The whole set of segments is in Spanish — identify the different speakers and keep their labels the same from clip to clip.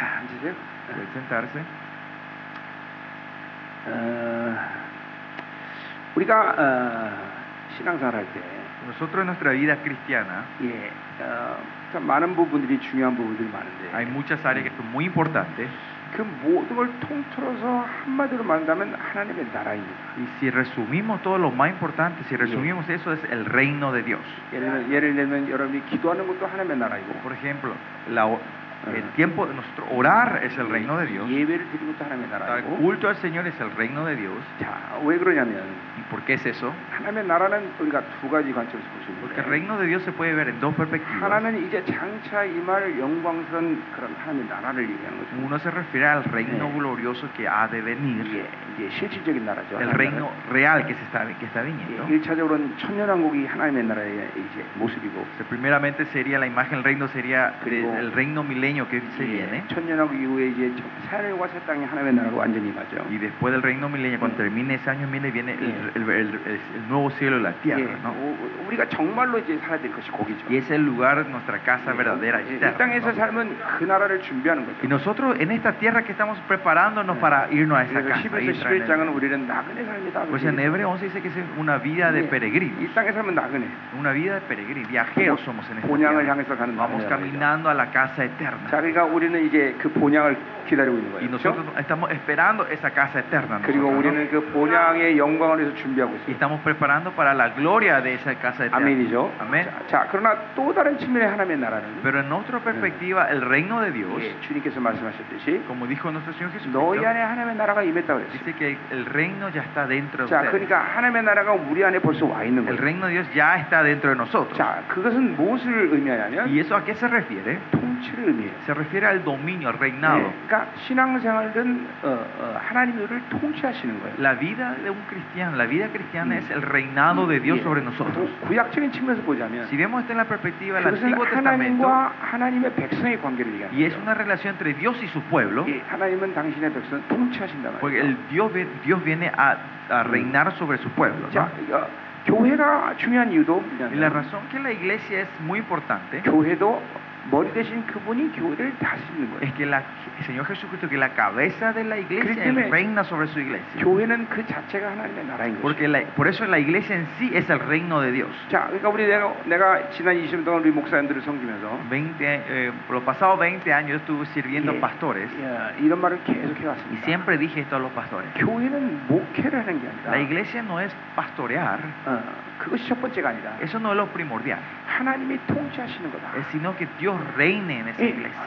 Speaker 1: Antes,
Speaker 2: Puede sentarse.
Speaker 1: 어, 우리가 어, 신앙생활 할 때,
Speaker 2: Nosotros en nuestra vida cristiana
Speaker 1: 예, 어, 참 많은 부분들이 중요한 부분들이 많은데,
Speaker 2: hay muchas áreas que son muy importantes
Speaker 1: 그 모든 걸 통틀어서 한마디로 말한다면 하나님의 나라입니다.
Speaker 2: y si resumimos todo lo más importante, si resumimos eso es el reino de Dios.
Speaker 1: 예를, 들면- 예를 들면 여러분이 기도하는 것도 하나님의 나라이고,
Speaker 2: Por ejemplo, la o- el tiempo de nuestro orar es el reino de Dios.
Speaker 1: 예배를 드리는 것도 하나님의
Speaker 2: Dar
Speaker 1: 나라이고,
Speaker 2: culto al Señor es el reino de Dios.
Speaker 1: 자, 왜 그러냐면,
Speaker 2: ¿Y por qué es eso?
Speaker 1: 하나님의 나라는 우리가 두 가지 관점에서 볼 수
Speaker 2: Porque el
Speaker 1: 있는데,
Speaker 2: reino de Dios se puede ver en dos perspectivas.
Speaker 1: 하나는 이제 장차 임할 영광스러운 그런 하나님의 나라를 얘기하는 거죠.
Speaker 2: Uno se refiere al reino glorioso que ha de venir,
Speaker 1: 이게 이제 실질적인 나라죠.
Speaker 2: el reino real que se está que está viniendo.
Speaker 1: 1차적으로는 천년왕국이 하나님의 나라의 이제 모습이고
Speaker 2: O sea, primeramente sería la imagen del reino sería de-
Speaker 1: Creo-
Speaker 2: el reino milenio que se viene
Speaker 1: 예, 천년왕국 이후에 이제 새하늘과 새 땅이 하나님의 나라로 완전히 임하죠.
Speaker 2: y después del reino milenio cuando
Speaker 1: Sí.
Speaker 2: termine ese año milenio viene el,
Speaker 1: Sí.
Speaker 2: el- el- el nuevo cielo y la
Speaker 1: 예,
Speaker 2: tierra, ¿no?
Speaker 1: 우- 우리가 정말로 이제 살아야 될 것이 거기죠.
Speaker 2: Y es el lugar nuestra casa verdadera
Speaker 1: 예, 이
Speaker 2: eterna,
Speaker 1: 땅에서
Speaker 2: ¿no?
Speaker 1: 삶은 그 나라를 준비하는 거죠.
Speaker 2: Y nosotros en esta tierra que estamos preparándonos para irnos a esa
Speaker 1: 그래서
Speaker 2: casa. y
Speaker 1: 10에서
Speaker 2: entrar en el-
Speaker 1: 11장은 우리는 나그네 삶이다.
Speaker 2: Pues en Hebreo 11 dice que es una vida de
Speaker 1: 예, 이
Speaker 2: peregrinos,
Speaker 1: 땅에 살면 나그네.
Speaker 2: una vida de peregrinos, viajeros somos en esta
Speaker 1: 본향을
Speaker 2: tierra.
Speaker 1: 향해서 가는
Speaker 2: Vamos
Speaker 1: 나그네가
Speaker 2: caminando a la casa
Speaker 1: 되죠.
Speaker 2: eterna.
Speaker 1: 자, 그러니까 우리는 이제 그 본향을 기다리고 있는
Speaker 2: Y
Speaker 1: 거예요. 그렇죠?
Speaker 2: nosotros estamos esperando esa casa eterna.
Speaker 1: 그리고
Speaker 2: nosotros, ¿no?
Speaker 1: 우리는 그 본향의 영광을 위해서 준비하고
Speaker 2: Y
Speaker 1: 있습니다.
Speaker 2: estamos preparando para la gloria de esa casa eterna.
Speaker 1: 아멘이죠.
Speaker 2: 네, 아멘. 네.
Speaker 1: 자, 자, 그러나 또 다른 측면의 하나님의 나라는
Speaker 2: Pero en otra perspectiva, el reino de Dios,
Speaker 1: 예, 주님께서 말씀하셨듯이
Speaker 2: como dijo nuestro Señor Jesucristo,
Speaker 1: 너희 안에 하나님의 나라가 임했다 그랬어요.
Speaker 2: dice que el reino ya está dentro de
Speaker 1: 자,
Speaker 2: ustedes.
Speaker 1: 그러니까 하나님의 나라가 우리 안에 벌써 와 있는
Speaker 2: El
Speaker 1: 거예요.
Speaker 2: reino de Dios ya está dentro de nosotros.
Speaker 1: 자, 그것은 무엇을 의미하냐면
Speaker 2: ¿Y eso a qué se refiere?
Speaker 1: 통치를 의미해요.
Speaker 2: Se refiere al dominio, al
Speaker 1: 예,
Speaker 2: reinado.
Speaker 1: 그러니까 신앙생활은 어, 어, 하나님 우리를 통치하시는 거예요.
Speaker 2: La vida de un cristiano, la vida cristiana
Speaker 1: Mm.
Speaker 2: es el reinado de Dios
Speaker 1: 예,
Speaker 2: sobre nosotros.
Speaker 1: 구- 구약적인 측면에서 보자면
Speaker 2: Si vemos esto en la perspectiva del
Speaker 1: 그것은
Speaker 2: Antiguo
Speaker 1: 하나님과
Speaker 2: Testamento,
Speaker 1: 하나님의 백성의 관계를 얘기하는
Speaker 2: y es
Speaker 1: 거예요.
Speaker 2: una relación entre Dios y su pueblo,
Speaker 1: 예, 하나님은 당신의 백성 을 통치하신다
Speaker 2: porque
Speaker 1: 말이에요.
Speaker 2: el Dios, ve- Dios viene a, a reinar sobre su pueblo.
Speaker 1: 자,
Speaker 2: ¿no?
Speaker 1: 어, 교회가 중요한 이유도
Speaker 2: Y la
Speaker 1: 뭐냐면
Speaker 2: razón que la iglesia es muy importante
Speaker 1: 교회도 머리 대신 그분이 교회를 다스리는
Speaker 2: es
Speaker 1: 거예요.
Speaker 2: que la, el Señor Jesucristo, que la cabeza de la iglesia,
Speaker 1: Cristo me-
Speaker 2: Él reina sobre su iglesia.
Speaker 1: 교회는 그 자체가 하나님의 나라인 거죠.
Speaker 2: Porque la- por eso la iglesia en sí es el reino de Dios.
Speaker 1: 자, 그러니까 우리 내가, 내가 지난 20년 동안 우리 목사님들을 섬기면서
Speaker 2: 20, eh, los pasados 20 años yo estuve sirviendo
Speaker 1: 예,
Speaker 2: pastores
Speaker 1: 예, 이런 말을 계속
Speaker 2: y
Speaker 1: 해왔습니다.
Speaker 2: siempre dije esto a los pastores.
Speaker 1: 교회는 목회를 하는 게
Speaker 2: La
Speaker 1: 아니라
Speaker 2: iglesia no es pastorear,
Speaker 1: 어, 그것이 첫 번째가 아니라
Speaker 2: eso no es lo primordial,
Speaker 1: 하나님이 통치하시는 거다.
Speaker 2: es sino que Dios reine en esa
Speaker 1: 예,
Speaker 2: iglesia.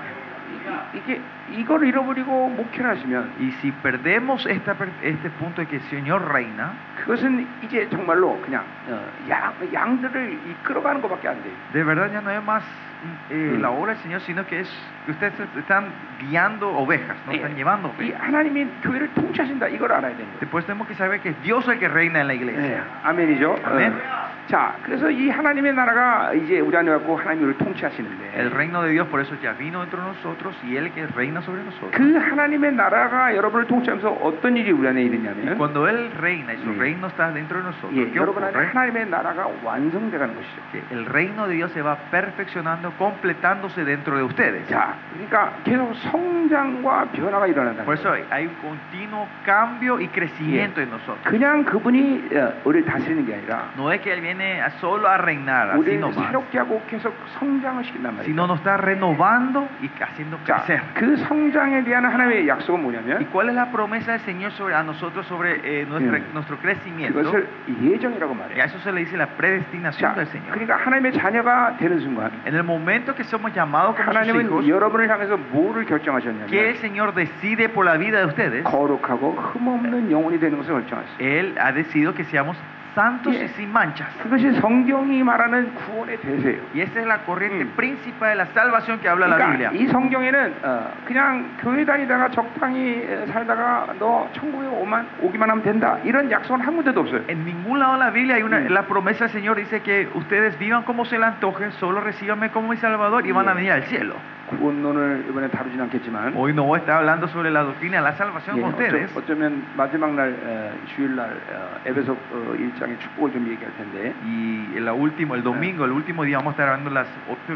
Speaker 1: 이- 이게 이걸 잃어버리고 목회를 하시면
Speaker 2: Y si perdemos esta per- este punto de que el Señor reina,
Speaker 1: 그것은 이제 정말로 그냥 어, 양, 양들을 이끌어가는 것밖에 안 돼요.
Speaker 2: de verdad ya no es más eh,
Speaker 1: Mm.
Speaker 2: la obra del Señor, sino que es que ustedes se- están guiando ovejas, no están llevando
Speaker 1: 이
Speaker 2: ovejas.
Speaker 1: 하나님이 교회를 통치하신다 이걸 알아야 되는 거예요.
Speaker 2: Después tenemos que saber que es Dios el que reina en la
Speaker 1: 네,
Speaker 2: iglesia.
Speaker 1: 아멘이죠.
Speaker 2: 아멘.
Speaker 1: 어. 자, 그래서 이 하나님의 나라가 이제 우리 안에 갖고 하나님을
Speaker 2: El
Speaker 1: 통치하시는데
Speaker 2: reino de Dios por eso ya vino entre nosotros y Él que reina sobre nosotros.
Speaker 1: 그 하나님의 나라가 여러분을 통치하면서 어떤 일이 우리 안에
Speaker 2: Y
Speaker 1: 일어냐면
Speaker 2: cuando Él reina y su
Speaker 1: Sí.
Speaker 2: reino está dentro de nosotros,
Speaker 1: 예,
Speaker 2: ¿qué
Speaker 1: 여러분 안에
Speaker 2: ocurre?
Speaker 1: 하나님의 나라가 완성돼가는 것이죠.
Speaker 2: Que el reino de Dios se va perfeccionando, completándose dentro de ustedes.
Speaker 1: 자, 그러니까 계속 성장과 변화가 일어난다.
Speaker 2: Por eso hay un continuo cambio y crecimiento en nosotros.
Speaker 1: 그냥 그분이 어, 우리를 다스리는 게 아니라
Speaker 2: No es que Él viene a- solo a reinar, así
Speaker 1: 우리를
Speaker 2: nomás,
Speaker 1: 새롭게 하고 계속 성장을 시킨단 말이에요.
Speaker 2: sino nos está renovando y haciendo
Speaker 1: 자,
Speaker 2: crecer.
Speaker 1: 그 성장에 대한 하나님의 약속은
Speaker 2: ¿Y
Speaker 1: 뭐냐면
Speaker 2: cuál es la promesa del Señor sobre a nosotros sobre eh, nuestra-
Speaker 1: Sí.
Speaker 2: nuestro crecimiento?
Speaker 1: 그것을 예정이라고
Speaker 2: Y a
Speaker 1: 말해요.
Speaker 2: eso se le dice la
Speaker 1: 자,
Speaker 2: predestinación del Señor.
Speaker 1: 그러니까 하나님의 자녀가 되는 순간
Speaker 2: En el momento que somos llamados como sus hijos,
Speaker 1: 하나님은 여러분을 향해서 뭐를
Speaker 2: ¿qué el
Speaker 1: 결정하셨냐면
Speaker 2: Señor decide por la vida de ustedes?
Speaker 1: 거룩하고 흠없는 영혼이 되는 것을 결정하셨어요.
Speaker 2: Él ha decidido que seamos santos
Speaker 1: Sí.
Speaker 2: y sin manchas.
Speaker 1: 그것이 성경이 말하는 구원의 대세예요.
Speaker 2: Y esa es la corriente
Speaker 1: Mm.
Speaker 2: principal de la salvación que habla la
Speaker 1: 그러니까
Speaker 2: Biblia.
Speaker 1: 이 성경에는 어, 그냥 교회 다니다가 적당히 에, 살다가 너 천국에 오만, 오기만 하면 된다 이런 약속은 한 군데도 없어요.
Speaker 2: En ningún lado de la Biblia hay una,
Speaker 1: Mm.
Speaker 2: la promesa del Señor dice que ustedes vivan como se les antoje, solo recíbanme como mi Salvador y van a
Speaker 1: Sí.
Speaker 2: venir al cielo.
Speaker 1: 구원론을 어, 이번에 다루진 않겠지만
Speaker 2: Hoy no voy a estar hablando sobre la doctrina de la salvación
Speaker 1: 예,
Speaker 2: con ustedes,
Speaker 1: 어쩌, 면 마지막 날 에, 주일날 어, 에베소 어, 1장의 축복을 좀 얘기할 텐데
Speaker 2: y el último, el domingo, el último día vamos a estar hablando las ocho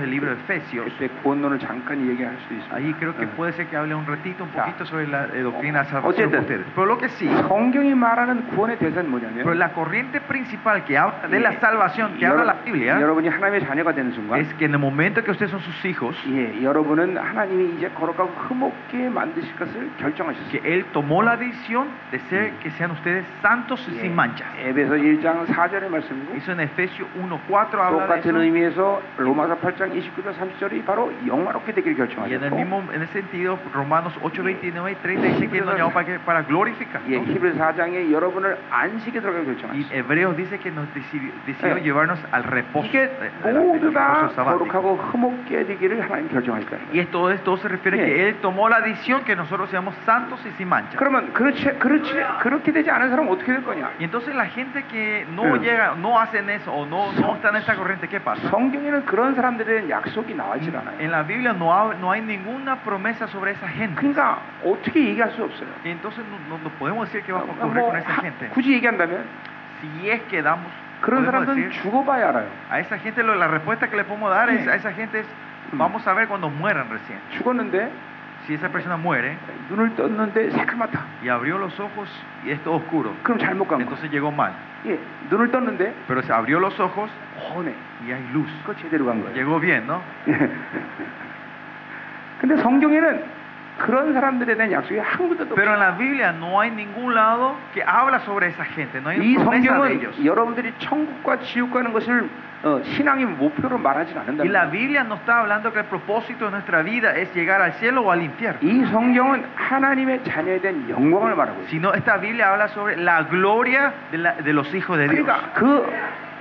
Speaker 1: 예,
Speaker 2: del libro de Efesios.
Speaker 1: 그때 구원론을 잠깐 얘기할 수도 있습니다.
Speaker 2: Ahí creo que
Speaker 1: 예.
Speaker 2: puede ser que hable un ratito, un
Speaker 1: Ah. Ya.
Speaker 2: poquito sobre la eh, doctrina de la salvación con
Speaker 1: Oye,
Speaker 2: ustedes. Pero lo que sí,
Speaker 1: 성경이 말하는 구원의 대세는 뭐냐면
Speaker 2: pero la corriente principal que habla de
Speaker 1: 예,
Speaker 2: la salvación, que habla
Speaker 1: 여러-
Speaker 2: la Biblia,
Speaker 1: 여러분이 하나님의 자녀가 되는 순간
Speaker 2: es que en el momento que ustedes son sus hijos,
Speaker 1: 예, 여러분은 하나님이 이제 거룩하고 흠없게 만드실 것을 결정하셨습니다.
Speaker 2: que Él tomó la decisión de ser que sean ustedes santos
Speaker 1: 예,
Speaker 2: y sin manchas.
Speaker 1: 에베소 1장 4절의 말씀이고
Speaker 2: Eso en Efesios 1.4 habla de
Speaker 1: 똑같은
Speaker 2: eso.
Speaker 1: 의미에서 로마서 8장 29절 30절이 바로 영화롭게 되기를
Speaker 2: Y en el
Speaker 1: 결정하셨고
Speaker 2: mismo en ese sentido, Romanos 8, 29 y 30 dice que Él nos llamó para, que- para glorificar.
Speaker 1: 예,
Speaker 2: ¿no?
Speaker 1: 히브리 4장에 여러분을 안식에 들어가게
Speaker 2: Y
Speaker 1: 결정하셨습니다.
Speaker 2: Hebreos dice que nos decidió, decidió
Speaker 1: Eh.
Speaker 2: llevarnos al reposo.
Speaker 1: 이게
Speaker 2: eh, al- al
Speaker 1: 모두 다
Speaker 2: reposo sabático.
Speaker 1: 거룩하고 흠없게 되기를 하나님 결정하셨다.
Speaker 2: Y esto, esto se refiere a que
Speaker 1: Bien.
Speaker 2: Él tomó la decisión que nosotros seamos santos y sin mancha.
Speaker 1: 그러면 그렇지, 그렇지, 그렇게 되지 않은 사람은 어떻게 될 거냐?
Speaker 2: Y entonces la gente que no
Speaker 1: Eh.
Speaker 2: llega, no hacen eso o no, no está en esta corriente, ¿qué pasa?
Speaker 1: 성경에는 그런 사람들에 대한 약속이 나와 있질 않아요.
Speaker 2: En la Biblia no, ha- no hay ninguna promesa sobre esa gente.
Speaker 1: 그러니까 어떻게 얘기할 수 없어요.
Speaker 2: Y entonces no, no- no podemos decir que va a
Speaker 1: 뭐,
Speaker 2: ocurrir con esa
Speaker 1: 하-
Speaker 2: gente.
Speaker 1: 굳이 얘기한다면
Speaker 2: Si es que damos,
Speaker 1: 그런
Speaker 2: podemos
Speaker 1: 사람들은
Speaker 2: decir,
Speaker 1: 죽어봐야 알아요.
Speaker 2: a esa gente lo- la respuesta que le podemos dar es,
Speaker 1: Sí.
Speaker 2: a esa gente es,
Speaker 1: Mm.
Speaker 2: vamos a ver cuando mueran recién.
Speaker 1: 죽었는데
Speaker 2: Si esa persona muere
Speaker 1: 눈을 떴는데 새까맣다.
Speaker 2: y abrió los ojos y es todo oscuro,
Speaker 1: 네, 그럼 잘못 간 거예요.
Speaker 2: entonces llegó mal.
Speaker 1: 예, 눈을 떴는데
Speaker 2: Pero se abrió los ojos
Speaker 1: 헌해.
Speaker 2: y hay luz.
Speaker 1: 그거 제대로 간 거예요.
Speaker 2: Llegó bien, ¿no?
Speaker 1: 근데 성경에는 그런 사람들에 대한 약속이 한 군데도
Speaker 2: Pero
Speaker 1: 없어요.
Speaker 2: en la Biblia no hay ningún lado que habla sobre esa gente, no hay
Speaker 1: 이
Speaker 2: promesa de ellos.
Speaker 1: 성경은 여러분들이 천국과 지옥 가는 것을 어, 신앙의 목표로 말하진
Speaker 2: Y la
Speaker 1: 않는다.
Speaker 2: Biblia no está hablando que el propósito de nuestra vida es llegar al cielo o al infierno,
Speaker 1: 이 성경은 하나님의 자녀에 대한 영광을 말하고 있어요.
Speaker 2: sino esta Biblia habla sobre la gloria de, la- de los hijos de Dios.
Speaker 1: 그러니까 그,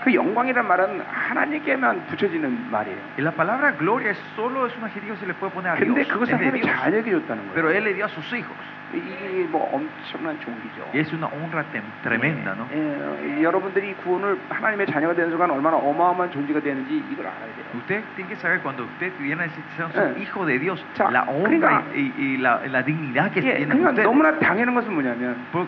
Speaker 1: 그 영광이란 말은 하나님께만 붙여지는 말이에요.
Speaker 2: Y la palabra gloria es solo es un adjetivo que se le puede poner a Dios.
Speaker 1: 근데 그것을
Speaker 2: es de
Speaker 1: 하나님의
Speaker 2: Dios.
Speaker 1: 자녀에게 줬다는
Speaker 2: Pero
Speaker 1: 거예요.
Speaker 2: Él le dio a sus hijos.
Speaker 1: 이게 뭐 엄청난 종기죠.
Speaker 2: Y es una honra tem- tremenda, ¿no?
Speaker 1: 예, 예, 여러분들이 구원을 하나님의 자녀가 되는 순간 얼마나 어마어마한 존재가 되는지 이걸 알아야 돼요.
Speaker 2: Usted tiene que saber cuando usted viene a ser
Speaker 1: Eh.
Speaker 2: hijo de Dios,
Speaker 1: Cha,
Speaker 2: la honra
Speaker 1: 그러니까-
Speaker 2: y, y- y la, la dignidad que
Speaker 1: 예,
Speaker 2: tiene
Speaker 1: 그러니까
Speaker 2: usted.
Speaker 1: 너무나 당연한 것은 뭐냐면
Speaker 2: Por-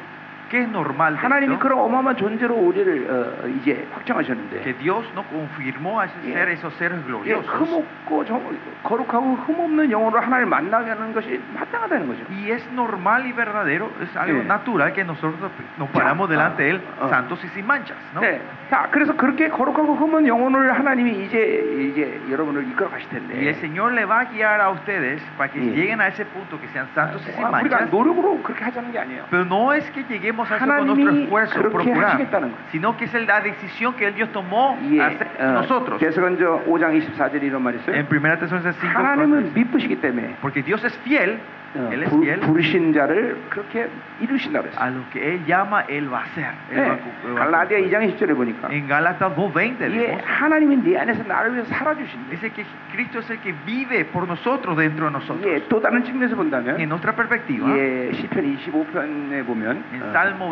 Speaker 2: ¿Qué es normal de
Speaker 1: 하나님이
Speaker 2: esto?
Speaker 1: 그런 어마어마한 존재로 우리를 어, 이제
Speaker 2: que
Speaker 1: 확정하셨는데
Speaker 2: Dios no confirmó a esos
Speaker 1: Yeah.
Speaker 2: seres, esos seres
Speaker 1: 예,
Speaker 2: gloriosos.
Speaker 1: 흠없고 저- 거룩하고 흠없는 영혼으로 하나님을 만나게 하는 것이 마땅하다는 거죠.
Speaker 2: Y es normal y verdadero, es
Speaker 1: Yeah.
Speaker 2: algo natural que nosotros nos paramos
Speaker 1: Ya.
Speaker 2: delante de Él
Speaker 1: Ah.
Speaker 2: santos y sin manchas, ¿no?
Speaker 1: 네. 자, 그래서 그렇게 거룩하고 흠은 영혼을 하나님이 이제 이제 여러분을 이끌어 가실 텐데.
Speaker 2: Y el Señor le va a guiar a ustedes para que
Speaker 1: Yeah.
Speaker 2: lleguen a ese punto, que sean santos y sin
Speaker 1: 아, 우리가
Speaker 2: manchas.
Speaker 1: 노력으로 그렇게 하자는 게 아니에요.
Speaker 2: Pero no es que lleguemos a eso con
Speaker 1: 하나님이
Speaker 2: nuestro esfuerzo,
Speaker 1: 그렇게
Speaker 2: procurar,
Speaker 1: 하시겠다는 거예요.
Speaker 2: sino que es la decisión que Dios tomó hacer 아,
Speaker 1: ah,
Speaker 2: nosotros.
Speaker 1: 예, 어,
Speaker 2: 네,
Speaker 1: 대서건저 5장 24절에 이런 말이 있어요.
Speaker 2: En 1 Tesalonicenses 5,
Speaker 1: 하나님은 미쁘시기 때문에
Speaker 2: porque Dios es fiel,
Speaker 1: 어,
Speaker 2: Él es
Speaker 1: 부,
Speaker 2: fiel,
Speaker 1: 부르신 자를 그렇게 이루신다 그랬어요.
Speaker 2: a lo que Él llama, Él va a hacer. Él
Speaker 1: 네.
Speaker 2: va a cu- va a
Speaker 1: 갈라디아
Speaker 2: cumplir.
Speaker 1: 2장 20절에 보니까
Speaker 2: En Gálatas 2.20
Speaker 1: 예,
Speaker 2: vemos,
Speaker 1: 하나님이 내 안에서 나를 위해서 살아주신대.
Speaker 2: dice que Cristo es el que vive por nosotros dentro de nosotros.
Speaker 1: 예, 또 다른 측면에서 본다면
Speaker 2: En nuestra perspectiva,
Speaker 1: 예, 시편 25편에 보면
Speaker 2: en
Speaker 1: 어,
Speaker 2: Salmo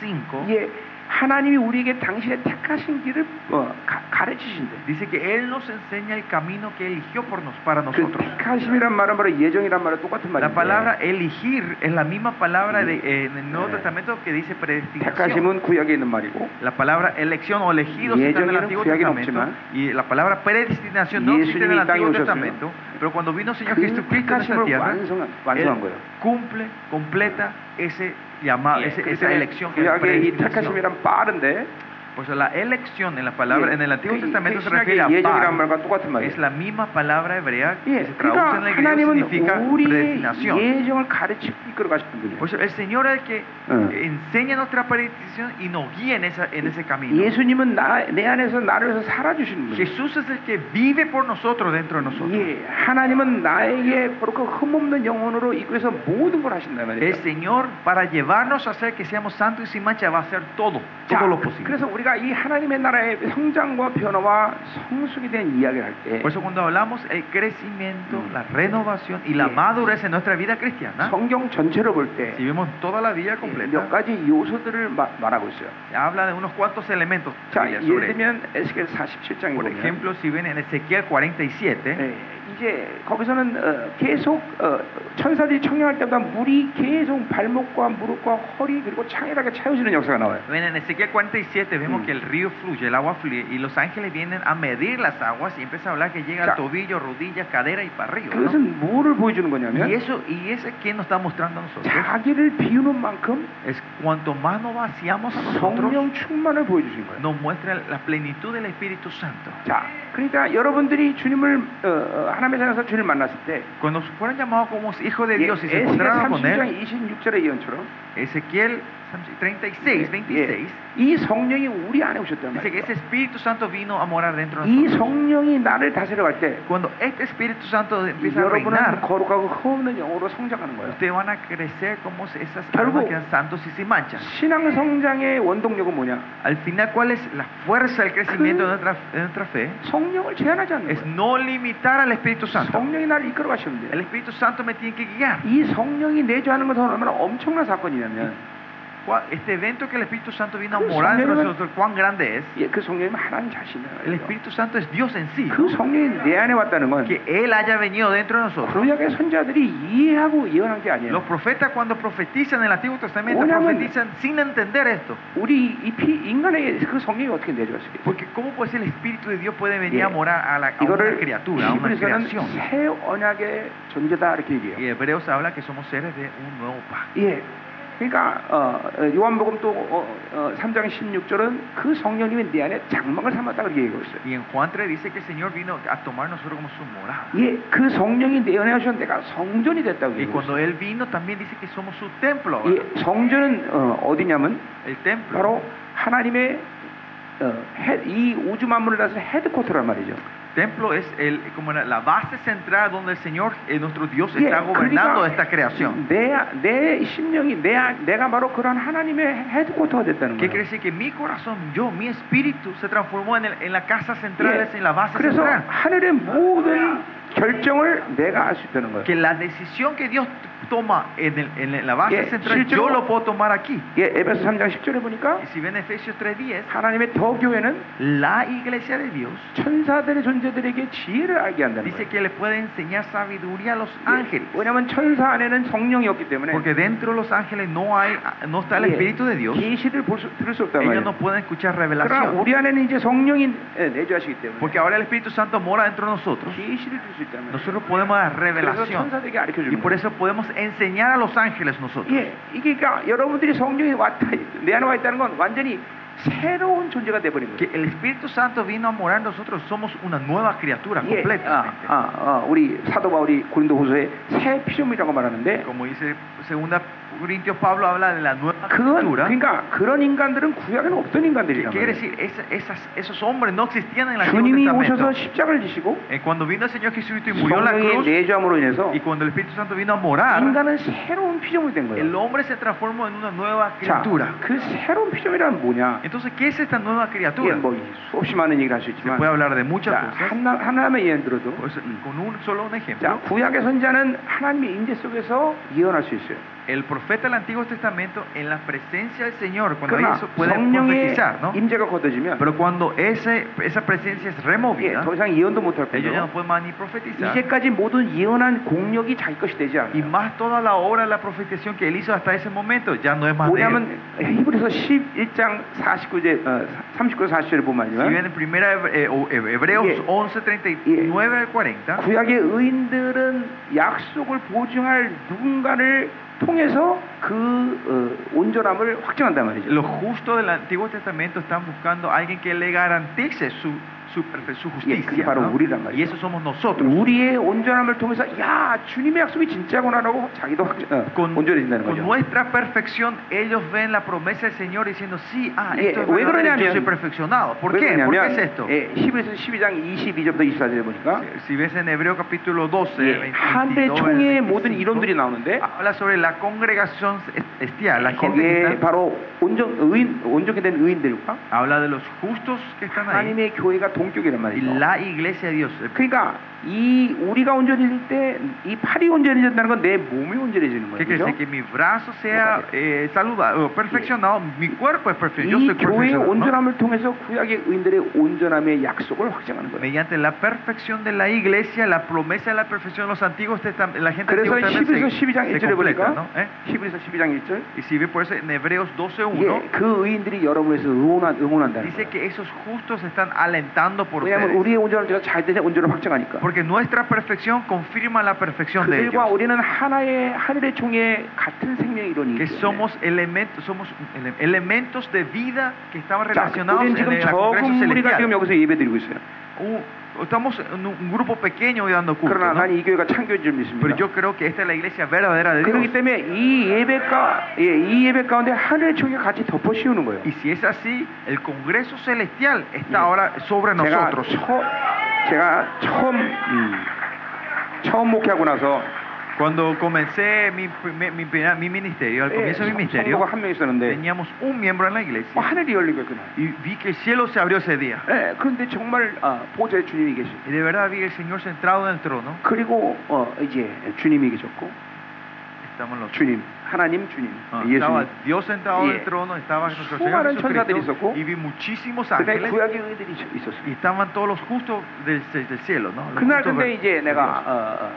Speaker 2: 25,
Speaker 1: 예, 하나님이 우리에게 당신의 택하신 길을 어, 가, 가르치신대.
Speaker 2: dice que Él nos enseña el camino que eligió por nos, para
Speaker 1: 그
Speaker 2: nosotros.
Speaker 1: 택하심이란 말은 바로 예정이란 말은 똑같은
Speaker 2: La palabra
Speaker 1: 말인데
Speaker 2: elegir es la misma palabra de, eh, en el Nuevo
Speaker 1: Eh.
Speaker 2: Testamento que dice predestinación.
Speaker 1: 택하심은 구약에 있는 말이고
Speaker 2: La palabra elección o elegidos
Speaker 1: Y
Speaker 2: está en el
Speaker 1: ellos
Speaker 2: Antiguo
Speaker 1: no creían
Speaker 2: Testamento
Speaker 1: opción,
Speaker 2: y la palabra predestinación no
Speaker 1: ¿eh? Y
Speaker 2: existe en el
Speaker 1: Jesu님이
Speaker 2: Antiguo
Speaker 1: 땅에
Speaker 2: Testamento, pero cuando vino el Señor
Speaker 1: 그
Speaker 2: Jesucristo en esta
Speaker 1: 택하심을
Speaker 2: tierra,
Speaker 1: 완성한,
Speaker 2: Él
Speaker 1: 완성한 거예요.
Speaker 2: cumple, completa ese llamado,
Speaker 1: 예,
Speaker 2: Ah, ese- esa
Speaker 1: 그래서
Speaker 2: elección. que es
Speaker 1: 구약의 이
Speaker 2: predestinación.
Speaker 1: 택하심이란 빠른데
Speaker 2: Por eso la elección en la
Speaker 1: 예,
Speaker 2: palabra, en el Antiguo
Speaker 1: 그-
Speaker 2: Testamento
Speaker 1: 그
Speaker 2: se
Speaker 1: 신약의
Speaker 2: refiere a
Speaker 1: 예정이란
Speaker 2: par.
Speaker 1: 말과 똑같은
Speaker 2: es
Speaker 1: 말이에요.
Speaker 2: la misma palabra hebrea
Speaker 1: 예,
Speaker 2: que se traduce en el
Speaker 1: 그러니까
Speaker 2: griego
Speaker 1: 하나님은
Speaker 2: significa
Speaker 1: 우리의
Speaker 2: predestinación.
Speaker 1: 예정을 가르치고 이끌어 가시는 분이에요.
Speaker 2: Por eso el Señor es el que
Speaker 1: 응.
Speaker 2: enseña nuestra predestinación Ah. y nos guía en, esa, en ese camino.
Speaker 1: 예수님은 나, 내 안에서 나를 위해서 살아주시는 분이에요.
Speaker 2: Jesús es el que vive por nosotros dentro de nosotros.
Speaker 1: 예, 하나님은 나에게 그렇고 흠없는 영혼으로 이끌어서 모든 걸 하신단
Speaker 2: El
Speaker 1: 말이에요.
Speaker 2: Señor, para llevarnos a ser que seamos santos y sin mancha, va a hacer todo,
Speaker 1: 자,
Speaker 2: todo lo posible.
Speaker 1: 그래서 우리가 이 하나님의 나라의 성장과 변화와 성숙이 대한 이야기를 할 때
Speaker 2: Por eso cuando hablamos el crecimiento,
Speaker 1: Mm.
Speaker 2: la renovación y la
Speaker 1: Sí.
Speaker 2: madurez en nuestra vida cristiana,
Speaker 1: 성경 전체를 볼 때
Speaker 2: si vemos toda la vida
Speaker 1: 몇
Speaker 2: completa,
Speaker 1: 가지 요소들을 마- 말하고 있어요.
Speaker 2: se habla de unos cuantos elementos.
Speaker 1: 자,
Speaker 2: Biblia,
Speaker 1: 예를
Speaker 2: sobre
Speaker 1: 들면 에스겔
Speaker 2: ello.
Speaker 1: 47장에
Speaker 2: Por
Speaker 1: 보면
Speaker 2: ejemplo, si ven en Ezequiel 47,
Speaker 1: 예, 이제 거기서는 어, 계속 어, 천사들이 청량할 때마다 물이 계속 발목과 무릎과 허리 그리고 창에다가 채워지는 역사가 나와요.
Speaker 2: ven en Ezequiel 47 vemos
Speaker 1: Mm.
Speaker 2: que el río fluye, el agua fluye y los ángeles vienen a medir las aguas y empieza a hablar que llega
Speaker 1: Ya.
Speaker 2: al tobillo, rodillas, cadera y para arriba. ¿no?
Speaker 1: 그것은 뭐를 보여주는
Speaker 2: Y
Speaker 1: 거냐면
Speaker 2: eso y ese que nos está mostrando a nosotros
Speaker 1: 자기를 비우는 만큼
Speaker 2: es cuanto más nos vaciamos a nosotros,
Speaker 1: 성령 충만을 보여주신 거예요.
Speaker 2: nos muestra la plenitud del Espíritu Santo.
Speaker 1: 자, 그러니까 여러분들이 주님을 어, 어, 하나님의 산에서 주님을 만났을 때
Speaker 2: Cuando fueron llamados como hijos de
Speaker 1: 예,
Speaker 2: Dios y se
Speaker 1: 에스겔
Speaker 2: encontraron con él,
Speaker 1: 30장 26절의 예언처럼
Speaker 2: Ezequiel 36, 26,
Speaker 1: 예, 이 성령이 우리 안에 오셨단
Speaker 2: dice que
Speaker 1: 말이에요.
Speaker 2: ese Espíritu Santo vino a morar dentro de
Speaker 1: 이
Speaker 2: nosotros.
Speaker 1: 성령이 나를 다스려 갈 때
Speaker 2: Cuando este Espíritu Santo empieza a
Speaker 1: 여러분은
Speaker 2: reinar,
Speaker 1: 거룩하고 흠없는 영으로 성장하는 거예요.
Speaker 2: ustedes van a crecer como esas
Speaker 1: Pero-
Speaker 2: almas que eran santos y sin manchas.
Speaker 1: 신앙 성장의 원동력은 뭐냐?
Speaker 2: Al final, ¿cuál es la fuerza del crecimiento de nuestra, de nuestra fe?
Speaker 1: 성령을 제한하지 않는
Speaker 2: Es
Speaker 1: 거예요.
Speaker 2: no limitar al Espíritu Santo.
Speaker 1: 성령이 나를 이끌어 가시면 돼요.
Speaker 2: El Espíritu Santo me tiene que guiar.
Speaker 1: 이 성령이 내주하는 것은 얼마나 엄청난 사건이냐면
Speaker 2: Cuá- Este evento que el Espíritu Santo vino a
Speaker 1: Creo que
Speaker 2: morar dentro de
Speaker 1: Samuel-
Speaker 2: nosotros, cuán grande es.
Speaker 1: 예, 그 성령이 하나님 자신이에요.
Speaker 2: El Espíritu Santo es Dios en sí.
Speaker 1: 그 성령이 내 안에 왔다는 건
Speaker 2: Que Él haya venido dentro de nosotros.
Speaker 1: 구약의 선자들이 이해하고 예언한 게
Speaker 2: Los
Speaker 1: 아니에요.
Speaker 2: profetas cuando profetizan en el Antiguo Testamento
Speaker 1: Una-
Speaker 2: profetizan sin entender esto.
Speaker 1: 우리 이 피- 인간에게 그 성령이 어떻게 내주할 수 있겠어요?
Speaker 2: Porque ¿cómo pues el Espíritu de Dios puede venir
Speaker 1: Yeah.
Speaker 2: a morar a, la, a una
Speaker 1: 이거를
Speaker 2: criatura, a una
Speaker 1: 히브리서는
Speaker 2: creación?
Speaker 1: 새 언약의 존재다 이렇게
Speaker 2: Y
Speaker 1: 얘기해요.
Speaker 2: Hebreos habla que somos seres de un nuevo pacto.
Speaker 1: 예. 그러니까 어, 어, 요한복음 또 어, 어, 3장 16절은 그 성령님이 내 안에 장막을 삼았다 그렇게 얘기하고 있어요.
Speaker 2: Y en Juan 3 dice que el Señor vino a tomar nosotros como su morada.
Speaker 1: 예, 그 성령이 내 안에 오셔서 내가 성전이 됐다고
Speaker 2: Y
Speaker 1: 얘기하고
Speaker 2: cuando
Speaker 1: 있어요.
Speaker 2: Él vino también dice que somos su templo. ahora.
Speaker 1: 예, 성전은 어, 디냐면
Speaker 2: El templo.
Speaker 1: 바로 하나님의 어, 헤- 이 우주 만물을 다스리는 헤드코트란 말이죠.
Speaker 2: templo es el, como la, la base central donde el Señor, eh, nuestro Dios,
Speaker 1: 예,
Speaker 2: está gobernando esta creación.
Speaker 1: 내, 내 심령이 내, 안- 내가 바로 그런 하나님의 헤드코터가 됐다는
Speaker 2: ¿Qué
Speaker 1: 거예요.
Speaker 2: quiere decir? Que mi corazón, yo, mi espíritu se transformó en, el- en la casa central,
Speaker 1: 예,
Speaker 2: es en la base
Speaker 1: 그래서
Speaker 2: central.
Speaker 1: 하늘의 모든 결정을 내가 알 수 있다는 거예요.
Speaker 2: Que la decisión que Dios toma en, el- en la base
Speaker 1: Yeah,
Speaker 2: central,
Speaker 1: 실제로-
Speaker 2: yo lo puedo tomar aquí.
Speaker 1: 예, 에베소 3장 10절에 보니까
Speaker 2: Y si ven Efesios 3.10,
Speaker 1: 하나님의 더 교회는
Speaker 2: la iglesia de Dios
Speaker 1: 천사들의 존재들에게 지혜를 알게 한다는
Speaker 2: dice
Speaker 1: 거예요.
Speaker 2: que le puede enseñar sabiduría a los ángeles.
Speaker 1: 왜냐하면 천사 안에는 성령이 없기 때문에
Speaker 2: Porque dentro de los ángeles no, hay, no está el
Speaker 1: 예,
Speaker 2: Espíritu de Dios.
Speaker 1: 계시를 볼 수, 들을 수 없단
Speaker 2: Ellos
Speaker 1: 말이에요.
Speaker 2: no pueden escuchar
Speaker 1: 그러나
Speaker 2: revelación.
Speaker 1: 우리 안에는 이제 성령이 예, 내주하시기 때문에
Speaker 2: Porque ahora el Espíritu Santo mora dentro de nosotros.
Speaker 1: 계시를 줄 수 있다면
Speaker 2: Nosotros podemos dar
Speaker 1: 그래서
Speaker 2: revelación.
Speaker 1: 천사들에게
Speaker 2: Y
Speaker 1: 알려주는
Speaker 2: por
Speaker 1: 거예요.
Speaker 2: eso podemos enseñar a los ángeles nosotros.
Speaker 1: 예, 이게 그러니까 여러분들이 성령이 왔다 내 안에 와 있다는 건 완전히 새로운 존재가 돼버린
Speaker 2: Que
Speaker 1: 거예요.
Speaker 2: el Espíritu Santo vino a morar en nosotros. Somos una nueva criatura
Speaker 1: 예, 아,
Speaker 2: completamente.
Speaker 1: 아, 아, 우리 사도 바울이 고린도후서에 새 피조물이라고 말하는데
Speaker 2: Como dice segunda Corintios, Pablo habla de la nueva
Speaker 1: 그건
Speaker 2: criatura. ¿Qué
Speaker 1: 그러니까 그런 인간들은 구약에는 없던 인간들이란
Speaker 2: quiere
Speaker 1: 말이에요.
Speaker 2: decir? Esa- esas- esos hombres no existían en el
Speaker 1: 주님이
Speaker 2: Antiguo
Speaker 1: 오셔서 뭐
Speaker 2: Testamento.
Speaker 1: 십자가를 지시고
Speaker 2: Eh, cuando vino el Señor Jesucristo y murió en la
Speaker 1: 성령의
Speaker 2: cruz,
Speaker 1: 내주함으로 인해서
Speaker 2: y cuando el Espíritu Santo vino a morar,
Speaker 1: 인간은 새로운 피조물이 된
Speaker 2: el
Speaker 1: 거예요.
Speaker 2: hombre se transformó en una nueva
Speaker 1: 자,
Speaker 2: criatura.
Speaker 1: 그 새로운 피조물이란 뭐냐?
Speaker 2: Entonces, ¿qué es esta nueva
Speaker 1: 예,
Speaker 2: criatura?
Speaker 1: 뭐 수없이 많은 얘기를 할 수
Speaker 2: Se puede
Speaker 1: 있지만
Speaker 2: hablar de
Speaker 1: 자,
Speaker 2: muchas cosas.
Speaker 1: 하나, 하나님의 예언 들어도
Speaker 2: Pues, con un solo un
Speaker 1: 자,
Speaker 2: ejemplo,
Speaker 1: 구약의 선자는 하나님의 임재 속에서 예언할 수 있어요.
Speaker 2: el profeta del Antiguo Testamento en la presencia del Señor, cuando
Speaker 1: 뭐 그러나
Speaker 2: eso puede
Speaker 1: 성령의
Speaker 2: profetizar, ¿no?
Speaker 1: 임재가 걷어지면
Speaker 2: Pero cuando ese, esa presencia es
Speaker 1: 예,
Speaker 2: removida,
Speaker 1: 더 이상 예언도 못할
Speaker 2: ellos
Speaker 1: 거예요.
Speaker 2: ya no pueden más ni profetizar.
Speaker 1: 이제까지 모든 예언한 공력이 자기 것이 되지
Speaker 2: Y
Speaker 1: 않아요.
Speaker 2: más toda la obra de la profetización que él hizo hasta ese momento ya no es más de él.
Speaker 1: 뭐냐면 히브리서 11장 49제 어, 39절 40절을
Speaker 2: Si ven
Speaker 1: 보면요.
Speaker 2: en primera Hebre- eh, o- Hebreos
Speaker 1: Yeah.
Speaker 2: 11, 39 al 40,
Speaker 1: 구약의 의인들은 약속을 보증할 누군가를 통해서 그 어, 온전함을 확증한단 말이죠.
Speaker 2: los justos del Antiguo Testamento están buscando a alguien que le garantice su, su, perfe- su
Speaker 1: 예, 그게
Speaker 2: justicia.
Speaker 1: 바로
Speaker 2: ¿no?
Speaker 1: 우리란
Speaker 2: Y
Speaker 1: 말이에요.
Speaker 2: eso somos nosotros.
Speaker 1: 우리의 온전함을 통해서 야 주님의 약속이 진짜구나라고 자기도 확, 어,
Speaker 2: Con,
Speaker 1: 온전해진다는
Speaker 2: con
Speaker 1: 거죠.
Speaker 2: nuestra perfección, ellos ven la promesa del Señor diciendo, sí, ah,
Speaker 1: Y,
Speaker 2: esto es
Speaker 1: ¿por qué
Speaker 2: verdadero, yo
Speaker 1: 그러냐면-
Speaker 2: soy perfeccionado. ¿Por
Speaker 1: 왜
Speaker 2: qué? ¿Por qué
Speaker 1: 그러냐면
Speaker 2: es esto?
Speaker 1: 예, 히브리서 12장 22절부터 24절에 보니까
Speaker 2: Si ves en Hebreo capítulo 12,
Speaker 1: 예,
Speaker 2: 22,
Speaker 1: 하늘의 총회의
Speaker 2: 25,
Speaker 1: 모든 이론들이 나오는데
Speaker 2: habla sobre la congregación estial, la gente que
Speaker 1: 아, 거기에
Speaker 2: está-
Speaker 1: 바로 온전 의인 온전히 된 의인들과
Speaker 2: habla de los justos que
Speaker 1: 아, 예.
Speaker 2: están ahí
Speaker 1: 하나님의 교회가 동격이란
Speaker 2: y
Speaker 1: 말이죠.
Speaker 2: la iglesia de Dios.
Speaker 1: 그러니까 이 우리가 온전해질 때 이 팔이 온전해진다는 건 내 그렇죠. 몸이 온전해지는 거예요.
Speaker 2: ¿Qué quiere decir?
Speaker 1: 그죠?
Speaker 2: Que mi brazo sea eh, saludado, perfeccionado, mi cuerpo es
Speaker 1: 이
Speaker 2: perfeccionado, yo soy
Speaker 1: 교회의
Speaker 2: perfeccionado. ¿no?
Speaker 1: 온전함을 통해서 구약의 의인들의 온전함의 약속을 확증하는 거예요.
Speaker 2: Mediante la perfección de la iglesia, la promesa de la perfección de los antiguos testam- la gente
Speaker 1: 그래서
Speaker 2: antigua
Speaker 1: 히브리서
Speaker 2: testamento
Speaker 1: 12장
Speaker 2: se, se
Speaker 1: 1절에
Speaker 2: completa,
Speaker 1: 보니까
Speaker 2: ¿no? ¿Eh?
Speaker 1: 히브리서 12장 1절
Speaker 2: Y si ve por eso en Hebreos 12.1
Speaker 1: 예, 그 의인들이 여러분에서 응원한, 응원한다는
Speaker 2: dice
Speaker 1: 거예요.
Speaker 2: que esos justos están alentando por
Speaker 1: 왜냐하면
Speaker 2: ustedes.
Speaker 1: 우리의 온전함을 제가 잘 되는 온전을 확증하니까
Speaker 2: Porque nuestra perfección confirma la perfección de
Speaker 1: 그들과
Speaker 2: ellos.
Speaker 1: 우리는 하나의 하늘의 총의 같은 생명 이론이
Speaker 2: Que
Speaker 1: 있기 때문에.
Speaker 2: somos elementos, somos ele- elementos de vida que estaban
Speaker 1: 자,
Speaker 2: relacionados
Speaker 1: 우리는
Speaker 2: en
Speaker 1: 지금
Speaker 2: el Congreso
Speaker 1: 적은 무리가 지금
Speaker 2: Celestial.
Speaker 1: 여기서 예배드리고 있어요
Speaker 2: Un- estamos en un un grupo pequeño hoy dando culto,
Speaker 1: 그러나
Speaker 2: ¿no?
Speaker 1: 난 이 교회가 창조인 줄 믿습니다
Speaker 2: Pero yo creo que esta es la iglesia verdadera de Dios.
Speaker 1: 그렇기 때문에 이 예배가 예, 이 예배 가운데 하늘의 총이 같이 덮어 씌우는 거예요.
Speaker 2: Y si es así, el Congreso Celestial
Speaker 1: Bien.
Speaker 2: está ahora sobre
Speaker 1: 제가
Speaker 2: nosotros.
Speaker 1: 처, 제가 처음 음, 처음 목회하고 나서
Speaker 2: Cuando comencé mi, mi, mi- mi
Speaker 1: Eh,
Speaker 2: ministerio, al comienzo de mi ministerio,
Speaker 1: 예, 성도가 한 명 있었는데
Speaker 2: teníamos un miembro en la
Speaker 1: 뭐
Speaker 2: iglesia
Speaker 1: 하늘이 열린 거였구나.
Speaker 2: y vi que el cielo se abrió ese día.
Speaker 1: 예, 그런데 정말 아, 보좌의 주님이 계시.
Speaker 2: Y de verdad vi el Señor centrado en el trono.
Speaker 1: 그리고 어, 이제 주님이 계셨고
Speaker 2: Estamos los
Speaker 1: 주님 어, 하나님 주님
Speaker 2: Ah, estaba
Speaker 1: 예수님.
Speaker 2: Dios sentado en
Speaker 1: Yeah.
Speaker 2: el trono, estaba nuestro Señor
Speaker 1: Sumaron
Speaker 2: Jesucristo,
Speaker 1: soldados 있었고,
Speaker 2: y vi muchísimos
Speaker 1: 그때
Speaker 2: ángeles
Speaker 1: 구약의 의들이 있었어요.
Speaker 2: y estaban todos los justos del, del- del cielo, ¿no? Los
Speaker 1: 그날
Speaker 2: justos
Speaker 1: 근데
Speaker 2: de- ah.
Speaker 1: 이제
Speaker 2: de
Speaker 1: 내가
Speaker 2: Dios.
Speaker 1: 어,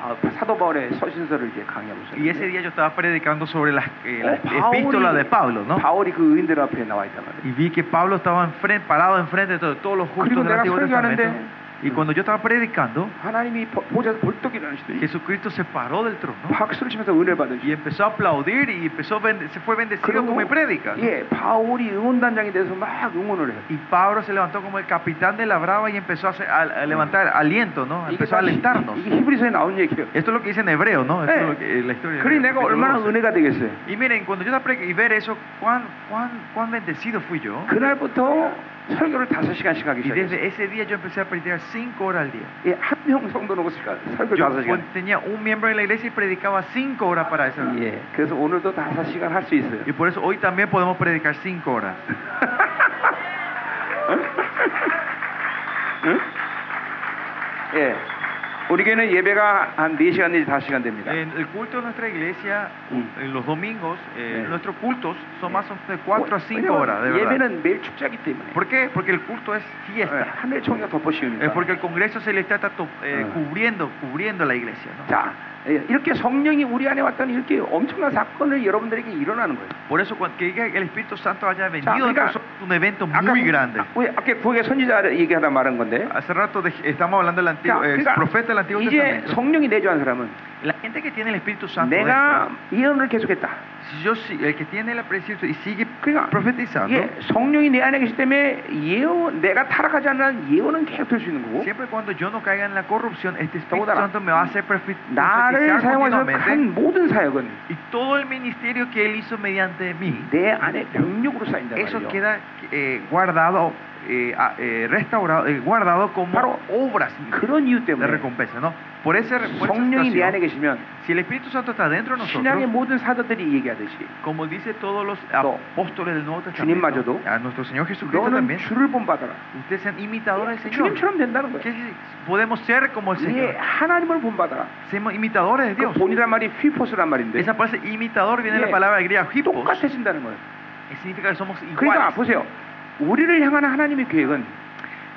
Speaker 1: 어, 바- 사도 바울의 서신서를 이제 강의하고
Speaker 2: Y ese
Speaker 1: 있었는데
Speaker 2: día yo estaba predicando sobre las, eh,
Speaker 1: 어,
Speaker 2: las epístolas de Pablo, ¿no?
Speaker 1: 바울이 그 의인들 앞에 나와 있단 말이에요.
Speaker 2: Y vi que Pablo estaba enfren- parado enfrente de todo- todos los
Speaker 1: Creo
Speaker 2: justos
Speaker 1: que
Speaker 2: del
Speaker 1: era
Speaker 2: Antiguo
Speaker 1: sueño,
Speaker 2: Testamento.
Speaker 1: Arende.
Speaker 2: Y cuando yo estaba predicando,
Speaker 1: 하나님이 보- 보좌에서 벌떡 일어나시더니
Speaker 2: Jesucristo se paró del trono
Speaker 1: 박수를 치면서 은혜를
Speaker 2: y
Speaker 1: 받으시.
Speaker 2: empezó a aplaudir y empezó ben- se fue bendecido con mi prédica. ¿no?
Speaker 1: 예, 바울이 응원단장이 돼서 막 응원을 해요.
Speaker 2: Y Pablo se levantó como el capitán de la brava y empezó a, hacer- a- a levantar aliento, ¿no?
Speaker 1: 이게,
Speaker 2: Empezó a
Speaker 1: 다 히-
Speaker 2: alentarnos.
Speaker 1: 이게 히브리서에 나온 얘기예요.
Speaker 2: Esto es lo que dice en hebreo, ¿no? Esto
Speaker 1: Eh.
Speaker 2: es lo que- eh, la historia. de
Speaker 1: 그러니
Speaker 2: Hebreo,
Speaker 1: 내가
Speaker 2: capítulo
Speaker 1: 얼마나
Speaker 2: 12.
Speaker 1: 은혜가 되겠어요.
Speaker 2: Y miren, cuando yo estaba pre- y ver eso, cuán, cuán, cuán bendecido fui
Speaker 1: 어?
Speaker 2: yo.
Speaker 1: 그날부터 설교를 다섯 시간씩 하기
Speaker 2: Y
Speaker 1: 시작했어요.
Speaker 2: desde ese día yo empecé a predicar cinco horas al día.
Speaker 1: 예, 한 명 성도 놓고 시간- 설교
Speaker 2: Yo
Speaker 1: 다섯 시간.
Speaker 2: tenía un miembro en la iglesia y predicaba cinco horas para eso.
Speaker 1: 예, 그래서 오늘도 다섯 시간 할 수 있어요.
Speaker 2: Y por eso hoy también podemos predicar cinco horas.
Speaker 1: 응? 예, 우리 교회는 예배가 한 네 시간 내지 다섯 시간 됩니다.
Speaker 2: En el culto de nuestra iglesia,
Speaker 1: Mm.
Speaker 2: en los domingos, eh,
Speaker 1: Eh.
Speaker 2: nuestros cultos son más o menos de cuatro a cinco horas, de
Speaker 1: 왜냐면
Speaker 2: verdad.
Speaker 1: 예배는 매일 축제하기 때문에. 예,
Speaker 2: ¿Por qué? Porque el culto es fiesta.
Speaker 1: 하늘 총이가 덮어씌우니까.
Speaker 2: Es porque el Congreso Celestial está to- eh,
Speaker 1: Eh.
Speaker 2: cubriendo, cubriendo la iglesia. ¿no?
Speaker 1: 자, 예, 이렇게 성령이 우리 안에 왔다는 이렇게 엄청난 사건을 여러분들에게 일어나는 거예요.
Speaker 2: Por eso cuando, que el Espíritu Santo haya
Speaker 1: Ya,
Speaker 2: venido
Speaker 1: mira.
Speaker 2: es un evento muy grande.
Speaker 1: 아, 왜 아까 구약의 선지자 얘기하다 말한 건데.
Speaker 2: Hace rato dej- estamos hablando del
Speaker 1: 자, 그러니까
Speaker 2: antiguo, eh, profeta del Antiguo
Speaker 1: 이제
Speaker 2: Testamento.
Speaker 1: 성령이 내주한 사람은
Speaker 2: La gente que tiene el Espíritu Santo,
Speaker 1: 내가
Speaker 2: dentro,
Speaker 1: 예언을 계속했다.
Speaker 2: si yo si- el que tiene el Espíritu Santo y sigue
Speaker 1: 그러니까
Speaker 2: profetizando,
Speaker 1: 예, 성령이 내 안에 계시기 때문에 예언, 내가 타락하지 않는 예언은 계속 될 수 있는 거고
Speaker 2: siempre y cuando yo no caiga en la corrupción, este Espíritu
Speaker 1: 더군다나
Speaker 2: Santo me va a hacer profe-
Speaker 1: 나를
Speaker 2: profetizar
Speaker 1: 사용해서
Speaker 2: continuamente
Speaker 1: 한 모든 사역은
Speaker 2: y todo el ministerio que él hizo mediante mí,
Speaker 1: 내 안에 병력으로 쌓인단
Speaker 2: eso
Speaker 1: 말이에요.
Speaker 2: queda eh, guardado, eh, a- eh, restaurado, eh, guardado como
Speaker 1: Claro.
Speaker 2: obras
Speaker 1: 그런 이유
Speaker 2: de
Speaker 1: 때문에
Speaker 2: recompensa, ¿no? Por ese por esa
Speaker 1: 성령이 내 안에
Speaker 2: situación,
Speaker 1: 계시면
Speaker 2: si el Espíritu Santo está dentro de
Speaker 1: 신앙의
Speaker 2: nosotros,
Speaker 1: 모든 사도들이 얘기하듯이
Speaker 2: como dice todos los
Speaker 1: No.
Speaker 2: apóstoles del Nuevo Testamento,
Speaker 1: 주님마저도
Speaker 2: a nuestro Señor Jesucristo
Speaker 1: 너는
Speaker 2: también,
Speaker 1: 주를 본받아라.
Speaker 2: ustedes sean imitadores del Señor.
Speaker 1: 주님처럼 된다는 거예요.
Speaker 2: Que si podemos ser como el
Speaker 1: 예,
Speaker 2: Señor.
Speaker 1: 하나님을 본받아라.
Speaker 2: Seamos imitadores de
Speaker 1: 그
Speaker 2: Dios.
Speaker 1: 본이란 말이 휘포스란 말인데
Speaker 2: Esa frase imitador viene de
Speaker 1: Yeah.
Speaker 2: la palabra griega hippos.
Speaker 1: 똑같아진다는 거예요.
Speaker 2: que Significa que somos
Speaker 1: 그러니까
Speaker 2: iguales.
Speaker 1: 보세요. 우리를 향한 하나님의 계획은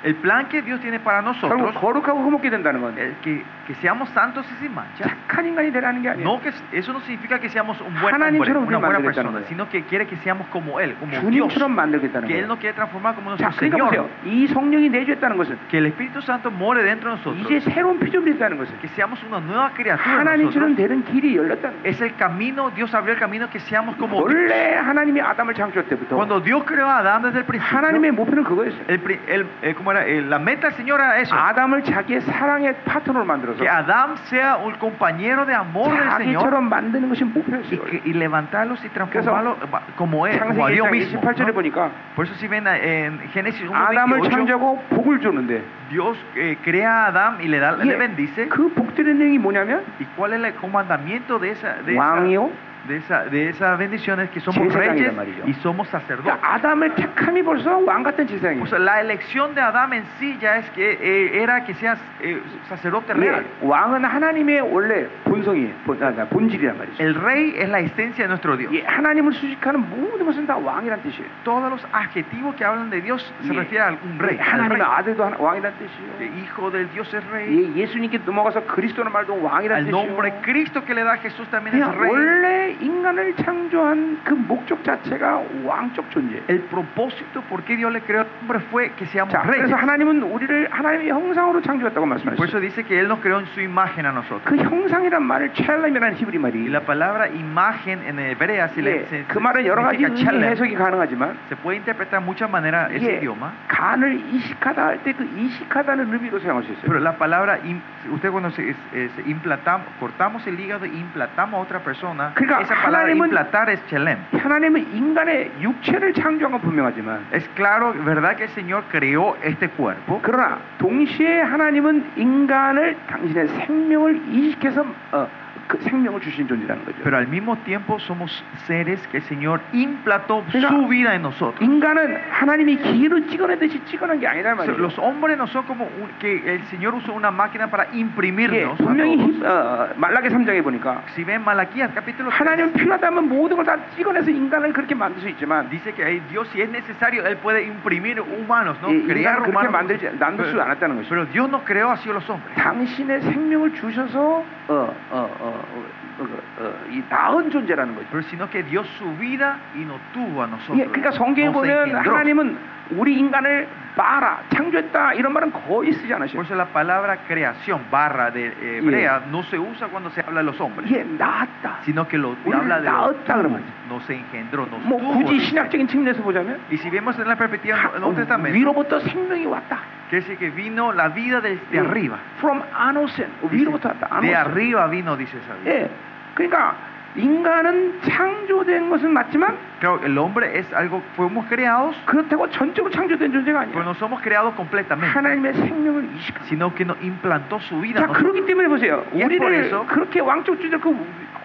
Speaker 2: El plan que Dios tiene para
Speaker 1: 결국
Speaker 2: nosotros
Speaker 1: 거룩하고 흐뭇게 된다는 건
Speaker 2: es Eh, que, que seamos santos y sin mancha.
Speaker 1: 착한 인간이 되라는 게 아니에요.
Speaker 2: No que, eso no significa que seamos un buen
Speaker 1: 하나님처럼 우리를
Speaker 2: hombre, una buena
Speaker 1: 만들겠다는
Speaker 2: persona,
Speaker 1: 거예요.
Speaker 2: sino que quiere que seamos como Él, como Dios.
Speaker 1: 주님처럼 만들겠다는
Speaker 2: Que Él
Speaker 1: 거예요.
Speaker 2: nos quiere transformar como
Speaker 1: 자,
Speaker 2: nuestro
Speaker 1: 그러니까
Speaker 2: Señor.
Speaker 1: 보세요. 이 성령이 내주했다는 것은
Speaker 2: Que el Espíritu Santo more dentro de
Speaker 1: 이제
Speaker 2: nosotros.
Speaker 1: 새로운 피조물이 있다는 것은
Speaker 2: Que seamos una nueva criatura.
Speaker 1: 하나님처럼
Speaker 2: nosotros.
Speaker 1: 되는 길이 열렸다는 거예요. 그뭐
Speaker 2: Es el camino, Dios abrió el camino que seamos como Dios.
Speaker 1: 원래 하나님이 아담을 창조할 때부터
Speaker 2: Cuando Dios creó a Adán desde el principio,
Speaker 1: 하나님의 목표는 그거였어요.
Speaker 2: el, pri- el- eh, como ¿cómo era? Eh, la meta del Señor era eso.
Speaker 1: 아담을 자기의 사랑의 파트너로 만들어서
Speaker 2: que Adán sea un compañero de amor del Señor
Speaker 1: 자기처럼 만드는 것이
Speaker 2: y,
Speaker 1: 목표였어요.
Speaker 2: que- y levantarlos y transformarlos eh, como él, como a
Speaker 1: 창세기
Speaker 2: Dios
Speaker 1: 1장
Speaker 2: mismo.
Speaker 1: 28절에
Speaker 2: ¿no?
Speaker 1: 보니까
Speaker 2: Por eso si ven eh, en Génesis 1,
Speaker 1: 아담을 창조하고 복을 주는데
Speaker 2: Dios eh, crea a Adán y le,
Speaker 1: 아,
Speaker 2: da, le bendice.
Speaker 1: 그 복되는 내용이 뭐냐면
Speaker 2: ¿Y cuál es el comandamiento de esa,
Speaker 1: 네,
Speaker 2: de esa,
Speaker 1: 왕이요.
Speaker 2: de esa, de esas bendiciones que somos
Speaker 1: Seisagán y
Speaker 2: reyes
Speaker 1: amarillo.
Speaker 2: y somos sacerdotes?
Speaker 1: 그러니까 아담의 택함이 벌써 왕 같은 지상이에요.
Speaker 2: O sea, la elección de Adán en sí ya es que eh, era que seas eh, sacerdote real.
Speaker 1: 예, 왕은 하나님의 원래 본성이 본, 아, 아, 본질이란 말이죠.
Speaker 2: El rey es la esencia de nuestro Dios.
Speaker 1: 예, 하나님을 수식하는 모든 것은 다 왕이란 뜻이에요.
Speaker 2: Todos los adjetivos que hablan de Dios se
Speaker 1: 예.
Speaker 2: refieren a un rey.
Speaker 1: 예,
Speaker 2: al
Speaker 1: 하나님의
Speaker 2: rey.
Speaker 1: 아들도 하나- 왕이란 뜻이에요.
Speaker 2: El Hijo del Dios es rey.
Speaker 1: 예, 예수님께 넘어가서 그리스도는 말도 왕이란
Speaker 2: Al nombre
Speaker 1: 뜻이에요.
Speaker 2: Cristo que le da a Jesús también es
Speaker 1: 아, 그냥
Speaker 2: rey.
Speaker 1: 원래 인간을 창조한 그 목적 자체가 왕적 존재예요.
Speaker 2: El propósito por qué Dios le creó al hombre fue que seamos
Speaker 1: 자,
Speaker 2: reyes.
Speaker 1: 음, 그래서 하나님은 우리를 하나님의 형상으로 창조했다고
Speaker 2: Por eso
Speaker 1: 말씀하셨어요.
Speaker 2: dice que Él nos creó en su imagen a nosotros.
Speaker 1: 그 형상이란 말을 찰렘이라는 히브리
Speaker 2: Y
Speaker 1: 말이
Speaker 2: la palabra imagen en hebrea se
Speaker 1: 예,
Speaker 2: le- se-
Speaker 1: 그 말은 여러 가지 의미
Speaker 2: significa chalem.
Speaker 1: 해석이 가능하지만
Speaker 2: Se puede interpretar de muchas maneras ese
Speaker 1: 예,
Speaker 2: idioma.
Speaker 1: 간을 이식하다 할 때 그 이식하다는 의미로 사용할 수 있어요.
Speaker 2: Pero la palabra, im- usted cuando se, se- se implanta- cortamos el hígado y implantamos a otra persona,
Speaker 1: Kırka,
Speaker 2: esa palabra
Speaker 1: Hananim'in-
Speaker 2: implantar es chelem.
Speaker 1: 하나님은 인간의 육체를 창조한 건 분명하지만
Speaker 2: Es claro, verdad que el Señor creó este cuerpo,
Speaker 1: 그러나 동시에 하나님은 인간을 당신의 생명을 이식해서 어, 그 생명을 주신 존재라는 거죠.
Speaker 2: pero al mismo tiempo somos seres que el Señor implantó
Speaker 1: Kırka,
Speaker 2: su vida en nosotros.
Speaker 1: 인간은 하나님이 기계로 찍어내듯이 찍어낸 게 아니란
Speaker 2: O sea,
Speaker 1: 말이에요.
Speaker 2: Los hombres no son como un- que el Señor usó una máquina para
Speaker 1: 예,
Speaker 2: imprimirnos. a
Speaker 1: 분명히
Speaker 2: todos.
Speaker 1: 히- 어, 말라기 3장에 보니까
Speaker 2: Si ven Malaquías capítulo 3,
Speaker 1: 하나님은 필요하다면 모든 걸 다 찍어내서 인간을 그렇게 만들 수 있지만
Speaker 2: dice que eh, Dios, si es necesario, Él puede imprimir humanos, ¿no?
Speaker 1: 예, 인간을
Speaker 2: crear
Speaker 1: 그렇게
Speaker 2: humanos.
Speaker 1: 만들지 네. 만들 수
Speaker 2: Pero-
Speaker 1: 않았다는 것이죠.
Speaker 2: Pero Dios no creó así a los hombres.
Speaker 1: 당신의 생명을 주셔서 어, 어, 어, 어, 어, 어, 어, 이 나은 존재라는 거죠.
Speaker 2: Pero sino que dio su vida y nos tuvo a nosotros.
Speaker 1: 예, 그러니까 성경에
Speaker 2: Nos
Speaker 1: 보면
Speaker 2: engendró.
Speaker 1: 하나님은 우리 인간을 봐라 창조했다 이런 말은 거의 쓰지
Speaker 2: Por
Speaker 1: 않으셔요.
Speaker 2: eso la palabra creación, barra de hebrea, no se usa cuando se habla de los hombres,
Speaker 1: 예, 낳았다.
Speaker 2: sino que lo
Speaker 1: 우리를
Speaker 2: habla de los
Speaker 1: 낳았다 그러면
Speaker 2: tuvo, nos engendró, nos
Speaker 1: 뭐
Speaker 2: tuvo.
Speaker 1: 굳이
Speaker 2: dice.
Speaker 1: 신학적인 측면에서 보자면
Speaker 2: Y si vemos en la perspectiva
Speaker 1: 하- 어,
Speaker 2: del Nuevo Testamento,
Speaker 1: 위로부터 생명이 왔다.
Speaker 2: quiere decir que vino la vida desde
Speaker 1: 예,
Speaker 2: arriba.
Speaker 1: From anosen
Speaker 2: Dice,
Speaker 1: 위로부터 왔다.
Speaker 2: de
Speaker 1: anosen.
Speaker 2: arriba vino, dice esa vida.
Speaker 1: 예, 그러니까 인간은 창조된 것은 맞지만
Speaker 2: Claro, el hombre es algo, fuimos creados,
Speaker 1: 그렇다고 전적으로 창조된 존재가
Speaker 2: pero
Speaker 1: 아니에요.
Speaker 2: no somos creados completamente,
Speaker 1: 하나님의 생명을 이식.
Speaker 2: sino que nos implantó su vida.
Speaker 1: 자,
Speaker 2: a nosotros.
Speaker 1: 그렇기 때문에 보세요.
Speaker 2: 예,
Speaker 1: 우리를
Speaker 2: 그래서-
Speaker 1: 그렇게 왕족 주제 그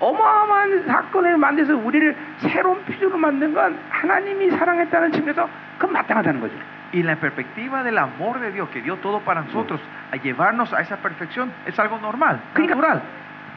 Speaker 1: 어마어마한 사건을 만들어서 우리를 새로운 피조로 만든 건 하나님이 사랑했다는 측면에서 그건 마땅하다는 거죠.
Speaker 2: Y la perspectiva del amor de Dios que dio todo para nosotros, a llevarnos a esa perfección, es algo normal,
Speaker 1: 그러니까
Speaker 2: natural.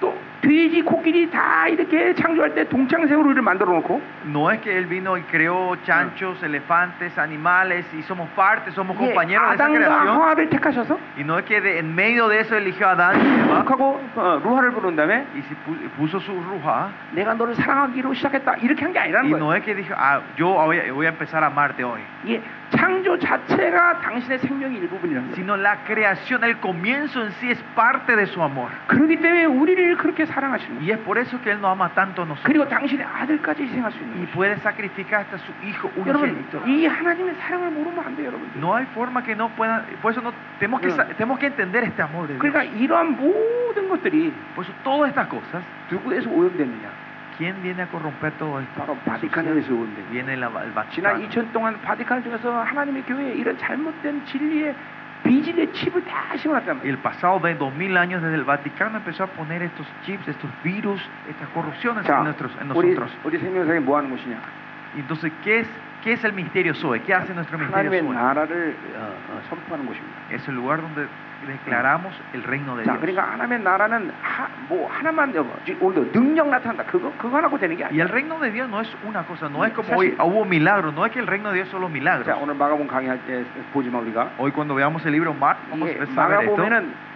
Speaker 1: 또 돼지, 코끼리 다 이렇게 창조할 때 동창생으로 우리를 만들어 놓고
Speaker 2: No es que Él vino y creó chanchos, elefantes, animales, y somos parte, somos
Speaker 1: 예,
Speaker 2: compañeros de esa
Speaker 1: 아담과
Speaker 2: creación.
Speaker 1: 하와를 택하셔서
Speaker 2: Y no es que de- en medio de eso eligió a Adán
Speaker 1: 네.
Speaker 2: y Eva,
Speaker 1: 하고 어, 루하를 부른 다음에
Speaker 2: y si pu- puso su ruja.
Speaker 1: 내가 너를 사랑하기로 시작했다 이렇게 한 게
Speaker 2: Y
Speaker 1: 아니라는 거예요.
Speaker 2: no es que dijo, "Ah, yo voy a, voy a empezar a amarte hoy.
Speaker 1: 예, 창조 자체가 당신의 생명의 일부분이라는 거예요.
Speaker 2: Sino la creación, el comienzo en sí es parte de su amor.
Speaker 1: 그렇기 때문에 우리를 그렇게 사랑하시는 거예요.
Speaker 2: Y es por eso que Él nos ama tanto a
Speaker 1: 그리고
Speaker 2: nosotros.
Speaker 1: 당신의 아들까지 희생할 수 있는
Speaker 2: Y
Speaker 1: 거예요.
Speaker 2: puede sacrificar hasta su hijo
Speaker 1: 여러분
Speaker 2: unigénito.
Speaker 1: 이 하나님의 사랑을 모르면 안 돼요 여러분들
Speaker 2: No hay forma que no puedan, por eso no, tenemos, que, sa- tenemos que entender este amor de
Speaker 1: 그러니까
Speaker 2: Dios.
Speaker 1: 이러한 모든 것들이
Speaker 2: Por eso todas estas cosas,
Speaker 1: 누구에서 오염됐느냐
Speaker 2: ¿quién viene a corromper todo esto?
Speaker 1: 바로 바티칸에서 오염된 그렇죠. 거예요
Speaker 2: Viene la, el
Speaker 1: 지난
Speaker 2: Vaticano.
Speaker 1: 2000 동안 바티칸 중에서 하나님의 교회에 이런 잘못된 진리의 비질의 칩을 다 심어놨단
Speaker 2: Y
Speaker 1: 말이에요
Speaker 2: el pasado de 2000 años desde el Vaticano empezó a poner estos chips, estos virus, estas corrupciones en,
Speaker 1: 자
Speaker 2: nuestros, en
Speaker 1: 우리,
Speaker 2: nosotros.
Speaker 1: 우리 생명상에 뭐 하는 것이냐
Speaker 2: Y Entonces, ¿qué es, ¿qué es el misterio Zoe? ¿Qué hace nuestro misterio
Speaker 1: 하나님의
Speaker 2: Zoe?
Speaker 1: 나라를 어, 어, 선포하는 곳입니다
Speaker 2: Es el lugar donde declaramos el reino de
Speaker 1: 자
Speaker 2: Dios.
Speaker 1: 그러니까 하나님의 나라는 하, 뭐 하나만 어, 오늘도 능력 나타난다 그거 그거 하나 갖고 되는 게
Speaker 2: Y
Speaker 1: 아니야
Speaker 2: el reino de Dios no es una cosa, no es como
Speaker 1: Sashi-
Speaker 2: hoy ah, hubo milagros, no es que el reino de Dios es solo
Speaker 1: 자
Speaker 2: milagros.
Speaker 1: 오늘 마가본 강의할 때 보지만 우리가
Speaker 2: Hoy cuando veamos el libro Mark, vamos a
Speaker 1: 예,
Speaker 2: empezar a ver esto.
Speaker 1: 마가복음에는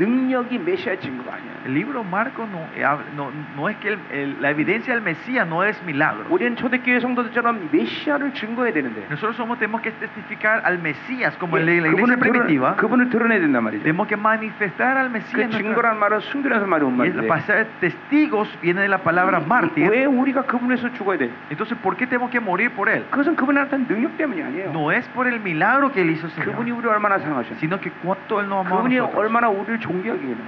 Speaker 1: 능력이 메시아의 증거가 아니에요.
Speaker 2: El libro Marcos no, eh, hab- no, no es que el- el- la evidencia del Mesías no es milagro.
Speaker 1: 우리는 초대교회 성도들처럼 메시아를 증거해야 되는데
Speaker 2: Nosotros somos, tenemos que testificar al Mesías, como en la la iglesia
Speaker 1: 그분을, 드러,
Speaker 2: primitiva,
Speaker 1: 그분을 드러내야 된단 말이죠.
Speaker 2: tenemos que manifestar al Mesías.
Speaker 1: 그
Speaker 2: en nuestra-
Speaker 1: 증거란 말은 숨겨서 말이 온
Speaker 2: Y es-
Speaker 1: 말인데
Speaker 2: para ser testigos viene de la palabra mártir.
Speaker 1: 왜 우리가 그분에서 죽어야 돼?
Speaker 2: Entonces, ¿por qué tenemos que morir por él?
Speaker 1: 그것은 그분의 어떤 능력 때문이 아니에요.
Speaker 2: No es por el milagro que él hizo,
Speaker 1: 그분이
Speaker 2: Señor,
Speaker 1: 우리 얼마나 사랑하셨는지
Speaker 2: sino que cuánto él nos amó a
Speaker 1: 그분이
Speaker 2: nosotros.
Speaker 1: 얼마나 우리를 존경하게 했는지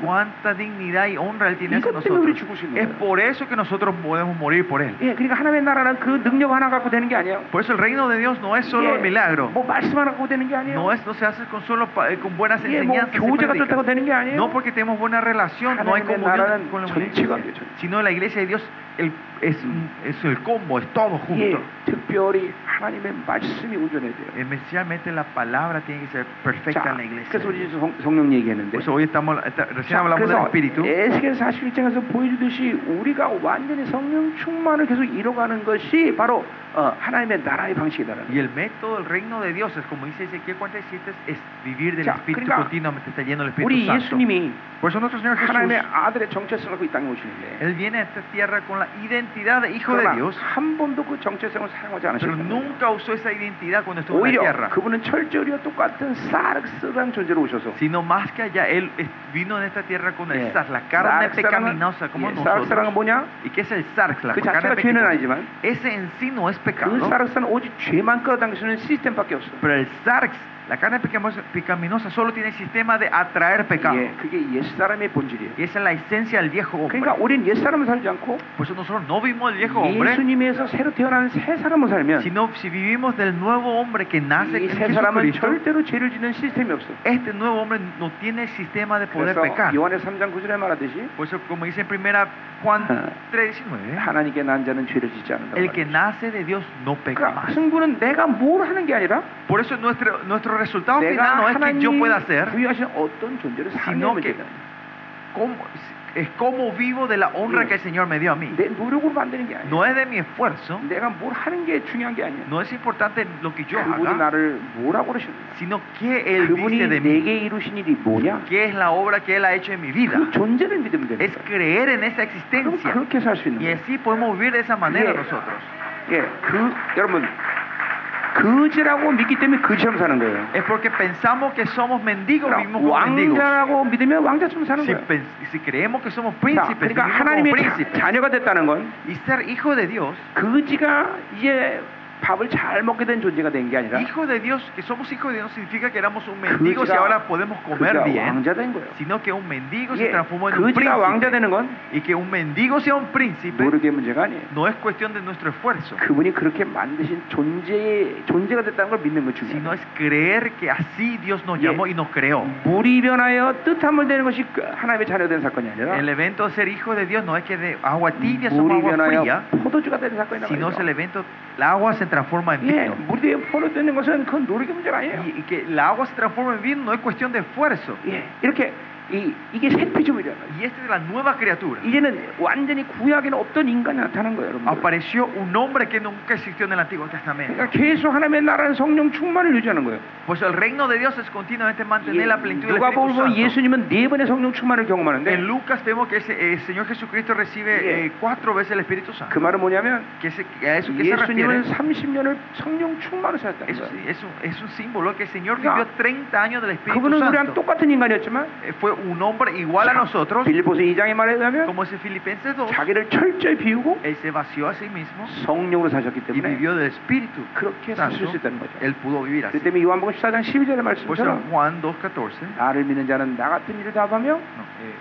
Speaker 2: cuánta dignidad y honra él tiene hacia
Speaker 1: 이것 때문에 우리
Speaker 2: nosotros.
Speaker 1: 죽을 수 있는
Speaker 2: Es
Speaker 1: 거예요.
Speaker 2: por eso que nosotros podemos morir por él.
Speaker 1: 예, 그러니까 하나님의 나라는 그 능력 하나 갖고 되는 게 아니에요.
Speaker 2: Por eso el reino de Dios no es solo
Speaker 1: 예,
Speaker 2: el milagro.
Speaker 1: 뭐 말씀 하나 갖고 되는 게 아니에요.
Speaker 2: No, es, no se hace con solo pa- eh, con buenas
Speaker 1: 예, 뭐
Speaker 2: enseñanzas. y
Speaker 1: 교제가
Speaker 2: prédicas.
Speaker 1: 좋다고 되는 게 아니에요. 예,
Speaker 2: No porque tenemos buena relación, no hay
Speaker 1: 하나님의
Speaker 2: comunión
Speaker 1: 나라는
Speaker 2: con la
Speaker 1: 전체가
Speaker 2: iglesia,
Speaker 1: 되죠.
Speaker 2: sino la iglesia de Dios el- es, un- es el combo, es todo
Speaker 1: 예,
Speaker 2: junto.
Speaker 1: 특별히 하나님의 말씀이 운전해야 돼요.
Speaker 2: Especialmente la palabra tiene que ser perfecta
Speaker 1: 자,
Speaker 2: en la iglesia.
Speaker 1: 그래서 우리 성, 성령 얘기했는데.
Speaker 2: Por eso hoy estamos, esta-
Speaker 1: 자,
Speaker 2: recién hablamos del
Speaker 1: 그래서
Speaker 2: espíritu.
Speaker 1: 에스겔 41장에서 보여주듯이 우리가 완전히 성령 충만을 계속 이뤄가는 것이 바로 어, 하나님의 나라의 방식이다라는
Speaker 2: Y el método del reino de Dios es como dice Ezequiel 47, es, es vivir del
Speaker 1: 자,
Speaker 2: espíritu
Speaker 1: 그러니까
Speaker 2: continuamente, está lleno del
Speaker 1: 거예요. 우리
Speaker 2: Espíritu Santo.
Speaker 1: 예수님이
Speaker 2: Por eso nuestro Señor Jesús,
Speaker 1: 하나님의 아들의 정체성을 갖고 이 땅에 오시는데
Speaker 2: Él viene a esta tierra con la identidad de Hijo de
Speaker 1: 그러나
Speaker 2: Dios,
Speaker 1: 한 번도 그 정체성을 사용하지
Speaker 2: pero
Speaker 1: 않으셨다
Speaker 2: nunca usó esa identidad cuando estuvo en
Speaker 1: 오히려
Speaker 2: la tierra.
Speaker 1: 그분은 철저히와 똑같은 사르스란 존재로 오셔서
Speaker 2: Sino más que allá, Él es- vino en esta tierra con el
Speaker 1: 예,
Speaker 2: zar, la carne
Speaker 1: 사르스라는
Speaker 2: pecaminosa como
Speaker 1: 예, 사르스라는
Speaker 2: nosotros.
Speaker 1: 뭐냐?
Speaker 2: ¿Y qué es el zar? La
Speaker 1: 그
Speaker 2: carne
Speaker 1: 자체가 죄는
Speaker 2: pecaminosa.
Speaker 1: 아니지만
Speaker 2: Ese en sí no es
Speaker 1: 그
Speaker 2: pecado,
Speaker 1: 사르스는 오직 죄만 끌어당기는 시스템밖에 없어
Speaker 2: pero el zar, la carne pecaminosa- pecaminosa, solo tiene el sistema de atraer pecado.
Speaker 1: 예, 그게 옛사람의 본질이에요
Speaker 2: Y esa es la esencia del viejo hombre.
Speaker 1: 그러니까 우리는 옛사람을 살지 않고
Speaker 2: Por eso nosotros no vimos el viejo 예. 그 hombre,
Speaker 1: 예수님에서 새로 태어난 새 사람을 살면
Speaker 2: sino si vivimos del nuevo hombre que nace en
Speaker 1: 이 새 사람은
Speaker 2: Jesucristo,
Speaker 1: 절대로 죄를 짓는 시스템이 없어
Speaker 2: este nuevo hombre no tiene el sistema de poder
Speaker 1: 그래서
Speaker 2: pecar.
Speaker 1: 요한의 3장 9절에 말하듯이
Speaker 2: Por eso, como dice en primera Juan
Speaker 1: Ah.
Speaker 2: 3.19,
Speaker 1: 하나님께 난 자는 죄를 짓지 않는다
Speaker 2: el que nace de Dios no peca
Speaker 1: 그러니까
Speaker 2: más.
Speaker 1: 승부는 내가 뭘 하는 게 아니라
Speaker 2: Por eso nuestro, nuestro resultado final
Speaker 1: 내가
Speaker 2: no es que yo
Speaker 1: 하나님
Speaker 2: pueda hacer,
Speaker 1: 부여하신 어떤 존재를 사는
Speaker 2: sino que
Speaker 1: 문제다
Speaker 2: como, es como vivo de la honra
Speaker 1: Sí.
Speaker 2: que el Señor me dio a mí.
Speaker 1: 내 노력으로 만드는 게 아니야
Speaker 2: No es de mi esfuerzo,
Speaker 1: 내가 뭘 하는 게 중요한 게 아니야
Speaker 2: no es importante lo que yo
Speaker 1: 그분이
Speaker 2: haga,
Speaker 1: 나를 뭐라고 그러셨는가
Speaker 2: sino que Él
Speaker 1: 그분이
Speaker 2: dice de mí.
Speaker 1: 내게 이루신 일이 뭐냐
Speaker 2: ¿Qué es la obra que Él ha hecho en mi vida?
Speaker 1: 그 존재를 믿으면 되는
Speaker 2: Es
Speaker 1: 거야
Speaker 2: creer en esa
Speaker 1: 그럼
Speaker 2: existencia.
Speaker 1: 그렇게 살 수 있는
Speaker 2: Y
Speaker 1: 거야
Speaker 2: así podemos vivir de esa manera
Speaker 1: Sí.
Speaker 2: nosotros.
Speaker 1: 예, 그 여러분 거지라고 믿기 때문에 거지처럼 사는 거예요.
Speaker 2: Es porque pensamos que somos mendigos,
Speaker 1: 그러니까
Speaker 2: vivimos como mendigos.
Speaker 1: 왕자라고 믿으면 왕자처럼 사는
Speaker 2: Si,
Speaker 1: 거예요.
Speaker 2: pens- si creemos que somos
Speaker 1: 자,
Speaker 2: príncipes,
Speaker 1: 그러니까
Speaker 2: vivimos como
Speaker 1: 하나님의 자,
Speaker 2: príncipes.
Speaker 1: 자녀가 됐다는 건
Speaker 2: Y ser hijo de Dios,
Speaker 1: 거지가 이제 밥을 잘 먹게 된 존재가 된 게 아니라
Speaker 2: hijo de Dios, que somos hijos de Dios, no significa que éramos un mendigo y
Speaker 1: 거지가,
Speaker 2: ahora podemos comer
Speaker 1: 거지가
Speaker 2: bien,
Speaker 1: 왕자 된 거예요.
Speaker 2: sino que un mendigo se
Speaker 1: 예,
Speaker 2: transformó en un
Speaker 1: 거지가 왕자
Speaker 2: príncipe.
Speaker 1: 되는 건
Speaker 2: Y que un mendigo sea un príncipe
Speaker 1: 노력의 문제가 아니에요.
Speaker 2: no es cuestión de nuestro esfuerzo,
Speaker 1: 그분이 그렇게 만드신 존재 존재가 됐다는 걸 믿는 것 중요해요.
Speaker 2: sino es creer que así Dios nos
Speaker 1: Yeah.
Speaker 2: llamó y nos creó.
Speaker 1: 물이 변하여 뜻함을 되는 것이 그 하나님의 자녀된 사건이 아니라
Speaker 2: El evento de ser hijo de Dios no es que de agua tibia
Speaker 1: 물이
Speaker 2: somos agua
Speaker 1: 변하여
Speaker 2: fría,
Speaker 1: 포도주가 되는 사건이란
Speaker 2: sino es
Speaker 1: 말이죠.
Speaker 2: el evento, el agua se transforma en
Speaker 1: 예,
Speaker 2: vino.
Speaker 1: 물에 포로 되는 것은 그건 노력의 문제가 아니에요.
Speaker 2: Y, y que el agua se transforma en vino no es cuestión de esfuerzo.
Speaker 1: 예, 이렇게 이, 이게 새피조물이란 말이에요.
Speaker 2: Y esta es la nueva criatura.
Speaker 1: 이제는 완전히 구약에는 없던 인간이 나타난 거예요, 여러분.
Speaker 2: Apareció un hombre que nunca existió en el Antiguo Testamento.
Speaker 1: 그러니까 계속 하나님의 나라는 성령 충만을 유지하는 거예요.
Speaker 2: Pues el reino de Dios es continuamente
Speaker 1: 네,
Speaker 2: mantener la plenitud del
Speaker 1: 누가
Speaker 2: Espíritu
Speaker 1: 보면
Speaker 2: Santo.
Speaker 1: 예수님은 네 번의 성령 충만을
Speaker 2: En
Speaker 1: 경험하는데
Speaker 2: Lucas vemos que ese, eh, el Señor Jesucristo recibe
Speaker 1: Yeah.
Speaker 2: eh, cuatro veces el Espíritu
Speaker 1: 그
Speaker 2: Santo.
Speaker 1: 말은 뭐냐면
Speaker 2: Que se- que a eso que se refiere
Speaker 1: 예수님은 30년을 성령 충만을 살았다는
Speaker 2: eso-
Speaker 1: 거예요.
Speaker 2: eso- es un símbolo que el Señor
Speaker 1: Claro.
Speaker 2: vivió 30 años del Espíritu
Speaker 1: 그분은 우리랑
Speaker 2: Santo.
Speaker 1: 똑같은 인간이었지만
Speaker 2: Eh, Fue un hombre igual a nosotros,
Speaker 1: 빌보스 예. 2장에 말에 의하면
Speaker 2: como ese Filipenses 2.
Speaker 1: 자기를 철저히 비우고
Speaker 2: Él se vació a sí mismo
Speaker 1: 성령으로 사셨기
Speaker 2: y
Speaker 1: 때문에
Speaker 2: vivió del Espíritu.
Speaker 1: 아, 그렇게 사실 수
Speaker 2: Santo.
Speaker 1: 있다는 거죠.
Speaker 2: Él pudo vivir así.
Speaker 1: 그 때문에 요한복음 14장 12절의
Speaker 2: Por eso
Speaker 1: 말씀처럼
Speaker 2: Juan 2.14
Speaker 1: 나를 믿는 자는 나 같은 일을 답하며
Speaker 2: no,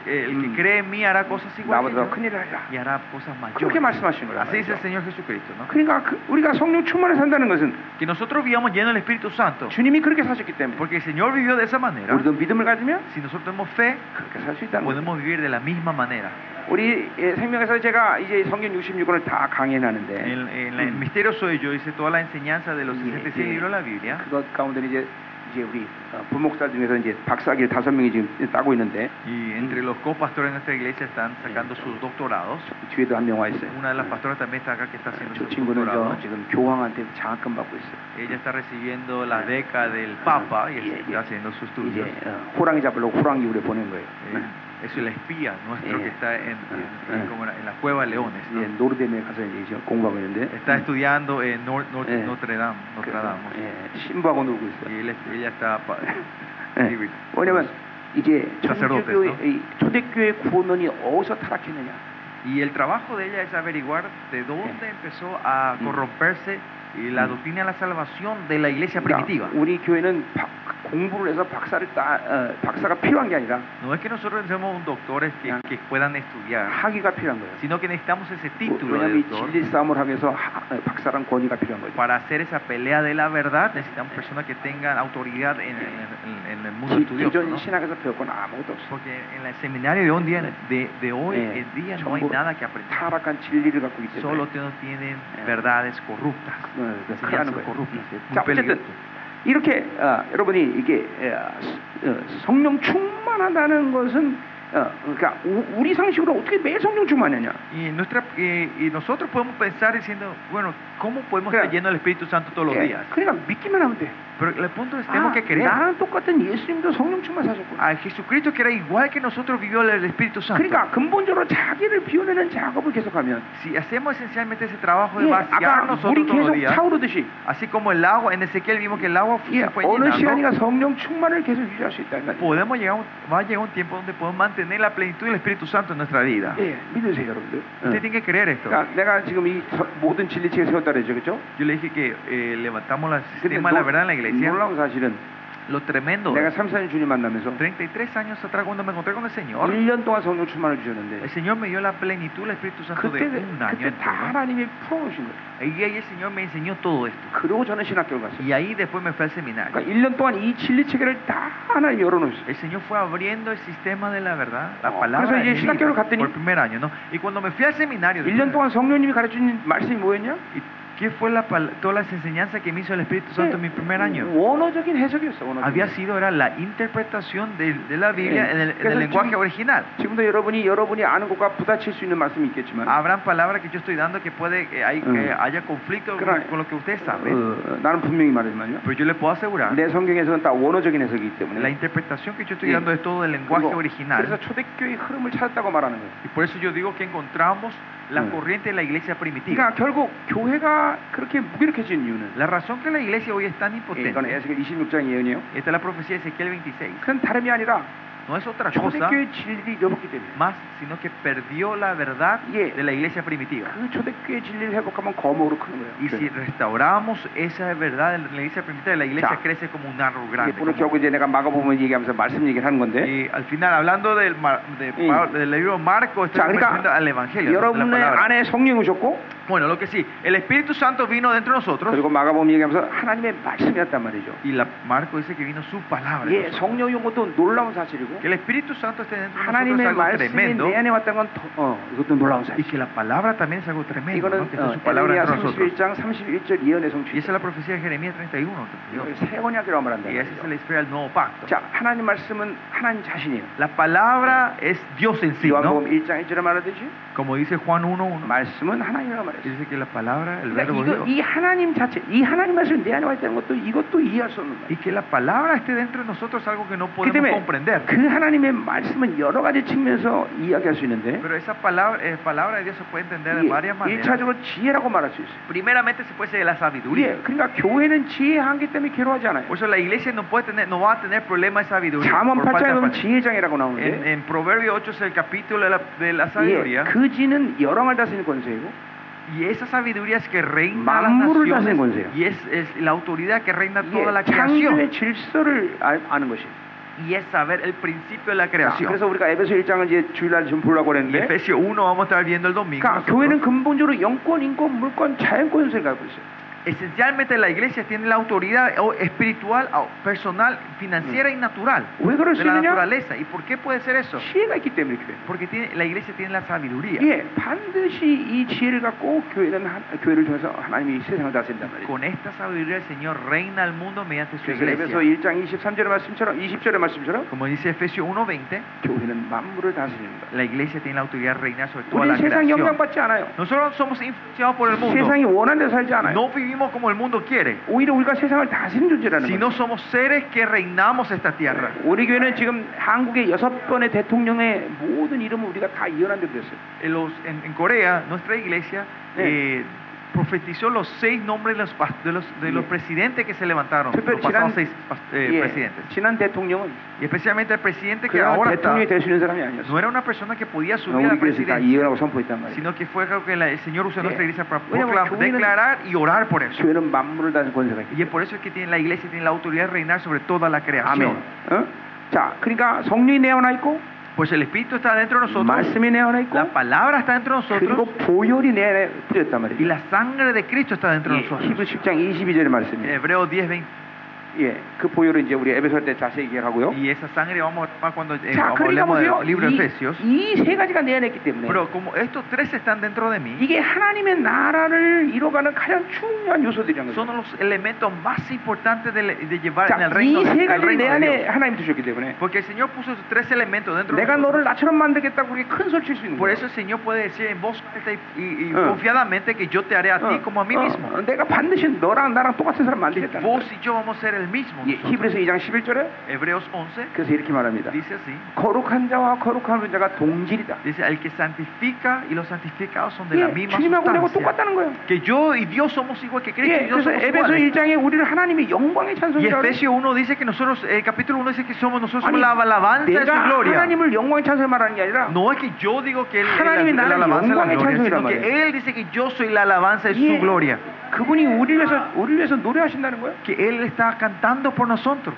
Speaker 2: eh, El
Speaker 1: Mm.
Speaker 2: que cree en mí hará cosas igual que
Speaker 1: 나보다
Speaker 2: yo,
Speaker 1: 더 큰 일을 하리라
Speaker 2: y hará cosas
Speaker 1: 그렇게
Speaker 2: mayores.
Speaker 1: 말씀하시는 거예요
Speaker 2: Así dice el Señor Jesucristo. ¿no?
Speaker 1: 그러니까 그- 우리가 성령 충만해 산다는 것은
Speaker 2: Que nosotros vivamos llenos del Espíritu Santo.
Speaker 1: 주님이 그렇게 사셨기 때문에
Speaker 2: Porque el Señor vivió de esa manera.
Speaker 1: 우리도 믿음을 가지면
Speaker 2: Si nosotros tenemos fe,
Speaker 1: 그렇게 살 수 있다는 거예요
Speaker 2: podemos vivir de la misma manera.
Speaker 1: 우리 예, 생명에서 제가 이제 성경 66권을 다 강해놨는데
Speaker 2: En, en la- en
Speaker 1: Mm.
Speaker 2: Misterio Soy Yo hice toda la enseñanza de los
Speaker 1: Yeah,
Speaker 2: 66
Speaker 1: yeah.
Speaker 2: libros de la Biblia.
Speaker 1: 그것 가운데 이제 이제 우리 어, 부목사 중에서 이제 박사학위를 다섯 명이 지금 따고 있는데
Speaker 2: Y entre los copastores de nuestra iglesia están sacando sus doctorados.
Speaker 1: 뒤에도 한 명 와 있어요.
Speaker 2: Una de las pastoras también está acá que está haciendo
Speaker 1: 저
Speaker 2: su
Speaker 1: 친구는
Speaker 2: doctorado.
Speaker 1: 저 지금 교황한테 장학금 받고 있어요.
Speaker 2: Ella está recibiendo la beca del Papa y
Speaker 1: 예, 예.
Speaker 2: está haciendo sus
Speaker 1: 이제
Speaker 2: estudios.
Speaker 1: 어, 호랑이 잡으려고 호랑이 우리 보낸 거예요.
Speaker 2: Eh, es el espía nuestro
Speaker 1: Eh,
Speaker 2: que está en, en- en-
Speaker 1: eh.
Speaker 2: como era, en la cueva de Leones.
Speaker 1: 이제 노르뎀에 가서 이제 지금 공부하고 있는데
Speaker 2: Está estudiando en Nor- Nor-
Speaker 1: Eh.
Speaker 2: Notre Dame. Notre
Speaker 1: 그래서,
Speaker 2: Dame.
Speaker 1: 예, 신부하고 놀고 있어요.
Speaker 2: Y él es- ella está... pa-
Speaker 1: 예.
Speaker 2: divi-
Speaker 1: 왜냐면 이제
Speaker 2: Sacerdotes,
Speaker 1: 천주교의
Speaker 2: no?
Speaker 1: 이 초대교회 구원론이 어디서 타락했느냐.
Speaker 2: Y el trabajo de ella es averiguar de dónde empezó
Speaker 1: Eh.
Speaker 2: a
Speaker 1: Mm.
Speaker 2: corromperse y la
Speaker 1: Mm.
Speaker 2: doctrina de la salvación de la iglesia
Speaker 1: 그러니까
Speaker 2: primitiva.
Speaker 1: 우리 교회는 박- 공부를 해서 박사를 따, 어, 박사가 필요한 게 아니라
Speaker 2: No es que nosotros necesitemos doctores que,
Speaker 1: Ah.
Speaker 2: que puedan estudiar,
Speaker 1: 학위가 필요한 거예요. 뭐
Speaker 2: sino que necesitamos ese título
Speaker 1: 왜냐하면
Speaker 2: de
Speaker 1: 이
Speaker 2: doctor.
Speaker 1: 진리 싸움을 하면서 하- 어, 박사랑 권위가 필요한 거죠.
Speaker 2: Para hacer esa pelea de la verdad necesitamos personas que tengan autoridad en, en- en- en el mundo
Speaker 1: 기-
Speaker 2: estudioso.
Speaker 1: 기존
Speaker 2: ¿no?
Speaker 1: 신학에서 배웠건 아무것도 없어.
Speaker 2: Porque en el seminario de hoy en día, de, de hoy
Speaker 1: Eh,
Speaker 2: en día no hay
Speaker 1: son-
Speaker 2: nada que aprender.
Speaker 1: 타락한 진리를 갖고 있기 때문에.
Speaker 2: Solo que no tienen verdades corruptas,
Speaker 1: 네, 네, 큰일 나는
Speaker 2: enseñanzas
Speaker 1: 거예요.
Speaker 2: corruptas.
Speaker 1: 네.
Speaker 2: Es muy
Speaker 1: 자, 어쨌든
Speaker 2: peligroso.
Speaker 1: 이렇게 어, 여러분이 이게 어, 스- 어, 성령 충만하다는 것은 어, 그러니까 우- 우리 상식으로 어떻게 매일 성령 충만하냐?
Speaker 2: Y, nuestra, eh, y, y nosotros podemos pensar diciendo, bueno, ¿cómo podemos
Speaker 1: Claro.
Speaker 2: estar llenos del Espíritu Santo todos los
Speaker 1: 예,
Speaker 2: días?
Speaker 1: 그러니까 믿기만 하면 돼.
Speaker 2: Pero el punto es,
Speaker 1: 아,
Speaker 2: tenemos que creer.
Speaker 1: 나랑 똑같은 예수님도 성령 충만 사셨구나.
Speaker 2: A Jesucristo que era igual que nosotros vivió el Espíritu Santo.
Speaker 1: 아, 그러니까 근본적으로 자기를 비워내는 작업을 계속하면
Speaker 2: Si hacemos esencialmente ese trabajo de
Speaker 1: 예, 아까
Speaker 2: vaciar nosotros
Speaker 1: 물이
Speaker 2: todos
Speaker 1: 계속
Speaker 2: los días,
Speaker 1: 차오르듯이
Speaker 2: así como el agua, en Ezequiel vimos que el agua
Speaker 1: 예,
Speaker 2: se fue
Speaker 1: 어느
Speaker 2: llenando,
Speaker 1: 시간이가 뭐, 성령 충만을 계속 유지할 수 있다. 는 말이에요.
Speaker 2: podemos llegar, a un- va a llegar un tiempo donde podemos mantener la plenitud del Espíritu Santo en nuestra vida.
Speaker 1: 예, 믿으세요, 여러분들. 예.
Speaker 2: Usted tiene que creer esto.
Speaker 1: 그러니까 내가 지금 이 서- 모든 진리책에 세웠다 그랬죠, 그렇죠?
Speaker 2: Yo le dije que eh, levantamos el
Speaker 1: 근데
Speaker 2: sistema de la
Speaker 1: 놀-
Speaker 2: verdad en la iglesia.
Speaker 1: 네, 놀라운 사실은
Speaker 2: Lo tremendo.
Speaker 1: 내가 34년 주님 만나면서
Speaker 2: 33 años atrás cuando me encontré con el
Speaker 1: 네,
Speaker 2: Señor,
Speaker 1: 1년 동안 성령 충만을
Speaker 2: el
Speaker 1: 주셨는데
Speaker 2: Señor me dio la plenitud del Espíritu Santo de
Speaker 1: 그때
Speaker 2: un año.
Speaker 1: 그때 다
Speaker 2: entero.
Speaker 1: 하나님이 풀어오신 거예요.
Speaker 2: Y ahí el Señor me enseñó todo esto.
Speaker 1: 그러고 저는 신학교를 갔어요.
Speaker 2: Y ahí después me fue al seminario.
Speaker 1: 그러니까 1년 동안 이 진리 체계를 다 하나님이 열어놓으셨어요.
Speaker 2: El Señor fue abriendo el sistema de la verdad, la
Speaker 1: Oh,
Speaker 2: palabra
Speaker 1: 그래서 이제
Speaker 2: de mi
Speaker 1: 신학교를
Speaker 2: vida,
Speaker 1: 갔더니-
Speaker 2: por el primer año, ¿no? Y cuando me fui al seminario,
Speaker 1: 1년 동안 성령님이 가르친 말씀이 뭐였냐?
Speaker 2: ¿y ¿qué fue la pal- todas las enseñanzas que me hizo el
Speaker 1: 그
Speaker 2: Espíritu Santo en mi primer
Speaker 1: 네,
Speaker 2: año?
Speaker 1: 음, 원어적인 해석이었어. 원어적인.
Speaker 2: Había sido, era la interpretación de, de la Biblia
Speaker 1: Eh,
Speaker 2: en el, en
Speaker 1: que es
Speaker 2: el
Speaker 1: el
Speaker 2: lenguaje
Speaker 1: chum-
Speaker 2: original.
Speaker 1: 지금도 여러분이 여러분이 아는 것과 부딪힐 수 있는 말씀이 있겠지만
Speaker 2: Habrán palabras que yo estoy dando que puede que, hay-
Speaker 1: Mm.
Speaker 2: que haya conflicto con-
Speaker 1: Claro.
Speaker 2: con lo que ustedes saben.
Speaker 1: 어, 나는 분명히 말하지만요.
Speaker 2: Pero yo le puedo asegurar,
Speaker 1: 내 성경에서는 다 원어적인 해석이기
Speaker 2: la
Speaker 1: 때문에
Speaker 2: interpretación que yo estoy
Speaker 1: Sí.
Speaker 2: dando es todo del lenguaje
Speaker 1: 그리고
Speaker 2: original.
Speaker 1: 그래서 초대교회의 흐름을 찾았다고 말하는 거예요.
Speaker 2: Y por eso yo digo que encontramos la
Speaker 1: Mm.
Speaker 2: corriente de la iglesia primitiva.
Speaker 1: 그러니까 결국 교회가 그렇게 무기력해진 이유는
Speaker 2: La razón que la iglesia hoy es tan
Speaker 1: 예, 이건
Speaker 2: impotente,
Speaker 1: 에스겔 26장 예언이에요.
Speaker 2: esta es la profecía de Ezequiel 26,
Speaker 1: 그건 다름이 아니라 음.
Speaker 2: no es otra cosa
Speaker 1: 초대교회 진리를 잃어버렸기 때문에
Speaker 2: más, sino que perdió la verdad
Speaker 1: Yeah.
Speaker 2: de la iglesia primitiva.
Speaker 1: 그 초대교회 진리를 회복하면 거목으로 크는 거예요.
Speaker 2: Y si
Speaker 1: 교회가.
Speaker 2: restauramos esa verdad de la iglesia primitiva, la iglesia
Speaker 1: Ya.
Speaker 2: crece como un árbol
Speaker 1: 이게
Speaker 2: grande.
Speaker 1: 오늘
Speaker 2: como-
Speaker 1: 결국 이제 내가 마가복음 얘기하면서 말씀 얘기를 하는 건데
Speaker 2: Y al final, hablando del, mar- de
Speaker 1: Sí.
Speaker 2: Pablo- del libro Marco,
Speaker 1: 자
Speaker 2: está refiriendo
Speaker 1: 그러니까
Speaker 2: al Evangelio. ¿no? De la
Speaker 1: 여러분의
Speaker 2: palabra.
Speaker 1: 안에 성령 오셨고
Speaker 2: Bueno, lo que sí, el Espíritu Santo vino dentro de nosotros
Speaker 1: 그리고 마가복음 얘기하면서 하나님의 말씀이었단 말이죠.
Speaker 2: y la, Marco dice que vino su palabra.
Speaker 1: 예,
Speaker 2: en nosotros.
Speaker 1: 성령이 온 것도 놀라운 사실이고
Speaker 2: Que el Espíritu Santo esté dentro de nosotros es
Speaker 1: 하나님의
Speaker 2: algo
Speaker 1: 말씀이
Speaker 2: tremendo
Speaker 1: 내 안에 왔다는 건 더, 어, 이것도 놀라운
Speaker 2: y
Speaker 1: 사실.
Speaker 2: que la palabra también es algo tremendo.
Speaker 1: 이거는
Speaker 2: ¿no? Que esté
Speaker 1: 어,
Speaker 2: su palabra
Speaker 1: 에레미야
Speaker 2: dentro de nosotros.
Speaker 1: 31장 31절 예언의
Speaker 2: Y esa
Speaker 1: 성취.
Speaker 2: es la profecía de Jeremías 31. ¿no?
Speaker 1: 이걸 새 언약이라고 말한다.
Speaker 2: Y esa se le espera el nuevo pacto.
Speaker 1: 자, 하나님 말씀은 하나님 자신이에요.
Speaker 2: La palabra es Dios en sí, ¿no?
Speaker 1: 요한복음 1장 1절에 말하듯이
Speaker 2: Como dice Juan 1.1,
Speaker 1: 말씀은 하나님이라고 말했어요.
Speaker 2: dice que la palabra, el verbo
Speaker 1: 그러니까 이거,
Speaker 2: Dios.
Speaker 1: 이 하나님 자체, 이 하나님 말씀이 내 안에 와 있다는 것도 이것도 이해할 수 없는
Speaker 2: Y
Speaker 1: 거예요.
Speaker 2: que la palabra esté dentro de nosotros es algo que no
Speaker 1: 그렇기
Speaker 2: podemos
Speaker 1: 때문에
Speaker 2: comprender.
Speaker 1: 그 하나님의 말씀은 여러 가지 측면에서 이야기할 수 있는데
Speaker 2: Pero esa palabra, eh, palabra de Dios se puede entender de varias
Speaker 1: 이게
Speaker 2: maneras.
Speaker 1: 일차적으로 지혜라고 말할 수 있어요.
Speaker 2: Primeramente se puede ser de la
Speaker 1: 우리
Speaker 2: sabiduría.
Speaker 1: 그러니까 교회는 지혜의 한계 때문에 괴로워하지 않아요.
Speaker 2: Por eso la iglesia no puede tener, no va a tener problema de sabiduría.
Speaker 1: 잠언
Speaker 2: por
Speaker 1: 8장에
Speaker 2: falta de
Speaker 1: 보면
Speaker 2: palabra.
Speaker 1: 지혜장이라고
Speaker 2: en,
Speaker 1: 나오는데
Speaker 2: en Proverbio 8 es el capítulo de la, de la
Speaker 1: 예,
Speaker 2: sabiduría.
Speaker 1: 그 지는 여왕을 다스리는 권세이고
Speaker 2: Y esa sabiduría es que reina a las
Speaker 1: 만물을 다스리는
Speaker 2: naciones
Speaker 1: 권세예요.
Speaker 2: y es, es la autoridad que reina toda la
Speaker 1: 예, 창조의
Speaker 2: creación
Speaker 1: 질서를 알- 아는 것이에요.
Speaker 2: y es saber el principio de la
Speaker 1: 자,
Speaker 2: creación.
Speaker 1: 그래서 우리가 에베소 1장을 이제 주일날 좀 보려고
Speaker 2: Y
Speaker 1: 그랬는데
Speaker 2: Efesios 1 vamos a estar viendo el domingo.
Speaker 1: 그러니까
Speaker 2: nosotros.
Speaker 1: 교회는 근본적으로 영권, 인권, 물권, 자연권 세를 갖고 있어요.
Speaker 2: Esencialmente la iglesia tiene la autoridad o espiritual, o personal, financiera y natural
Speaker 1: 왜 그럴 수
Speaker 2: de la
Speaker 1: 있느냐?
Speaker 2: naturaleza. ¿Y por qué puede ser eso?
Speaker 1: 지혜가 있기 때문에 그래요.
Speaker 2: Porque tiene, la iglesia tiene la sabiduría.
Speaker 1: 예, 반드시 이 지혜를 갖고 교회는 하- 교회를 통해서 하나님이 세상을 다스린단 말이에요.
Speaker 2: Con esta sabiduría el Señor reina al mundo mediante su
Speaker 1: 그래서 에베소
Speaker 2: iglesia.
Speaker 1: 1장 23절의 말씀처럼 20절의 말씀처럼
Speaker 2: Como dice Efesios 1.20,
Speaker 1: 교회는 만물을 다스립니다.
Speaker 2: la iglesia tiene la autoridad de reinar sobre toda
Speaker 1: 우리는
Speaker 2: la
Speaker 1: 세상
Speaker 2: creación.
Speaker 1: 영향받지 않아요.
Speaker 2: Nosotros no somos influenciados por el mundo.
Speaker 1: 세상이 그 원하는 대로 살지 않아요.
Speaker 2: No vivimos como el mundo quiere,
Speaker 1: 오히려 우리가 세상을 다스린 존재라는
Speaker 2: sino
Speaker 1: 거예요.
Speaker 2: somos seres que reinamos esta tierra.
Speaker 1: 우리 교회는 지금 한국의 여섯 번의 대통령의 모든 이름을 우리가 다 이어난 대로 됐어요.
Speaker 2: En, los- en- en Corea, nuestra iglesia eh, profetizó los seis nombres de los, pas- de los, de los
Speaker 1: Sí.
Speaker 2: presidentes que se levantaron,
Speaker 1: Pero
Speaker 2: los pasados
Speaker 1: Chirán-
Speaker 2: seis pas- eh,
Speaker 1: 예,
Speaker 2: presidentes.
Speaker 1: 지난 대통령은
Speaker 2: Y especialmente el presidente que
Speaker 1: 그냥
Speaker 2: ahora está,
Speaker 1: 대통령이 될 수 있는 사람이
Speaker 2: no
Speaker 1: 아니었어요. 어,
Speaker 2: era una persona que podía subir
Speaker 1: 우리
Speaker 2: a la
Speaker 1: 교회에서 다
Speaker 2: presidencia,
Speaker 1: 이어라고 선포했단 말이에요.
Speaker 2: sino que fue algo que la- el Señor usó
Speaker 1: Sí.
Speaker 2: en nuestra iglesia para
Speaker 1: Bueno,
Speaker 2: proclamar,
Speaker 1: porque uno-
Speaker 2: declarar y orar por eso.
Speaker 1: 교회는 만물을 다스린 권세가 있기
Speaker 2: Y es por eso que tiene, la iglesia tiene la autoridad de reinar sobre toda la
Speaker 1: 아멘.
Speaker 2: creación.
Speaker 1: 어? 자, 그러니까 성령이 내 안에 있고
Speaker 2: Pues el Espíritu está dentro de nosotros,
Speaker 1: 말씀이 내 안에 있고
Speaker 2: la palabra está dentro de
Speaker 1: 그리고
Speaker 2: nosotros
Speaker 1: 보혈이 내 안에 뿌렸단
Speaker 2: y
Speaker 1: 말이에요.
Speaker 2: la sangre de Cristo está dentro de
Speaker 1: 예,
Speaker 2: nosotros.
Speaker 1: 히브리 10장 22절의 말씀이에요.
Speaker 2: Hebreos 10, 20.
Speaker 1: 예, 그 보혈은 이제 우리 에베소 때 자세히 얘기하고요.
Speaker 2: Y esa sangre vamos a tomar cuando eh,
Speaker 1: 자,
Speaker 2: vamos,
Speaker 1: 그러니까
Speaker 2: hablemos
Speaker 1: 보세요.
Speaker 2: del libro de Efesios.
Speaker 1: 이 세 가지가 내 안에 있기 때문에
Speaker 2: Pero como estos tres están dentro de mí,
Speaker 1: 이게 하나님의 나라를 이뤄가는 가장 중요한 요소들이라는 네, 거죠.
Speaker 2: son los elementos más importantes de, de llevar en
Speaker 1: 자,
Speaker 2: el reino,
Speaker 1: 이 세 가지를
Speaker 2: el
Speaker 1: 내
Speaker 2: reino de
Speaker 1: 안에
Speaker 2: Dios.
Speaker 1: 하나님 두셨기 때문에
Speaker 2: Porque el Señor puso esos tres elementos dentro de
Speaker 1: 내가 너를
Speaker 2: nosotros.
Speaker 1: 나처럼 만들겠다고 그렇게 큰 소리 칠 수 있는
Speaker 2: Por
Speaker 1: 거예요.
Speaker 2: eso el Señor puede decir en voz alta y, y- y
Speaker 1: Ah.
Speaker 2: confiadamente que yo te haré a ti
Speaker 1: 어,
Speaker 2: como a mí
Speaker 1: 어,
Speaker 2: mismo.
Speaker 1: 어, 내가 반드시 너랑 나랑 똑같은 사람 만들겠다.
Speaker 2: Vos y yo vamos a ser el mismo.
Speaker 1: 예,
Speaker 2: nosotros.
Speaker 1: 히브리서 2장 11절에
Speaker 2: Hebreos 11
Speaker 1: 그래서 이렇게 말합니다.
Speaker 2: dice así.
Speaker 1: 거룩한 자와 거룩한 자가 동질이다.
Speaker 2: Dice, el que santifica y los santificados son de la
Speaker 1: 예,
Speaker 2: misma
Speaker 1: 주님하고 내가
Speaker 2: sustancia.
Speaker 1: 똑같다는 거예요.
Speaker 2: Que yo y Dios somos igual que Cristo
Speaker 1: 예,
Speaker 2: y Dios
Speaker 1: 그래서
Speaker 2: somos
Speaker 1: 에베소
Speaker 2: iguales.
Speaker 1: 1장에 우리를 하나님의 영광의
Speaker 2: Y
Speaker 1: 찬송이라고 그래요.
Speaker 2: Efesios 1 dice que nosotros, el capítulo 1 dice que somos nosotros
Speaker 1: 아니,
Speaker 2: somos la alabanza de su
Speaker 1: 내가
Speaker 2: gloria.
Speaker 1: 하나님을 영광의 찬송을 말하는 게 아니라
Speaker 2: No es que yo digo que él es la,
Speaker 1: 하나님이
Speaker 2: la
Speaker 1: 나를
Speaker 2: alabanza de la
Speaker 1: 영광의
Speaker 2: gloria, sino
Speaker 1: 찬송이란
Speaker 2: que
Speaker 1: 말이에요.
Speaker 2: él dice que yo soy la alabanza de
Speaker 1: 예,
Speaker 2: su gloria.
Speaker 1: 그분이 우리를 위해서, 우리를 위해서 노래하신다는 거예요.
Speaker 2: Que él está cantando por nosotros.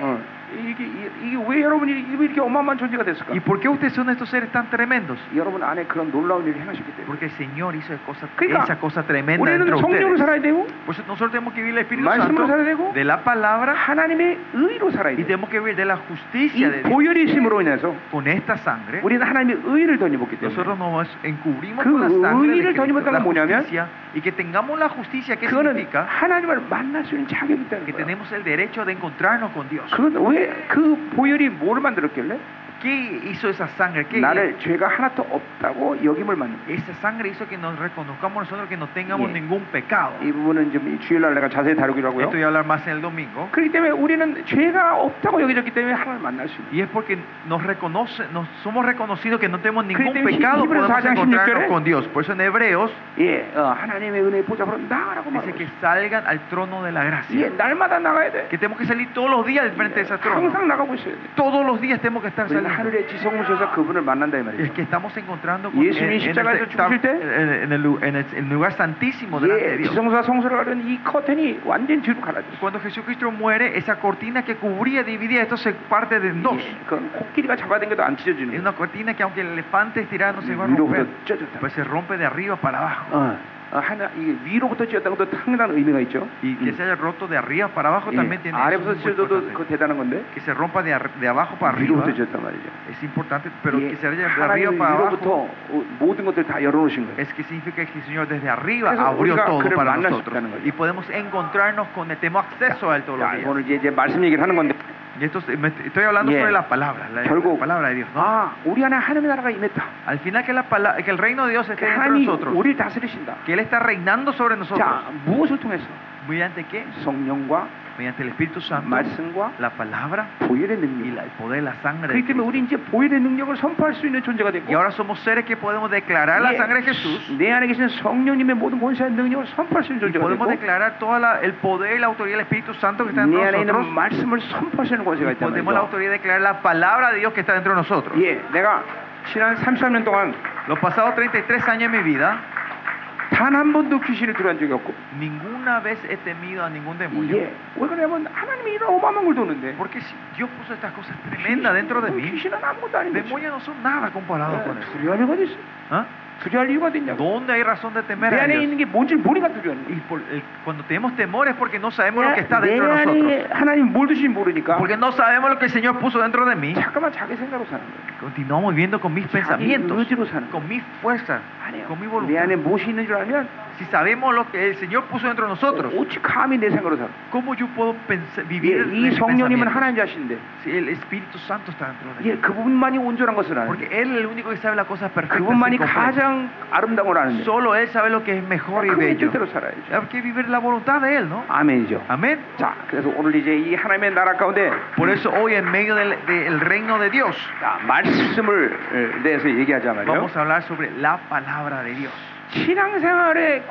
Speaker 1: 어. 이게, 이- 이게 왜 여러분이 이- 이렇게 어마어마한 존재가 됐을까?
Speaker 2: ¿Y por qué ustedes son estos seres tan tremendos?
Speaker 1: 여러분 안에 그런 놀라운 일을 행하셨기 때문에.
Speaker 2: Porque el Señor hizo cosas,
Speaker 1: 그러니까
Speaker 2: esa cosa tremenda
Speaker 1: 우리는
Speaker 2: dentro de
Speaker 1: 성령으로
Speaker 2: ustedes.
Speaker 1: 살아야 되고
Speaker 2: Por eso Pues nosotros tenemos que vivir el Espíritu
Speaker 1: 말씀으로 살아야 되고
Speaker 2: Santo de la palabra
Speaker 1: 하나님의 의로 살아야 돼.
Speaker 2: y tenemos que vivir de la justicia de
Speaker 1: 이
Speaker 2: Dios.
Speaker 1: 보혈의 힘으로 인해서
Speaker 2: Con esta sangre
Speaker 1: 우리는 하나님의 의를 덧입었기 때문에
Speaker 2: Nosotros nos encubrimos
Speaker 1: 그
Speaker 2: con la sangre de
Speaker 1: 의를
Speaker 2: Cristo,
Speaker 1: 덧입었다는
Speaker 2: la
Speaker 1: 건 뭐냐면
Speaker 2: justicia, y que tengamos la justicia, ¿qué
Speaker 1: 그거는
Speaker 2: significa?
Speaker 1: 하나님을 만날 수 있는 자격이 있다는
Speaker 2: Que
Speaker 1: 거예요.
Speaker 2: tenemos el derecho de encontrarnos con Dios.
Speaker 1: 그건 왜 그 보혈이 뭘 만들었길래?
Speaker 2: ¿Qué hizo esa sangre? ¿Qué
Speaker 1: 나를 죄가 하나도 없다고 여김을 만든 거예요.
Speaker 2: Esa sangre hizo que nos reconozcamos nosotros que no tengamos
Speaker 1: Yeah.
Speaker 2: ningún pecado.
Speaker 1: 이 부분은 좀 주일날 내가 자세히 다루기로
Speaker 2: Esto
Speaker 1: 하고요.
Speaker 2: voy a hablar más en el domingo.
Speaker 1: 그렇기 때문에 우리는 죄가 없다고 여겨졌기 때문에 하나님을 만날 수 있는
Speaker 2: Y es porque nos reconoce, nos somos reconocidos que no tenemos ningún
Speaker 1: Cristo en
Speaker 2: pecado,
Speaker 1: Hebreos
Speaker 2: podemos
Speaker 1: 4,
Speaker 2: encontrarnos
Speaker 1: 16.
Speaker 2: con Dios. Por eso en Hebreos
Speaker 1: 예, 어, 하나님의 은혜의 보좌로 나가라고
Speaker 2: dice
Speaker 1: 말하고
Speaker 2: que
Speaker 1: 있어요.
Speaker 2: salgan al trono de la
Speaker 1: 예,
Speaker 2: gracia.
Speaker 1: 날마다 나가야 돼.
Speaker 2: Que tenemos que salir todos los días al frente de ese trono.
Speaker 1: 항상 나가고 있어야 돼.
Speaker 2: Todos los días tenemos que estar
Speaker 1: 우리는
Speaker 2: saliendo.
Speaker 1: 하늘의 지성소에서 그분을 만난다 이
Speaker 2: El
Speaker 1: 말이에요.
Speaker 2: que estamos encontrando
Speaker 1: Y eso
Speaker 2: en,
Speaker 1: mismo
Speaker 2: en
Speaker 1: está
Speaker 2: este
Speaker 1: en el Chucuchil
Speaker 2: tab-
Speaker 1: Té.
Speaker 2: en- en el, lu- en el- el lugar santísimo delante de
Speaker 1: 예,
Speaker 2: Dios.
Speaker 1: 지성소와 성소를 가르는 이 커튼이 완전 뒤로 갈라졌어.
Speaker 2: Cuando Jesucristo muere, esa cortina que cubría, dividía, esto se parte de en dos.
Speaker 1: 예, 그건 코끼리가 잡아당겨도 안
Speaker 2: Es
Speaker 1: 찢어지는
Speaker 2: una cortina que aunque el elefante estirara no se va a romper,
Speaker 1: 위로부터 찢어졌다.
Speaker 2: pues se rompe de arriba para abajo.
Speaker 1: 어, 어, 하나 이게 위로부터 찢었다는 것도 상당한 의미가 있죠. 음.
Speaker 2: Y que se haya roto de arriba para abajo
Speaker 1: 예,
Speaker 2: también tiene eso es
Speaker 1: 아래부터
Speaker 2: muy
Speaker 1: 찢어도
Speaker 2: importante.
Speaker 1: 그 대단한 건데
Speaker 2: Que se rompa de, ar- de abajo para arriba
Speaker 1: 아, 위로부터 찢었단 말이죠.
Speaker 2: es importante, pero
Speaker 1: 예,
Speaker 2: que se haya de
Speaker 1: 하나님은
Speaker 2: arriba para
Speaker 1: 위로부터
Speaker 2: abajo
Speaker 1: 어, 모든 것들 다 열어놓으신 거예요.
Speaker 2: es que significa que el Señor desde arriba
Speaker 1: Eso
Speaker 2: abrió
Speaker 1: obliga a
Speaker 2: todo
Speaker 1: querer
Speaker 2: para
Speaker 1: mandarse
Speaker 2: nosotros
Speaker 1: también, ¿no?
Speaker 2: y podemos encontrarnos con el tenemos acceso a él todos los
Speaker 1: 자,
Speaker 2: días.
Speaker 1: 오늘 이제, 이제 말씀 얘기를 하는 건데
Speaker 2: Y esto es- me- estoy hablando
Speaker 1: Bien.
Speaker 2: sobre la palabra, la, la
Speaker 1: 결국
Speaker 2: palabra de Dios, ¿no?
Speaker 1: 아 우리 안에 하나님의 나라가 임했다.
Speaker 2: Al final que, la pala- que el reino
Speaker 1: 그렇죠.
Speaker 2: de Dios esté dentro de
Speaker 1: 하나님이
Speaker 2: nosotros,
Speaker 1: 우리를 다스리신다.
Speaker 2: que él está reinando sobre
Speaker 1: 자
Speaker 2: nosotros.
Speaker 1: 무엇을 통해서
Speaker 2: ¿Mediante qué?
Speaker 1: 성령과
Speaker 2: Mediante el Espíritu
Speaker 1: 아,
Speaker 2: Santo,
Speaker 1: 말씀과
Speaker 2: la palabra
Speaker 1: 보혈의 그렇죠.
Speaker 2: y
Speaker 1: 능력.
Speaker 2: la- el poder, la sangre. de
Speaker 1: 네. 그렇기 때문에 우리
Speaker 2: Cristo.
Speaker 1: 이제 보혈의 능력을 선포할 수 있는 존재가 됐고
Speaker 2: Y ahora somos seres que podemos declarar la
Speaker 1: 예,
Speaker 2: sangre de Jesús.
Speaker 1: 내 안에 계신 성령님의 모든 권세와 능력을 선포할 수 있는
Speaker 2: Y
Speaker 1: 존재가
Speaker 2: podemos
Speaker 1: 됐고
Speaker 2: declarar todo el poder y la autoridad del Espíritu Santo que está
Speaker 1: 내
Speaker 2: dentro de
Speaker 1: 안에 있는
Speaker 2: nosotros.
Speaker 1: 말씀을 선포할 수 있는 권세가
Speaker 2: Y
Speaker 1: 있단
Speaker 2: podemos la
Speaker 1: 말이죠.
Speaker 2: autoridad de declarar la palabra de Dios que está dentro de nosotros.
Speaker 1: 예, 내가 지난 33년 동안
Speaker 2: Los pasados 33 años de mi vida,
Speaker 1: 단 한 번도 귀신을 들어간 적이 없고
Speaker 2: ninguna vez he temido a ningún demonio.
Speaker 1: 예, 왜 그러냐면 하나님이 이런 어마어마한 걸 도는데 뭐
Speaker 2: Porque si Dios puso estas cosas tremendas dentro de
Speaker 1: 귀신-
Speaker 2: mí,
Speaker 1: 귀신은 아무것도
Speaker 2: los
Speaker 1: 아닌데
Speaker 2: demonios no son nada comparado con eso.
Speaker 1: 두려움이 어디 있어
Speaker 2: ¿Ah?
Speaker 1: 두려워할 이유가 어딨냐고.
Speaker 2: ¿Dónde hay razón de
Speaker 1: 내
Speaker 2: temer a
Speaker 1: 안에
Speaker 2: Dios?
Speaker 1: 있는 게 뭔지 모르니까 두려워하는
Speaker 2: Y
Speaker 1: 거야.
Speaker 2: por- el- cuando tenemos temor es porque no sabemos lo que está
Speaker 1: 내, 내
Speaker 2: dentro de
Speaker 1: 안에
Speaker 2: nosotros.
Speaker 1: 하나님 뭘 두신지 모르니까
Speaker 2: Porque no sabemos lo que el Señor puso dentro de mí.
Speaker 1: 잠깐만 자기 생각으로 사는 거야.
Speaker 2: Continuamos viviendo con mis
Speaker 1: 자기
Speaker 2: pensamientos,
Speaker 1: 의지로 사는 거야.
Speaker 2: con mi fuerza,
Speaker 1: 아니에요.
Speaker 2: con mi
Speaker 1: 내
Speaker 2: voluntad.
Speaker 1: 안에 무엇이 있는 줄 알면
Speaker 2: Si sabemos lo que el Señor puso dentro de nosotros,
Speaker 1: 어찌 감히 내 생각으로 살아?
Speaker 2: ¿cómo yo puedo pensar- vivir en
Speaker 1: 이
Speaker 2: mis
Speaker 1: 성령님은
Speaker 2: pensamientos?
Speaker 1: 하나님 자신인데
Speaker 2: Si el Espíritu Santo está dentro de mí.
Speaker 1: 예, 그분만이 온전한 것을 아는
Speaker 2: Porque Él es el único que sabe las cosas perfectas. y
Speaker 1: 그분만이
Speaker 2: completas.
Speaker 1: 가장 아름다운 걸 아는데
Speaker 2: Solo Él sabe lo que es mejor
Speaker 1: 그분의
Speaker 2: y bello.
Speaker 1: 뜻대로 살아야죠.
Speaker 2: Hay que vivir la voluntad de Él, ¿no?
Speaker 1: 아멘이죠.
Speaker 2: Amén.
Speaker 1: 자, 그래서 오늘 이제 이 하나님의 나라 가운데
Speaker 2: Por eso hoy en medio del, del reino de Dios
Speaker 1: 자, 말씀을 에, 대해서 얘기하자면요.
Speaker 2: vamos a hablar sobre la palabra de Dios.
Speaker 1: 신앙생활의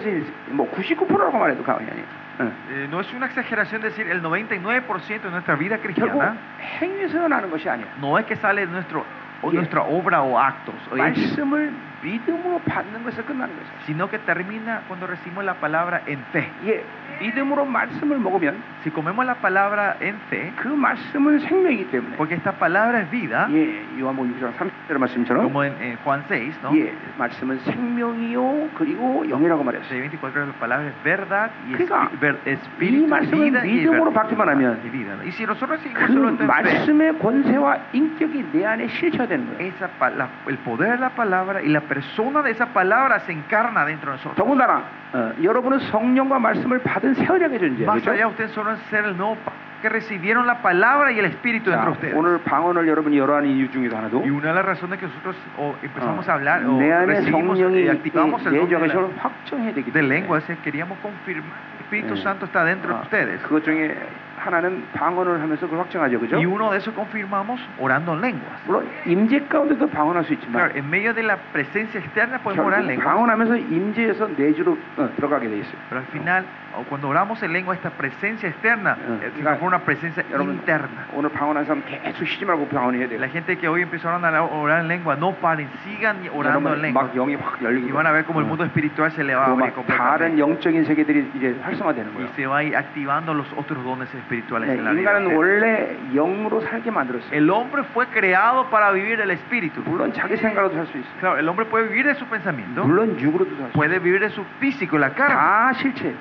Speaker 1: 90%뭐 99%라고 말해도 가만히 아니에요. 응.
Speaker 2: Eh, no es una exageración decir el 99% de nuestra vida
Speaker 1: 결국
Speaker 2: cristiana
Speaker 1: 행위에서 나는 것이 아니야.
Speaker 2: no es que sale de nuestro, o
Speaker 1: Yeah.
Speaker 2: nuestra obra o actos, o hechos,
Speaker 1: 말씀을 믿음으로 받는 것에서 끝나는 것이야.
Speaker 2: sino que termina cuando recibimos la palabra en fe.
Speaker 1: 예, 믿음으로 말씀을 먹으면
Speaker 2: Si comemos la palabra en fe,
Speaker 1: 그 말씀은 생명이기 때문에.
Speaker 2: porque esta palabra es vida,
Speaker 1: 예, 요한복음 6장 30절 말씀처럼
Speaker 2: como en, en Juan 6, ¿no?
Speaker 1: 예, 말씀은 생명이요 그리고 영이라고 말했어요.
Speaker 2: 24 la palabra es verdad y espi-
Speaker 1: 그러니까
Speaker 2: ver-
Speaker 1: 이
Speaker 2: espíritu,
Speaker 1: 말씀은
Speaker 2: vida y,
Speaker 1: 믿음으로
Speaker 2: ver-
Speaker 1: 받기만 하면
Speaker 2: y vida. Y si nosotros seguimos
Speaker 1: 그
Speaker 2: solo esto en fe,
Speaker 1: 말씀의 권세와 인격이 내 안에 실체화되는 거예요.
Speaker 2: esa pa- la- el poder de la palabra y la persona de esa palabra se encarna dentro de nosotros.
Speaker 1: 더군다나 어, 여러분은 성령과 말씀을 받은 새언약의 존재예요.
Speaker 2: Más allá,
Speaker 1: 그렇죠?
Speaker 2: ustedes solo es ser el nuevo pa- que recibieron la palabra y el espíritu
Speaker 1: 자,
Speaker 2: dentro de ustedes.
Speaker 1: 오늘 방언을 여러분이 여러 하는 이유 중에도 하나도
Speaker 2: Y una de las razones que nosotros o empezamos
Speaker 1: 어,
Speaker 2: a hablar o
Speaker 1: 내 안에
Speaker 2: recibimos
Speaker 1: 성령이
Speaker 2: y
Speaker 1: 이-
Speaker 2: activamos el
Speaker 1: 내
Speaker 2: don de, la-
Speaker 1: 정신을 확정해야 되기
Speaker 2: de
Speaker 1: 때문에
Speaker 2: lengua, es que queríamos confirmar el Espíritu
Speaker 1: 네.
Speaker 2: Santo está dentro de
Speaker 1: 어,
Speaker 2: ustedes.
Speaker 1: 그것 중에 하나는 방언을 하면서 그걸 확정하죠. 그죠?
Speaker 2: Y uno de esos confirmamos orando en lenguas.
Speaker 1: 물론 임재 가운데도 방언할 수 있지만
Speaker 2: Claro, en medio de la presencia externa podemos orar en
Speaker 1: 결국
Speaker 2: lenguas.
Speaker 1: 방언하면서 임재에서 내주로 어, 들어가게 돼 있어요.
Speaker 2: Pero al final, o cuando oramos en lengua, esta presencia externa eh,
Speaker 1: Ah.
Speaker 2: es una presencia
Speaker 1: 여러분
Speaker 2: interna.
Speaker 1: 오늘 방언한 사람 계속 쉬지 말고 방언해야
Speaker 2: La
Speaker 1: 돼요.
Speaker 2: gente que hoy empezaron a orar en lengua, no paren, sigan orando en
Speaker 1: 여러분
Speaker 2: lengua.
Speaker 1: 막 영이 확 열리고
Speaker 2: Y van a ver
Speaker 1: Mm.
Speaker 2: cómo el mundo espiritual se le va a
Speaker 1: 그리고
Speaker 2: abrir
Speaker 1: 막 다른
Speaker 2: completamente.
Speaker 1: 영적인 세계들이 이제 활성화되는
Speaker 2: Y
Speaker 1: 거예요.
Speaker 2: se va a ir activando los otros dones espirituales
Speaker 1: 네,
Speaker 2: en la vida.
Speaker 1: 인간은 원래 영으로 살게 만들었어요.
Speaker 2: El hombre fue creado para vivir el espíritu.
Speaker 1: 물론 자기 생각으로도 살 수 있어요.
Speaker 2: Claro, el hombre puede vivir de su pensamiento,
Speaker 1: 물론 육으로도 살 수 있어요.
Speaker 2: puede vivir de su físico, la carne.
Speaker 1: 다 실체.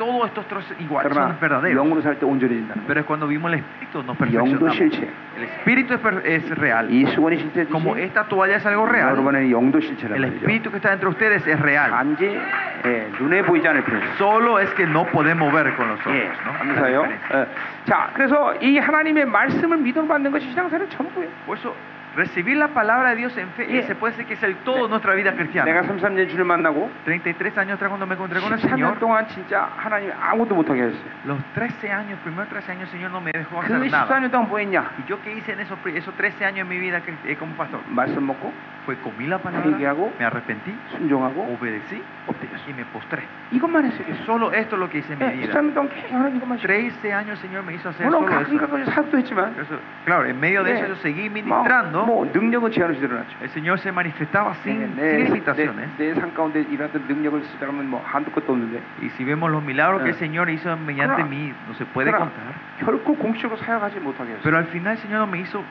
Speaker 2: Todos estos tres iguales
Speaker 1: 그러나
Speaker 2: son verdaderos.
Speaker 1: 영으로 살 때 온전해진다는 거예요.
Speaker 2: Pero es cuando vimos el espíritu nos
Speaker 1: 영도
Speaker 2: perfeccionamos.
Speaker 1: 실체.
Speaker 2: El espíritu es, per- es real.
Speaker 1: 이 수건이 실체듯이
Speaker 2: Como esta toalla es algo real,
Speaker 1: 여러분의 영도
Speaker 2: el
Speaker 1: 실체라는 거죠.
Speaker 2: espíritu que está dentro de ustedes es real.
Speaker 1: 단지 예, 눈에 보이지 않을 뿐이에요.
Speaker 2: Solo es que no podemos ver con los
Speaker 1: 예,
Speaker 2: ojos. ¿no? La
Speaker 1: 감사해요.
Speaker 2: diferencia.
Speaker 1: 예. 자, 그래서 이 하나님의 말씀을 믿음으로 받는 것이 신앙생활의 전부예요.
Speaker 2: Por eso, recibir la palabra de Dios en fe
Speaker 1: Yeah.
Speaker 2: se puede decir que es el todo de nuestra vida
Speaker 1: 내가
Speaker 2: cristiana.
Speaker 1: 33년 주를 만나고
Speaker 2: 33 años atrás cuando me encontré con el
Speaker 1: 14년
Speaker 2: Señor,
Speaker 1: 동안 진짜 하나님 아무도 못하게 했어요.
Speaker 2: los 13 años, primeros 13 años el Señor no me
Speaker 1: 그
Speaker 2: dejó hacer nada.
Speaker 1: 14년 동안 뭐 했냐?
Speaker 2: ¿Y yo qué hice en esos, pri- esos 13 años en mi vida cri- eh, como pastor?
Speaker 1: 말씀 먹고
Speaker 2: Fue comí la palabra,
Speaker 1: 회개하고
Speaker 2: me arrepentí,
Speaker 1: 순종하고
Speaker 2: obedecí y me postré.
Speaker 1: 이것만 했어요.
Speaker 2: Solo esto es lo que hice en mi
Speaker 1: 예,
Speaker 2: vida.
Speaker 1: 14년 동안 계속 하나님 이것만 했어요.
Speaker 2: 13 años el Señor me hizo hacer
Speaker 1: 물론
Speaker 2: solo
Speaker 1: 가끔
Speaker 2: eso.
Speaker 1: 가끔 사도 했지만
Speaker 2: Eso, claro, en medio de
Speaker 1: Yeah.
Speaker 2: eso yo seguí
Speaker 1: 뭐,
Speaker 2: ministrando.
Speaker 1: 뭐 능력은 제한없이 드러났죠.
Speaker 2: El Señor se manifestaba
Speaker 1: 네, Eh,
Speaker 2: sin, sin limitaciones.
Speaker 1: 내상 가운데 일하던 능력을 쓰자면 뭐 한두 것도 없는데
Speaker 2: Y si vemos los milagros que el
Speaker 1: Yeah.
Speaker 2: Señor hizo mediante
Speaker 1: Claro.
Speaker 2: mí, no se puede
Speaker 1: Claro.
Speaker 2: contar.
Speaker 1: 결코 공식으로 사역하지 못하게 했어요.
Speaker 2: Pero al final el Señor no me hizo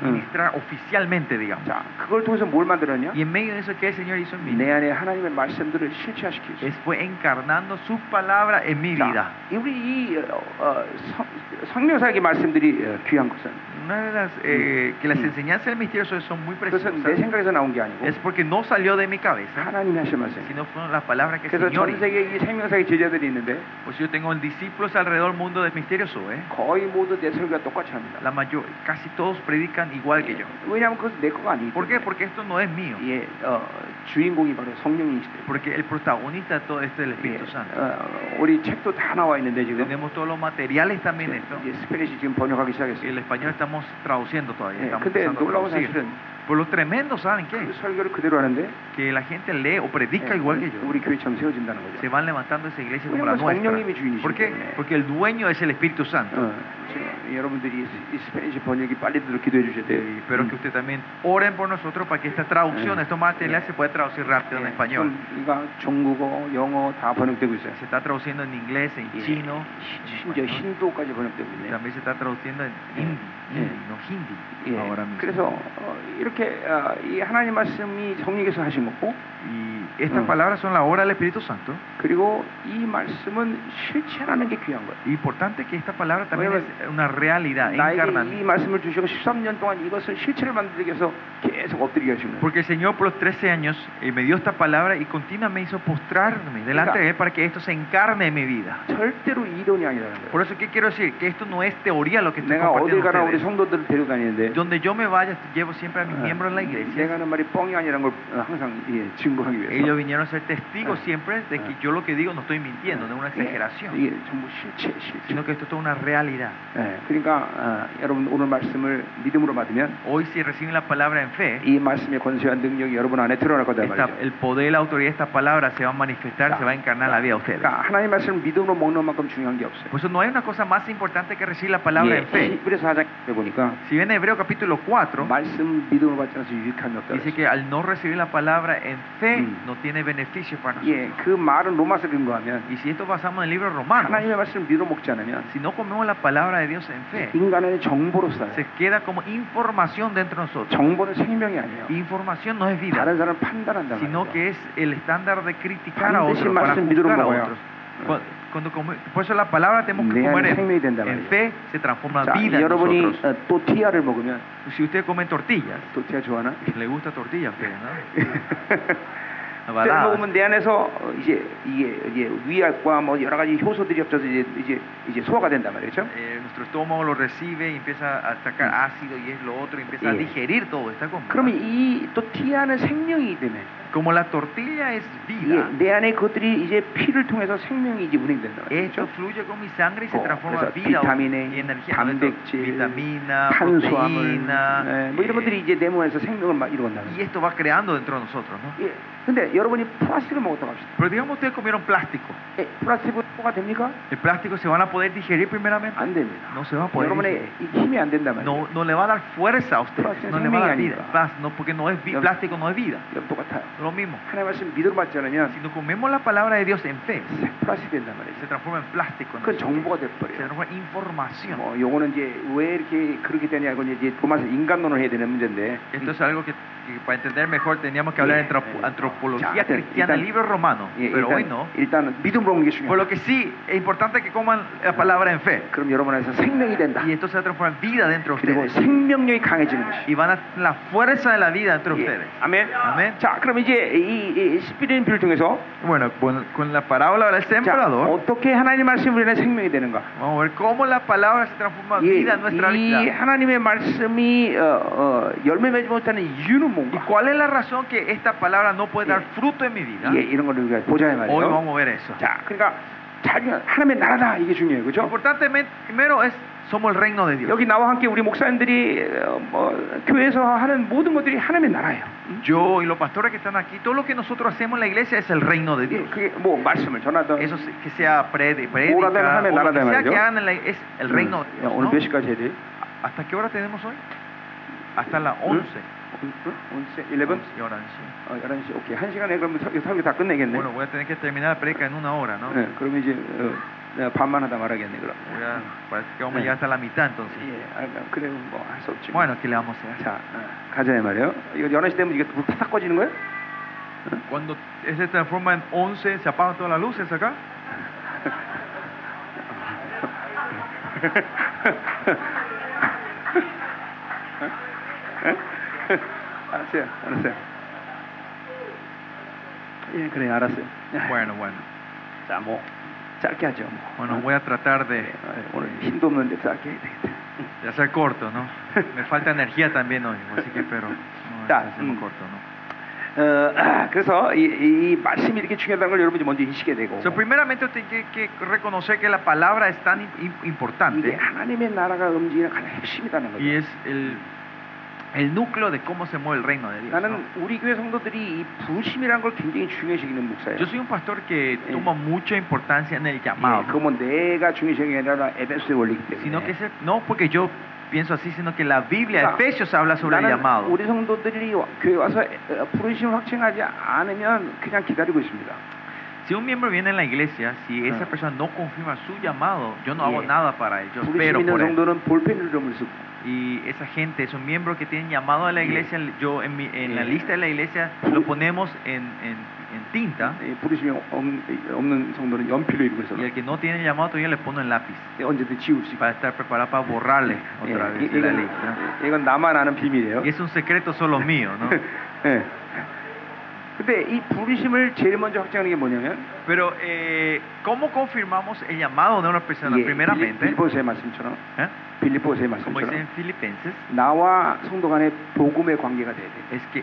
Speaker 2: ministrar oficialmente, digamos.
Speaker 1: 자, 그걸 통해서 뭘 만들었냐?
Speaker 2: Y en medio de eso que el Señor hizo en mí,
Speaker 1: 내 안에 하나님의 말씀들을 실체화시키죠.
Speaker 2: es fue encarnando su palabra en mi vida.
Speaker 1: 자, 이 우리 이 어, 어, 성- 성묘사의 말씀들이 어, 귀한 것은
Speaker 2: Una de las eh, que las
Speaker 1: Mm.
Speaker 2: enseñanzas del misterioso son muy
Speaker 1: 그것은 내
Speaker 2: preciosas.
Speaker 1: 생각에서 나온 게 아니고
Speaker 2: Es porque no salió de mi cabeza,
Speaker 1: 하나님이 하신 말씀.
Speaker 2: sino fueron las palabras que el
Speaker 1: 그래서 전
Speaker 2: Señor hizo.
Speaker 1: 세계 이 생명사의 제자들이 있는데
Speaker 2: Pues yo tengo discípulos alrededor del mundo del misterioso, ¿eh?
Speaker 1: 거의 모두 내 설교가 똑같이 합니다.
Speaker 2: La mayor, casi todos predican igual que yo.
Speaker 1: 왜냐하면 그것은 내 거가 아니기
Speaker 2: ¿Por qué?
Speaker 1: 때문에.
Speaker 2: Porque esto no es mío.
Speaker 1: 예, 어, 주인공이 바로 성령이시대요.
Speaker 2: Porque el protagonista de todo esto es el Espíritu Santo.
Speaker 1: 어, 우리 책도 다 나와 있는데 지금
Speaker 2: Tenemos todos los materiales
Speaker 1: 예,
Speaker 2: también esto.
Speaker 1: 이제 스페니시 지금 번역하기
Speaker 2: Y
Speaker 1: 시작했어요.
Speaker 2: el español estamos traduciendo todavía.
Speaker 1: 네. 예,
Speaker 2: estamos
Speaker 1: 근데
Speaker 2: empezando a
Speaker 1: 놀라운
Speaker 2: traducir.
Speaker 1: 사실은
Speaker 2: Por lo tremendo, ¿saben
Speaker 1: 그
Speaker 2: qué?
Speaker 1: 설교를 그대로 하는데
Speaker 2: Que la gente lee o predica
Speaker 1: 예,
Speaker 2: igual que yo.
Speaker 1: 우리 교회처럼 세워진다는 거죠.
Speaker 2: Se van levantando esa iglesia como la
Speaker 1: Bueno, 성령님이
Speaker 2: nuestra.
Speaker 1: 주인이시기
Speaker 2: ¿Por qué?
Speaker 1: 때문에.
Speaker 2: Porque el dueño es el Espíritu Santo.
Speaker 1: 어, 지금 여러분들이 이 스페니시 번역이 빨리 들어 기도해 주셔야 돼요. 음.
Speaker 2: Y espero que usted también oren por nosotros para que esta traducción,
Speaker 1: Eh.
Speaker 2: estos materiales, se pueda traducir rápido en español.
Speaker 1: 그러니까 중국어, 영어 다 번역되고 있어요.
Speaker 2: Se está traduciendo en inglés, en
Speaker 1: 예,
Speaker 2: chino,
Speaker 1: 시-
Speaker 2: en
Speaker 1: 심지어
Speaker 2: español.
Speaker 1: 힌도까지 번역되고
Speaker 2: Y
Speaker 1: 있네요.
Speaker 2: también se está traduciendo en
Speaker 1: Eh.
Speaker 2: hindi,
Speaker 1: Eh.
Speaker 2: hindi, no hindi
Speaker 1: 예,
Speaker 2: ahora mismo.
Speaker 1: 그래서 어, 이렇게 이렇게 어, 이 하나님 말씀이 성령께서 하신 거고
Speaker 2: Y estas
Speaker 1: Mm.
Speaker 2: palabras son la obra del Espíritu Santo.
Speaker 1: 그리고 이 말씀은 실체라는 게 귀한 거예요.
Speaker 2: Y importante que esta palabra también
Speaker 1: Bueno,
Speaker 2: es una realidad, encarnada.
Speaker 1: 나에게 이 말씀을 주시고 13년 동안 이것을 실체를 만들기 위해서 계속 엎드리게 하시는 거예요.
Speaker 2: Porque el Señor por los 13 años eh, me dio esta palabra y continuamente me hizo postrarme delante de Él para que esto se encarne en mi vida.
Speaker 1: 절대로 이론이 아니라는 거예요.
Speaker 2: Por eso, ¿qué quiero decir? Que esto no es teoría lo que estoy
Speaker 1: 내가 어딜
Speaker 2: compartiendo
Speaker 1: 가나
Speaker 2: con
Speaker 1: 우리
Speaker 2: ustedes.
Speaker 1: 성도들을 데리고 다니는데 어,
Speaker 2: Donde yo me vaya, llevo siempre a mis miembros en la
Speaker 1: 내가
Speaker 2: iglesia.
Speaker 1: 하는 말이 뻥이 아니라는 걸 어, 항상 예, 증거하기 위해서
Speaker 2: Ellos vinieron a ser testigos
Speaker 1: Ah.
Speaker 2: siempre de que
Speaker 1: Ah.
Speaker 2: yo lo que digo no estoy mintiendo, no es una
Speaker 1: 이게,
Speaker 2: exageración,
Speaker 1: 이게 예, 전부 실체, 실체.
Speaker 2: sino que esto es toda una realidad.
Speaker 1: 예, 그러니까 어, 여러분 오늘 말씀을 믿음으로 받으면
Speaker 2: Hoy, si reciben la palabra en fe,
Speaker 1: 이 말씀의 권세와 능력이 여러분 안에 드러날 거다
Speaker 2: esta-
Speaker 1: 말이죠.
Speaker 2: el poder, la autoridad de esta palabra se va a manifestar, se va a encarnar en la vida de ustedes.
Speaker 1: 그러니까 하나님 말씀을 믿음으로 먹는 만큼 중요한 게 없어요. 예,
Speaker 2: Por eso no hay una cosa más importante que recibir la palabra en fe.
Speaker 1: 그래서 하장 보니까
Speaker 2: Si ven Hebreo capítulo 4,
Speaker 1: 말씀 믿음으로 받지 않아서 유익함이 없다.
Speaker 2: dice que al no recibir la palabra en fe
Speaker 1: Mm.
Speaker 2: no tiene beneficio para nosotros.
Speaker 1: 예, 그 말은 로마서 근거하면
Speaker 2: Y si esto basamos en el libro romano,
Speaker 1: 하나님의 말씀을 믿음으로 먹지 않으면
Speaker 2: si no comemos la palabra de Dios en
Speaker 1: 네.
Speaker 2: fe,
Speaker 1: 인간의 정보로 살아요.
Speaker 2: se queda como información dentro de nosotros.
Speaker 1: 정보는 생명이 아니에요.
Speaker 2: Información no es vida,
Speaker 1: 다른 사람을 판단한다.
Speaker 2: sino que es el estándar de criticar a
Speaker 1: Antes y
Speaker 2: otros,
Speaker 1: más
Speaker 2: para
Speaker 1: en vidrio
Speaker 2: juzgar a
Speaker 1: movea.
Speaker 2: otros. Cu- Cuando come- por eso la palabra tenemos que
Speaker 1: Lean
Speaker 2: comer
Speaker 1: sangre y
Speaker 2: en,
Speaker 1: tendrá
Speaker 2: en
Speaker 1: vida.
Speaker 2: fe, se transforma
Speaker 1: 자,
Speaker 2: vida en
Speaker 1: 여러분이
Speaker 2: nosotros.
Speaker 1: 어, 또티아를 먹으면
Speaker 2: Si usted come tortillas,
Speaker 1: 또티아 좋아하나?
Speaker 2: le gusta tortilla a usted, ¿no?
Speaker 1: 때를
Speaker 2: Avaladas.
Speaker 1: 먹으면 내 안에서 어, 이제 이게 이제 위약과 뭐 여러 가지 효소들이 합쳐서 이제 이제 이제 소화가 된단 말이죠.
Speaker 2: Eh, nuestro estómago lo recibe y empieza a sacar ácido y es lo otro y empieza a
Speaker 1: Sí.
Speaker 2: digerir todo esta comida.
Speaker 1: 그러면 이 또티아는 생명이기 때문에
Speaker 2: Como la tortilla es vida,
Speaker 1: 예, 내 안에 그것들이 이제 피를 통해서 생명이 이제 운행된다
Speaker 2: esto
Speaker 1: 말이죠.
Speaker 2: fluye con mi sangre y se
Speaker 1: 어,
Speaker 2: transforma en
Speaker 1: 그래서
Speaker 2: vida
Speaker 1: 비타민에
Speaker 2: y energía.
Speaker 1: 단백질,
Speaker 2: vitamina,
Speaker 1: 탄수화물,
Speaker 2: proteína,
Speaker 1: 예, 뭐
Speaker 2: eh,
Speaker 1: 이런 것들이 이제 내 몸에서 생명을 막 이루어간다는
Speaker 2: y
Speaker 1: 거예요.
Speaker 2: esto va creando dentro de nosotros. ¿no?
Speaker 1: 예, 근데 여러분이 플라스틱을 먹었다고 합시다.
Speaker 2: Pero digamos ustedes comieron plástico.
Speaker 1: 예, 플라스틱은 소가 됩니까?
Speaker 2: ¿El plástico se van a poder digerir primeramente?
Speaker 1: 안 됩니다.
Speaker 2: No se va a poder
Speaker 1: 여러분의
Speaker 2: digerir.
Speaker 1: 이 힘이 안 된단 말이에요.
Speaker 2: No, no le va a dar fuerza a ustedes,
Speaker 1: Plástico
Speaker 2: no
Speaker 1: es
Speaker 2: le va a dar
Speaker 1: orgánica.
Speaker 2: vida. Plas- no, porque no es vi-
Speaker 1: No.
Speaker 2: plástico no es vida.
Speaker 1: 여러분 똑같아요.
Speaker 2: Lo mismo.
Speaker 1: 하나님 말씀 믿음을 받지 않으면
Speaker 2: Si no comemos la palabra de Dios en fe,
Speaker 1: 플라스틱 된단 말이죠.
Speaker 2: se transforma en plástico. ¿no?
Speaker 1: 그건 정보가
Speaker 2: Se
Speaker 1: 돼버려요.
Speaker 2: transforma en información.
Speaker 1: 뭐 요거는 이제 왜 이렇게 그렇게 되냐 이건 이제 로마서 인간론을 해야 되는 문제인데.
Speaker 2: Esto es algo que, que para entender mejor teníamos que hablar de
Speaker 1: Sí,
Speaker 2: antropo-
Speaker 1: sí.
Speaker 2: antropología
Speaker 1: Ya, está-
Speaker 2: cristiana, el
Speaker 1: está-
Speaker 2: libro romano,
Speaker 1: 예,
Speaker 2: pero hoy
Speaker 1: 일단,
Speaker 2: no.
Speaker 1: 일단 믿음으로 옮기게 중요해요.
Speaker 2: Por lo que sí, es importante que coman la palabra en fe.
Speaker 1: 그럼 여러분 안에서 생명이 된다.
Speaker 2: Y esto se va a transformar en vida dentro de
Speaker 1: 그리고
Speaker 2: ustedes.
Speaker 1: 생명력이 강해지는 것이.
Speaker 2: Y van a tener la fuerza de la vida dentro de
Speaker 1: 예.
Speaker 2: ustedes.
Speaker 1: 아멘.
Speaker 2: 아멘.
Speaker 1: 자, 그럼 이제 이, 이 스피린뷰를 통해서
Speaker 2: Bueno, con, con la parábola del
Speaker 1: 자,
Speaker 2: sembrador,
Speaker 1: 어떻게 하나님 말씀으로 인해 생명이 되는가?
Speaker 2: vamos a ver cómo la palabra se transforma en
Speaker 1: 예,
Speaker 2: vida en nuestra
Speaker 1: 이
Speaker 2: vida.
Speaker 1: 하나님의 말씀이 어, 어, 열매 맺지 못하는 이유는
Speaker 2: ¿Y
Speaker 1: 뭔가?
Speaker 2: cuál es la razón que esta palabra no puede dar
Speaker 1: Sí.
Speaker 2: fruto en mi vida?
Speaker 1: 예, 이런 걸 우리가 보자 이
Speaker 2: Hoy
Speaker 1: 말이에요.
Speaker 2: vamos a ver eso.
Speaker 1: 자, 그러니까 자기 하나님의 나라다 이게 중요해요,
Speaker 2: Lo
Speaker 1: 그렇죠?
Speaker 2: importante men- primero es, somos el reino de Dios.
Speaker 1: 여기 나와 함께 우리 목사님들이 어, 뭐, 교회에서 하는 모든 것들이 하나님의 나라예요.
Speaker 2: Yo y los pastores que están aquí, todo lo que nosotros hacemos en la iglesia es el reino de
Speaker 1: 예,
Speaker 2: Dios.
Speaker 1: 그게 뭐 말씀을 전하던
Speaker 2: Eso es- que sea predi- predica,
Speaker 1: Ora
Speaker 2: o
Speaker 1: de Mohamed,
Speaker 2: lo
Speaker 1: Lara
Speaker 2: que
Speaker 1: de
Speaker 2: sea
Speaker 1: Mario.
Speaker 2: que hagan en la- es el
Speaker 1: Mm,
Speaker 2: reino de
Speaker 1: 음. 야,
Speaker 2: Dios.
Speaker 1: 오늘
Speaker 2: ¿no?
Speaker 1: 몇 시까지 해야 돼?
Speaker 2: ¿Hasta qué hora tenemos hoy? Hasta las
Speaker 1: ¿Mm?
Speaker 2: 11.
Speaker 1: 온세 11?
Speaker 2: 11 y ahora 11.
Speaker 1: 어, 11시 오케이 한 시간에 그러면 설- 설교 다 끝내겠네
Speaker 2: Bueno, voy a tener que terminar la predica en una hora, ¿no?
Speaker 1: 네, 그러면 이제 어, 내가 반만 하다 말하겠네 그럼
Speaker 2: Voy a- parece que vamos a
Speaker 1: Eh.
Speaker 2: llegar hasta la mitad entonces.
Speaker 1: 예, 아, 그래 뭐할 수 없지
Speaker 2: Bueno, ¿qué le vamos a hacer?
Speaker 1: 자 어, 가자 이 말이에요 이거 11시 되면 이게 불 팍팍 꺼지는 거예요?
Speaker 2: Cuando se transforma en 11, se apagan todas las luces acá.
Speaker 1: 어? 알았어요 알았어요 예 그래 알았어요
Speaker 2: Bueno, bueno.
Speaker 1: 자뭐 짧게 하죠 뭐
Speaker 2: Bueno, voy a tratar de,
Speaker 1: 아, 오늘 힘도 없는데 짧게 해야 되겠다
Speaker 2: de hacer corto, ¿no? Me falta energía también hoy, así que pero no,
Speaker 1: Ya,
Speaker 2: hacemos
Speaker 1: mm.
Speaker 2: corto, ¿no?
Speaker 1: 어, 아, 그래서 이, 이 말씀이 이렇게 중요하다는 걸 여러분이 먼저 인식해야 되고
Speaker 2: So, primeramente usted tiene que reconocer que la palabra es tan im-
Speaker 1: 이게
Speaker 2: importante
Speaker 1: 하나님의 나라가 움직이는 가장 핵심이라는
Speaker 2: y
Speaker 1: 거예요.
Speaker 2: es el, el núcleo de cómo se mueve el reino de Dios.
Speaker 1: 나는
Speaker 2: ¿no?
Speaker 1: 우리 교회 성도들이 이 부심이라는 걸 굉장히 중요시하는 목사예요.
Speaker 2: Yo soy un pastor que toma mucha importancia en el
Speaker 1: 예,
Speaker 2: llamado,
Speaker 1: 그뭐 내가 중요시하는 게 아니라 에베소의 원리기
Speaker 2: sino que
Speaker 1: 때문에.
Speaker 2: es el- no porque yo pienso así, sino que la Biblia,
Speaker 1: Claro.
Speaker 2: Efesios habla sobre el
Speaker 1: 나는
Speaker 2: llamado.
Speaker 1: 우리 성도들이 와- 교회 와서 에- 어, 부르심을 확증하지 않으면 그냥 기다리고 있습니다.
Speaker 2: Si Si un miembro viene en la iglesia, si esa
Speaker 1: Ah.
Speaker 2: persona no confirma su llamado, yo no hago
Speaker 1: Yeah.
Speaker 2: nada para él, yo
Speaker 1: 부르심
Speaker 2: espero
Speaker 1: 있는
Speaker 2: por él.
Speaker 1: 성도는 볼펜을 좀 쓰고
Speaker 2: Y esa gente, esos miembros que tienen llamado a la iglesia, yo en, mi- en la
Speaker 1: Yeah.
Speaker 2: lista de la iglesia lo ponemos en, en- en tinta
Speaker 1: 예, 부르심이 없- 없는 성도는 연필로 읽고
Speaker 2: y el
Speaker 1: 있어서 예,
Speaker 2: que no tiene llamado todavía le pongo en lápiz
Speaker 1: 언제든 지울 수 있고
Speaker 2: para estar preparado para borrarle
Speaker 1: 예,
Speaker 2: otra
Speaker 1: 이-
Speaker 2: vez la
Speaker 1: 이건,
Speaker 2: lista.
Speaker 1: 이건 나만 아는 비밀이에요
Speaker 2: Y es un secreto solo mío, ¿no?
Speaker 1: 예. 근데 이 부르심을 제일 먼저 확정하는 게 뭐냐면
Speaker 2: Pero, eh, ¿cómo confirmamos el llamado de una persona?
Speaker 1: 예,
Speaker 2: Primeramente,
Speaker 1: 빌리포스의 뭐 말씀처럼
Speaker 2: ¿eh?
Speaker 1: 빌리포스의
Speaker 2: como
Speaker 1: 말씀처럼
Speaker 2: dicen Filipenses,
Speaker 1: 나와 성도 간의 복음의 관계가 돼야 돼.
Speaker 2: es que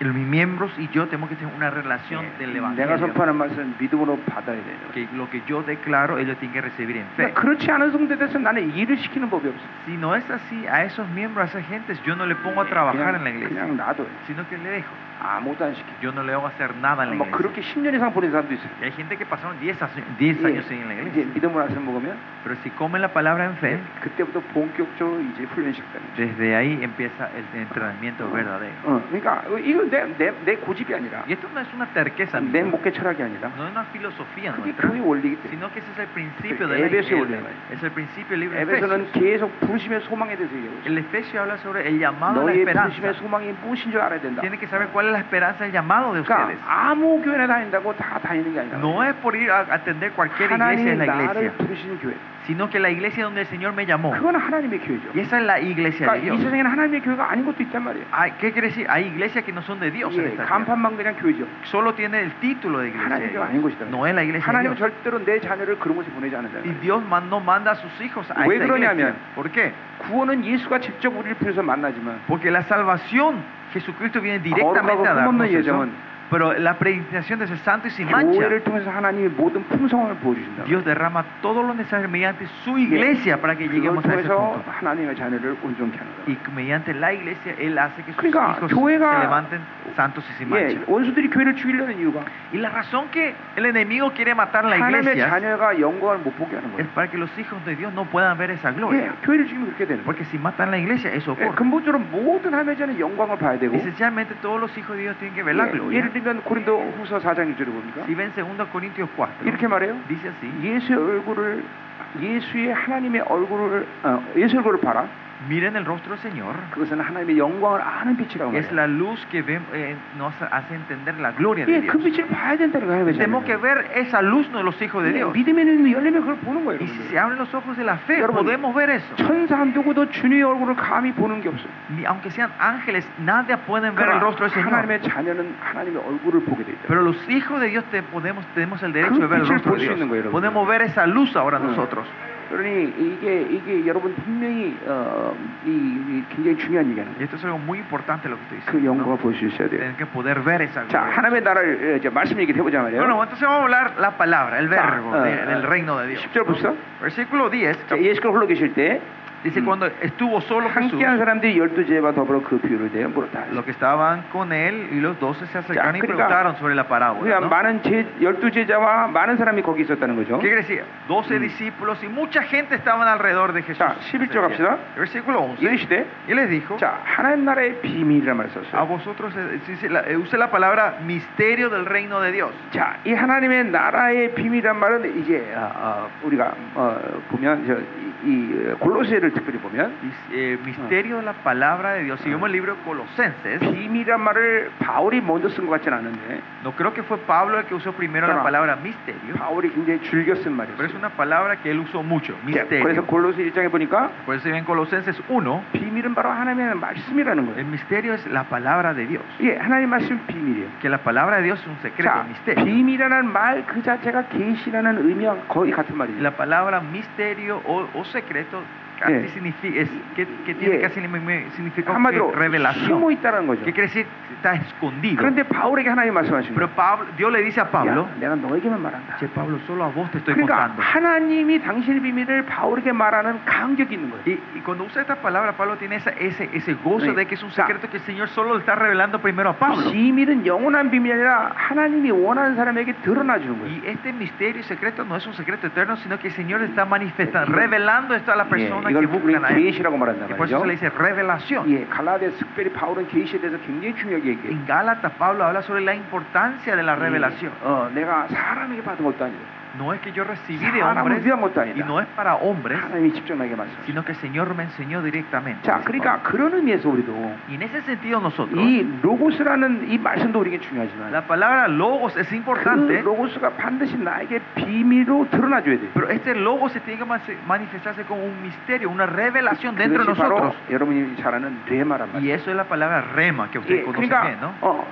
Speaker 2: el- mis miembros y yo tenemos que tener una relación del
Speaker 1: 내가
Speaker 2: Evangelio.
Speaker 1: 선포하는 말씀은 믿음으로 받아야 돼.
Speaker 2: Que lo que yo declaro, ellos tienen que recibir en fe.
Speaker 1: 그러니까 그렇지 않은 성도에 대해서 나는 일을 시키는 법이 없어.
Speaker 2: Si no es así, a esos miembros, a esas gentes, yo no le pongo a trabajar en la iglesia,
Speaker 1: 그냥 놔둬.
Speaker 2: sino que le dejo.
Speaker 1: 아무것도 안 시켜.
Speaker 2: Yo no le hago hacer nada en la
Speaker 1: 뭐
Speaker 2: iglesia.
Speaker 1: 그렇게 10년 이상 보낸 사람도 있어요.
Speaker 2: Y hay gente que pasaron 10 años, 10
Speaker 1: 예,
Speaker 2: años sin la
Speaker 1: 이제
Speaker 2: iglesia.
Speaker 1: 믿음으로 말씀 먹으면
Speaker 2: Pero si comen la palabra en fe,
Speaker 1: 그때부터 본격적으로 이제 훈련이 시작되는 거죠.
Speaker 2: desde ahí empieza el entrenamiento verdadero.
Speaker 1: 어, 그러니까 이건 내, 내, 내 고집이 아니라
Speaker 2: Y esto no es una terqueza,
Speaker 1: 내
Speaker 2: amigo.
Speaker 1: 목회 철학이 아니라
Speaker 2: no es una filosofía
Speaker 1: 그게
Speaker 2: nuestra,
Speaker 1: 교회 원리이기 때문에
Speaker 2: sino que ese es el principio de la
Speaker 1: Efesios
Speaker 2: iglesia.
Speaker 1: 원래.
Speaker 2: Es el principio libre de
Speaker 1: 에베소는
Speaker 2: Efesios.
Speaker 1: 계속 부르심의 소망에 대해서 얘기하고 있어요.
Speaker 2: El Efesio habla sobre el llamado a la
Speaker 1: 너희의 부르심의
Speaker 2: esperanza.
Speaker 1: 소망이 무엇인 줄 알아야 된다.
Speaker 2: Tienen que saber cuál es la esperanza, el llamado de ustedes.
Speaker 1: 그러니까 아무 교회나 다닌다고 다 다니는 게 아니라
Speaker 2: No es por ir a atender cualquier
Speaker 1: 하나님이
Speaker 2: iglesia en la
Speaker 1: 나를
Speaker 2: iglesia,
Speaker 1: 부르신 교회.
Speaker 2: sino que la iglesia donde el Señor me llamó.
Speaker 1: 그건 하나님의 교회죠.
Speaker 2: Y esa es la iglesia
Speaker 1: 그러니까
Speaker 2: de
Speaker 1: 이
Speaker 2: Dios.
Speaker 1: 세상에는 어. 하나님의 교회가 아닌 것도 있단 말이에요.
Speaker 2: Hay- ¿Qué quiere decir? Hay iglesias que no son de Dios. en
Speaker 1: 예,
Speaker 2: esta tierra.
Speaker 1: 간판만 그냥 교회죠.
Speaker 2: Solo tiene el título de iglesia. de
Speaker 1: 하나님의 교회가
Speaker 2: Dios.
Speaker 1: 아닌 것이다.
Speaker 2: No es la iglesia de
Speaker 1: 하나님은
Speaker 2: Dios.
Speaker 1: 절대로 내 자녀를 그런 곳에 보내지
Speaker 2: Y
Speaker 1: 않는다.
Speaker 2: Dios man- no manda a sus hijos a
Speaker 1: 왜
Speaker 2: esta iglesia.
Speaker 1: 그러냐면-
Speaker 2: ¿Por qué?
Speaker 1: 구원은 예수가 직접 우리를 통해서 만나지만
Speaker 2: Porque la salvación, Jesucristo viene directamente a
Speaker 1: 거룩하고
Speaker 2: darnos
Speaker 1: 흠없는
Speaker 2: eso.
Speaker 1: 예정은
Speaker 2: Pero la predestinación de ese santo y sin mancha,
Speaker 1: 교회를 통해서 하나님의 모든 풍성함을 보여주신다.
Speaker 2: Dios derrama todo lo necesario mediante su iglesia para que
Speaker 1: 그걸
Speaker 2: lleguemos a ese
Speaker 1: 통해서
Speaker 2: punto.
Speaker 1: 하나님의 자녀를 온전케 하는
Speaker 2: Y
Speaker 1: 거예요.
Speaker 2: mediante la iglesia, Él hace que sus
Speaker 1: 그러니까
Speaker 2: hijos
Speaker 1: 교회가-
Speaker 2: se levanten santos y sin mancha.
Speaker 1: 예, 원수들이 교회를 죽이려는 이유가
Speaker 2: Y la razón que el enemigo quiere matar la
Speaker 1: 하나님의
Speaker 2: iglesia
Speaker 1: 자녀가 영광을 못 보게 하는
Speaker 2: es
Speaker 1: 거예요.
Speaker 2: para que los hijos de Dios no puedan ver esa
Speaker 1: 예,
Speaker 2: gloria.
Speaker 1: 교회를 죽이면 그렇게 되는 거예요.
Speaker 2: Porque si matan la iglesia, eso
Speaker 1: 예,
Speaker 2: ocurre.
Speaker 1: 근본적으로 모든 하나님의 자는 영광을 봐야 되고
Speaker 2: Esencialmente todos los hijos de Dios tienen que ver la
Speaker 1: 예,
Speaker 2: gloria.
Speaker 1: 예를 들면 고린도 후서 4장 1절을 봅니까?
Speaker 2: Si ven 2 Corintios 4,
Speaker 1: 이렇게 말해요.
Speaker 2: dice así.
Speaker 1: 예수의 얼굴을 예수의 하나님의 얼굴을 어, 예수 얼굴을 봐라.
Speaker 2: Miren el rostro del Señor.
Speaker 1: 그것은 하나님의 영광을 아는 빛이라고
Speaker 2: Es
Speaker 1: 말해요.
Speaker 2: la luz que ve- eh, nos hace entender la gloria de
Speaker 1: 예, 그
Speaker 2: Dios.
Speaker 1: 빛을 봐야 된다는 거예요. 하나님의
Speaker 2: Tenemos que
Speaker 1: 자녀는.
Speaker 2: ver esa luz de los hijos de
Speaker 1: 예,
Speaker 2: Dios.
Speaker 1: 믿음의 눈이 열리면 그걸 보는 거예요.
Speaker 2: Y si
Speaker 1: 여러분들.
Speaker 2: se abren los ojos de la fe,
Speaker 1: 여러분,
Speaker 2: podemos ver eso.
Speaker 1: 천사 한 누구도 주님의 얼굴을 감히 보는 게 없어요.
Speaker 2: Ni aunque sean ángeles, nadie pueden ver
Speaker 1: 그러나
Speaker 2: el rostro del Señor.
Speaker 1: 하나님의 자녀는 하나님의 얼굴을 보게 돼 있다.
Speaker 2: Pero los hijos de Dios te podemos, tenemos el derecho de ver el
Speaker 1: 빛을
Speaker 2: rostro
Speaker 1: 볼수
Speaker 2: de
Speaker 1: 있는 거예요, 여러분.
Speaker 2: Dios. Podemos ver esa luz ahora
Speaker 1: 응.
Speaker 2: nosotros.
Speaker 1: 그러니 이게 이게 여러분 분명히 어, 이, 이 굉장히 중요한 얘기는
Speaker 2: Y esto es algo muy importante lo que estoy
Speaker 1: 그
Speaker 2: diciendo.
Speaker 1: 영광을
Speaker 2: ¿no?
Speaker 1: 볼 수 있어야 돼요.
Speaker 2: Tener que poder ver esa
Speaker 1: 자,
Speaker 2: gloria.
Speaker 1: 하나님의 나라를 예, 이제 말씀 얘기 해보자 말이에요.
Speaker 2: Bueno, entonces vamos a hablar la palabra, el
Speaker 1: 자,
Speaker 2: verbo
Speaker 1: 어,
Speaker 2: de- del reino de Dios.
Speaker 1: 10절 봅시다.
Speaker 2: Versículo 10,
Speaker 1: 자, 예수께서 흘러 계실 때
Speaker 2: Dice
Speaker 1: Mm.
Speaker 2: cuando estuvo solo Jesús,
Speaker 1: 함께한 사람들이 열두 제와 더불어 그 비유를 대어 물었다.
Speaker 2: los que estaban con él y los doce se acercaron
Speaker 1: Ya,
Speaker 2: y
Speaker 1: 그러니까
Speaker 2: preguntaron sobre la parábola.
Speaker 1: 그러니까
Speaker 2: ¿no?
Speaker 1: 많은 제, 열두 제자와 많은 사람이 거기 있었다는 거죠.
Speaker 2: ¿Qué quiere decir? Doce discípulos y mucha gente estaban alrededor de
Speaker 1: Mm.
Speaker 2: Jesús.
Speaker 1: Ya, 11 갑시다.
Speaker 2: Versículo 11.
Speaker 1: 이르시되
Speaker 2: Y les dijo,
Speaker 1: 자 하나님 나라의 비밀이라
Speaker 2: a
Speaker 1: 말했었어요.
Speaker 2: vosotros, eh, dice la- eh, use la palabra misterio del reino de Dios.
Speaker 1: 자, 이 하나님의 나라의 비밀이란 말은 이제 어, 어, 우리가 어, 보면 저, 이, 이 골로새를 특별히 보면
Speaker 2: Mis- eh, misterio de la palabra de Dios. Si vemos el libro de Colosenses,
Speaker 1: 비밀이란 말을 바울이 먼저 쓴 것 같진 않은데
Speaker 2: no creo que fue Pablo el que usó primero
Speaker 1: Claro.
Speaker 2: la palabra misterio,
Speaker 1: 바울이 굉장히 즐겨 쓴
Speaker 2: pero es
Speaker 1: 말이에요.
Speaker 2: una palabra que él usó mucho,
Speaker 1: 자, 그래서
Speaker 2: misterio.
Speaker 1: 골로새 1장에 보니까
Speaker 2: Por eso en Colosenses 1,
Speaker 1: 비밀은 바로 하나님의 말씀이라는
Speaker 2: El
Speaker 1: 거예요.
Speaker 2: misterio es la palabra de Dios.
Speaker 1: 예, 하나님의 말씀 비밀이에요.
Speaker 2: Que la palabra de Dios es un secreto,
Speaker 1: 자,
Speaker 2: un misterio.
Speaker 1: 비밀이라는 말 그 자체가 계시라는 의미와 거의 같은 말이에요.
Speaker 2: La palabra misterio o, o secreto casi
Speaker 1: Eh.
Speaker 2: significa, es, que, que tiene
Speaker 1: Eh.
Speaker 2: casi el mismo significado que
Speaker 1: 한마디로 숨어
Speaker 2: revelación.
Speaker 1: 있다는 거죠.
Speaker 2: ¿Qué quiere decir? Está escondido.
Speaker 1: 그런데 바울에게 하나님 말씀하신 거예요.
Speaker 2: Pero Pablo, Dios le dice a Pablo,
Speaker 1: 야, 내가 너에게만 말한다.
Speaker 2: che Pablo, solo a vos te estoy
Speaker 1: 그러니까
Speaker 2: contando.
Speaker 1: 하나님이 당신의 비밀을 바울에게 말하는 간격이 있는 거예요.
Speaker 2: Y, y cuando usa esta palabra, Pablo tiene esa- ese, ese gozo
Speaker 1: Sí.
Speaker 2: de que es un
Speaker 1: Ya.
Speaker 2: secreto que el Señor solo le está revelando primero a Pablo.
Speaker 1: 비밀은 영원한 비밀이 아니라 하나님이 원하는 사람에게 드러나 주는 거예요.
Speaker 2: Y este misterio y secreto no es un secreto eterno, sino que el Señor está manifestando, revelando esto a la persona personas
Speaker 1: 예, 이걸
Speaker 2: que
Speaker 1: 우리는
Speaker 2: buscan a Él.
Speaker 1: 계시라고 말한단
Speaker 2: Y por
Speaker 1: 말이죠.
Speaker 2: eso se le dice revelación.
Speaker 1: 예, 갈라디아 특별히 바울은 계시에 대해서 굉장히 중요하게 얘기해요.
Speaker 2: En Gálatas Pablo habla sobre la importancia de la revelación.
Speaker 1: 예, 어, 내가 사람에게 받은 것도 아니고
Speaker 2: No es que yo recibí de
Speaker 1: 사람을
Speaker 2: hombres
Speaker 1: 위한 것도
Speaker 2: y
Speaker 1: 아니다.
Speaker 2: no es para hombres,
Speaker 1: 하나님이 직접 나에게 말씀하셨어요.
Speaker 2: sino que el Señor me enseñó directamente.
Speaker 1: 자,
Speaker 2: dice
Speaker 1: 그러니까 그런 의미에서 우리도
Speaker 2: Pablo. Y en ese sentido nosotros,
Speaker 1: 이 로고스라는 이 말씀도 우리에게 중요하지만
Speaker 2: la palabra logos es
Speaker 1: 그
Speaker 2: importante,
Speaker 1: 로고스가 반드시 나에게 비밀로 드러나줘야 돼요.
Speaker 2: pero este logos se tiene que mas- manifestarse como un misterio, una revelación dentro de
Speaker 1: 그것이 바로
Speaker 2: nosotros.
Speaker 1: 여러분이 잘 아는 뇌마란
Speaker 2: Y
Speaker 1: 말이에요.
Speaker 2: eso es la palabra rema que
Speaker 1: 예,
Speaker 2: usted conoce bien,
Speaker 1: 그러니까
Speaker 2: ¿no?
Speaker 1: 어,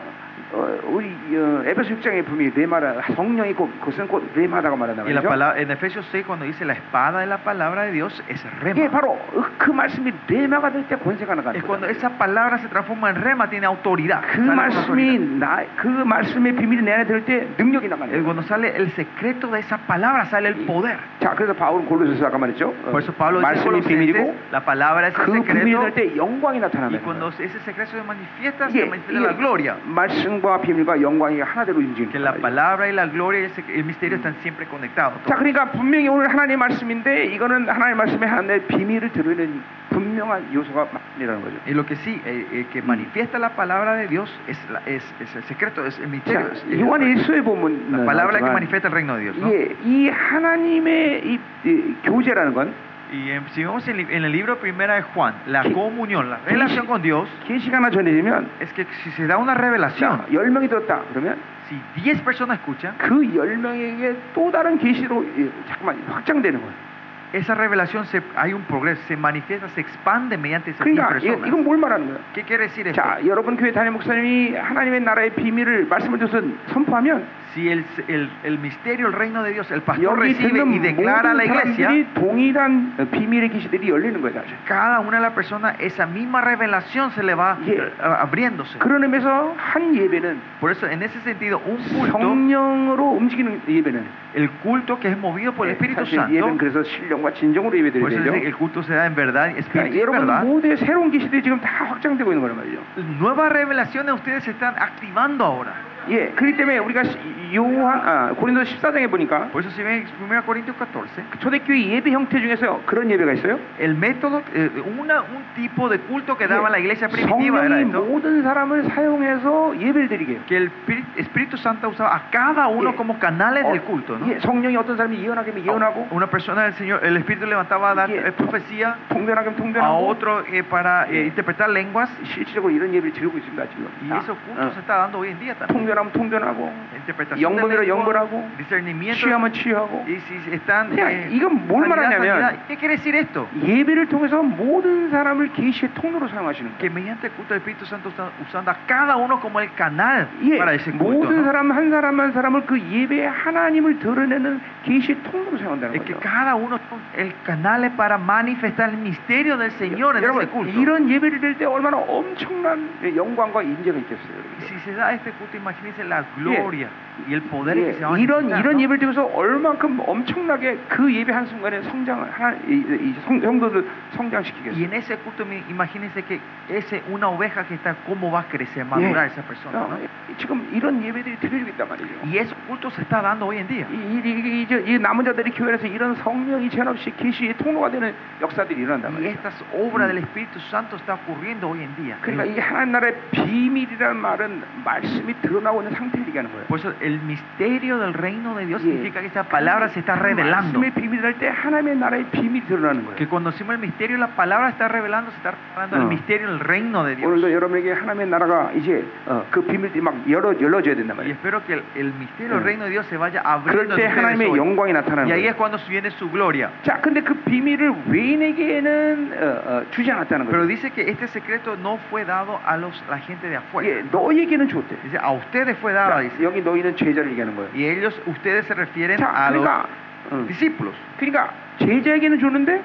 Speaker 1: 어, 우리 어, 에베소 6장에 보면 뇌마라 성령이 곧 그것은 곧 뇌마라고 말한다
Speaker 2: Y la
Speaker 1: 말이죠.
Speaker 2: palabra, en Efesios 6 cuando dice la espada de la palabra de Dios es
Speaker 1: 이게
Speaker 2: rema.
Speaker 1: 바로 그 말씀이 뇌마가 될 때 권세가 나가는
Speaker 2: Es cuando
Speaker 1: 거예요.
Speaker 2: esa palabra se transforma en rema, tiene autoridad.
Speaker 1: 그
Speaker 2: sale con autoridad.
Speaker 1: 말씀이 나 그 말씀의 비밀이 내 안에 들 때 능력이
Speaker 2: Eh,
Speaker 1: 나가는 거예요.
Speaker 2: Cuando sale el secreto de esa palabra, sale el poder.
Speaker 1: 자, 그래서 바울은 골로새서 아까 말했죠. 어,
Speaker 2: Por eso Pablo dice en
Speaker 1: 말씀이 비밀이고
Speaker 2: Colosenses, la palabra es el
Speaker 1: 그 비밀이
Speaker 2: secreto
Speaker 1: 될 때 영광이
Speaker 2: y
Speaker 1: 나타나는
Speaker 2: cuando
Speaker 1: 거예요.
Speaker 2: ese secreto se manifiesta,
Speaker 1: 이게-
Speaker 2: se manifiesta la
Speaker 1: 이게
Speaker 2: gloria.
Speaker 1: 말씀과 비밀과 영광이 하나대로
Speaker 2: Que
Speaker 1: 움직이는
Speaker 2: la
Speaker 1: 거예요.
Speaker 2: palabra y la gloria y el sec- el misterio están siempre conectados.
Speaker 1: 자, 그러니까 분명히 오늘 하나님의 말씀인데 이거는 하나님의 말씀에 하나님의 비밀을 드러내는 분명한 요소가 맞이라는 거죠.
Speaker 2: Y lo que sí, eh, eh, que manifiesta la palabra de Dios es, la- es, es el secreto, es el misterio. es-
Speaker 1: 자,
Speaker 2: es
Speaker 1: 요한
Speaker 2: la-
Speaker 1: 1서에 보면
Speaker 2: la palabra que
Speaker 1: 나오지만
Speaker 2: manifiesta el reino de Dios. ¿no?
Speaker 1: 예, 이 하나님의 이, 이 교제라는 건
Speaker 2: Y en- si vemos en, li- en el libro primera de Juan, la
Speaker 1: Que-
Speaker 2: comunión, la relación con Dios,
Speaker 1: 계시가 하나 전해지면
Speaker 2: es que si se da una revelación,
Speaker 1: 자, 10명이 들었다. 그러면
Speaker 2: si 10 personas escuchan,
Speaker 1: 그 10명에게 또 다른 계시로 예, 잠깐만 확장되는 거예요.
Speaker 2: esa revelación se, hay un progreso, se manifiesta, se expande mediante esas 10
Speaker 1: 그러니까 이,
Speaker 2: personas.
Speaker 1: 이건 뭘 말하는 거예요? 네.
Speaker 2: ¿Qué quiere decir esto?
Speaker 1: 자, 여러분 교회 담임 목사님이 하나님의 나라의 비밀을 말씀을 통해서 선포하면
Speaker 2: Si el, el, el misterio, el reino de Dios, el pastor
Speaker 1: 여기
Speaker 2: recibe
Speaker 1: 듣는
Speaker 2: y
Speaker 1: 모든
Speaker 2: declara a la iglesia,
Speaker 1: 사람들이 동일한 어, 비밀의 계시들이 열리는 거예요. 사실.
Speaker 2: cada una de las personas, esa misma revelación se le va
Speaker 1: Yeah.
Speaker 2: eh, abriéndose.
Speaker 1: 그런 의미에서 한 예배는
Speaker 2: Por eso, en ese sentido, un culto,
Speaker 1: 성령으로 움직이는 예배는
Speaker 2: el culto que es movido
Speaker 1: Eh,
Speaker 2: por el Espíritu
Speaker 1: 사실 예배는
Speaker 2: Santo,
Speaker 1: 그래서 신령과 진정으로 예배드려야
Speaker 2: por eso dice que
Speaker 1: 되죠.
Speaker 2: el culto se da en verdad,
Speaker 1: 그러니까
Speaker 2: espíritu y
Speaker 1: 여러분
Speaker 2: verdad.
Speaker 1: 모두의 새로운 계시들이 지금 다 확장되고 있는 거란 말이죠.
Speaker 2: Nuevas revelaciones ustedes se están activando ahora.
Speaker 1: 예, 그렇기 때문에 우리가 시- 요한 아, 고린도 14장에 보니까
Speaker 2: Por eso, si ven 1 Corintios 14,
Speaker 1: 초대교회 예배 형태 중에서 그런 예배가 있어요.
Speaker 2: el método, eh, una, un tipo de culto que daba la 예, iglesia primitiva era
Speaker 1: 성령이
Speaker 2: esto.
Speaker 1: 모든 사람을 사용해서 예배를 드리게 해요.
Speaker 2: que el Espíritu- Espíritu Santo usaba a cada uno
Speaker 1: Sí.
Speaker 2: como canales
Speaker 1: 어,
Speaker 2: del culto, ¿no?
Speaker 1: 예, 성령이 어떤 사람이 예언하게 하면 예언하고
Speaker 2: A una persona del Señor, el Espíritu levantaba a dar
Speaker 1: Sí.
Speaker 2: eh, profecía,
Speaker 1: 통변하게 하면
Speaker 2: a
Speaker 1: 통변하고
Speaker 2: otro eh, para
Speaker 1: Sí.
Speaker 2: eh, interpretar lenguas,
Speaker 1: 실질적으로 이런 예배를 드리고 있습니다 지금.
Speaker 2: y
Speaker 1: 다.
Speaker 2: esos cultos se
Speaker 1: 어. 네.
Speaker 2: está dando hoy en día
Speaker 1: 통변하면
Speaker 2: también.
Speaker 1: 통변하고
Speaker 2: Interpretación de
Speaker 1: 영분으로
Speaker 2: lenguas,
Speaker 1: 영분하고
Speaker 2: discernimiento,
Speaker 1: 취하면 취하고
Speaker 2: y si están...
Speaker 1: Ya,
Speaker 2: eh,
Speaker 1: 이건 뭘
Speaker 2: sanidad,
Speaker 1: 말하냐면-
Speaker 2: sanidad. ¿Qué quiere decir esto?
Speaker 1: 예배를 통해서 모든 사람을 계시의 통로로 사용하시는
Speaker 2: Que
Speaker 1: 거예요.
Speaker 2: mediante el culto del Espíritu Santo está usando a cada uno como el canal
Speaker 1: 예,
Speaker 2: para ese culto.
Speaker 1: 모든
Speaker 2: ¿no?
Speaker 1: 사람 한 사람 한 사람을 그 예배의 하나님을 드러내는 계시의 통로로
Speaker 2: Es
Speaker 1: 사용한다는
Speaker 2: que
Speaker 1: 거죠.
Speaker 2: cada uno el canal es para manifestar el misterio del Señor en ese
Speaker 1: 여러분
Speaker 2: culto.
Speaker 1: 이런 예배를 드릴 때 얼마나 엄청난 영광과 인재가 있겠어요. 여러분.
Speaker 2: Y si se da este culto, imagínense la gloria y el poder que se va a
Speaker 1: 예, 이런
Speaker 2: manifestar,
Speaker 1: 이런
Speaker 2: ¿no?
Speaker 1: 예배를 통해서 얼만큼 엄청나게 그 예배 한 순간에 성장을 하나 이, 이 성, 성도들
Speaker 2: Y
Speaker 1: 성장시키겠어요.
Speaker 2: en ese culto, mi- imagínense que ese una oveja que está, cómo va a crecer, madurar esa persona.
Speaker 1: 어,
Speaker 2: ¿no?
Speaker 1: 지금 이런 예배들이 드려지고 있단 말이죠.
Speaker 2: Y ese culto se está dando hoy en día.
Speaker 1: 이, 이, 이, 이, 저- 이 남은 자들이 교회에서 이런 성령이 죄없이 계시의 통로가 되는 역사들이 일어난단
Speaker 2: Y
Speaker 1: 말이에요.
Speaker 2: estas obras del Espíritu Santo está ocurriendo hoy en día.
Speaker 1: 그러니까 이 하나님 나라의 비밀이라는 말은 말씀이 드러나고 있는 상태를 얘기하는 거예요.
Speaker 2: Por eso el misterio del reino de Dios
Speaker 1: 예.
Speaker 2: significa que esa palabra se está
Speaker 1: 그
Speaker 2: revelando.
Speaker 1: 말씀의 비밀이 될 때 하나님의 나라의 비밀이 드러나는
Speaker 2: Que
Speaker 1: 거예요.
Speaker 2: cuando decimos el misterio, la palabra está revelando, se está revelando
Speaker 1: Ah.
Speaker 2: el misterio del reino de Dios.
Speaker 1: 오늘도 여러분에게 하나님의 나라가 이제 어, 그 비밀들이 막 열어 열어져야 된단
Speaker 2: Y
Speaker 1: 말이에요.
Speaker 2: espero que el, el misterio
Speaker 1: Ah.
Speaker 2: del reino de Dios se vaya
Speaker 1: 그럴
Speaker 2: abriendo.
Speaker 1: 때
Speaker 2: en ustedes
Speaker 1: 하나님의
Speaker 2: hoy.
Speaker 1: 영광이 나타나는
Speaker 2: Y ahí es
Speaker 1: 거예요.
Speaker 2: cuando viene su gloria.
Speaker 1: 자, 근데 그 비밀을 외인에게는 어, 어, 주지 않았다는
Speaker 2: Pero
Speaker 1: 거예요.
Speaker 2: dice que este secreto no fue dado a los, la gente de
Speaker 1: 예,
Speaker 2: afuera.
Speaker 1: 너에게는 줬대.
Speaker 2: Dice, a ustedes fue dado,
Speaker 1: 자,
Speaker 2: dice.
Speaker 1: 여기 너희는 제자를 얘기하는 거예요.
Speaker 2: Y ellos, ustedes se refieren
Speaker 1: 자,
Speaker 2: a los
Speaker 1: 그러니까 응.
Speaker 2: discípulos.
Speaker 1: 그러니까 제자에게는 주는데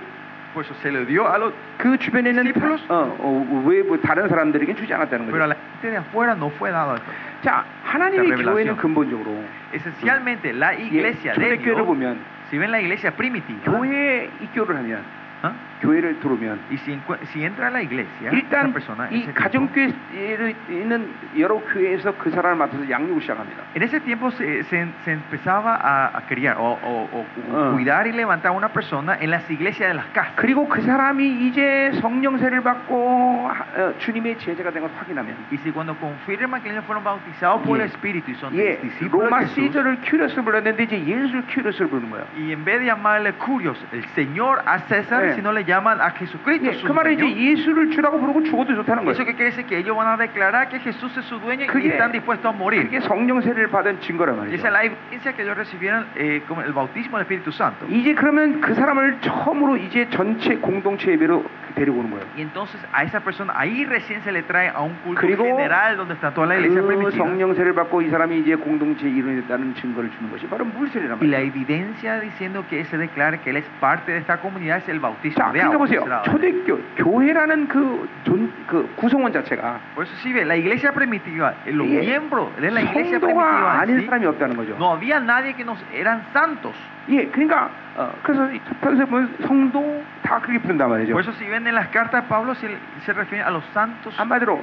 Speaker 2: Por eso se le dio a los...
Speaker 1: 그 주변에 있는
Speaker 2: Discípulos?
Speaker 1: 다- 어, 어, 외부 다른 사람들에게 주지 않았다는
Speaker 2: Pero a
Speaker 1: 거죠.
Speaker 2: la gente de afuera no fue dado esto.
Speaker 1: 자, 하나님의
Speaker 2: Revelación.
Speaker 1: 교회는 근본적으로
Speaker 2: Esencialmente, la
Speaker 1: 예,
Speaker 2: iglesia de
Speaker 1: 초대교회를
Speaker 2: Dios,
Speaker 1: 보면
Speaker 2: si ven la iglesia primitiva,
Speaker 1: 교회에 입교를 하면
Speaker 2: ¿ah?
Speaker 1: 교회를 들어오면
Speaker 2: Y si, encue- si entra a la iglesia, esa
Speaker 1: 일단
Speaker 2: persona,
Speaker 1: 그 이
Speaker 2: ese tiempo,
Speaker 1: 가정교회에 있는 여러 교회에서 그 사람을 맡아서 양육을 시작합니다.
Speaker 2: en ese tiempo se, se- se empezaba a, a criar o, o- o cu-
Speaker 1: Ah.
Speaker 2: cuidar y levantar a una persona en las iglesias de las casas.
Speaker 1: 그리고 그 사람이 이제 성령세를 받고 하- 어, 주님의 제자가 된 걸 확인하면
Speaker 2: Y si cuando confirman que ellos fueron bautizados por
Speaker 1: Yeah.
Speaker 2: el Espíritu y son
Speaker 1: 예,
Speaker 2: discípulos de
Speaker 1: 로마
Speaker 2: Jesús,
Speaker 1: 시저를 큐리어스 불렀는데 이제 예수를 큐리어스를 부르는 거예요.
Speaker 2: y en vez de llamarle curios, el Señor a César,
Speaker 1: Yeah.
Speaker 2: sino le llaman a Jesucristo.
Speaker 1: 예,
Speaker 2: su
Speaker 1: 그 말은
Speaker 2: Señor.
Speaker 1: 이제 예수를 주라고 부르고 죽어도 좋다는
Speaker 2: Eso
Speaker 1: 거예요.
Speaker 2: que quiere decir que ellos van a declarar que Jesús es su dueño y
Speaker 1: 그게-
Speaker 2: están dispuestos a morir.
Speaker 1: 그게 성령세를 받은 증거란
Speaker 2: Y
Speaker 1: 말이죠.
Speaker 2: esa es la evidencia que ellos recibieron eh, como el bautismo del Espíritu Santo.
Speaker 1: 이제 그러면 그 사람을 처음으로 이제 전체 공동체 예배로 데리고 오는 거예요.
Speaker 2: Y entonces a esa persona ahí recién se le trae a un culto
Speaker 1: 그리고
Speaker 2: general donde está toda la iglesia
Speaker 1: 그
Speaker 2: primitiva.
Speaker 1: 성령세를 받고 이 사람이 이제 공동체 일원이 됐다는 증거를 주는 것이 바로 물세례란
Speaker 2: Y la
Speaker 1: 말이에요.
Speaker 2: evidencia diciendo que se declara que él es parte de esta comunidad es el bautismo
Speaker 1: 자,
Speaker 2: de
Speaker 1: 그러니까
Speaker 2: agua.
Speaker 1: 보세요.
Speaker 2: será ahora.
Speaker 1: 초대교 교회라는 그, 존, 그 구성원 자체가
Speaker 2: Por eso sí ve, la iglesia primitiva, eh, los
Speaker 1: 이게
Speaker 2: miembros de la iglesia
Speaker 1: 성도가 뭐.
Speaker 2: primitiva en
Speaker 1: 아닌
Speaker 2: sí,
Speaker 1: 사람이 없다는 거죠.
Speaker 2: no había nadie que nos eran santos.
Speaker 1: 예, 그러니까 어, 그래서 이 편세 보면 성도 다 그렇게 부른단 말이죠.
Speaker 2: Por eso si ven en las cartas de Pablo se, se refiere a los santos
Speaker 1: 한마디로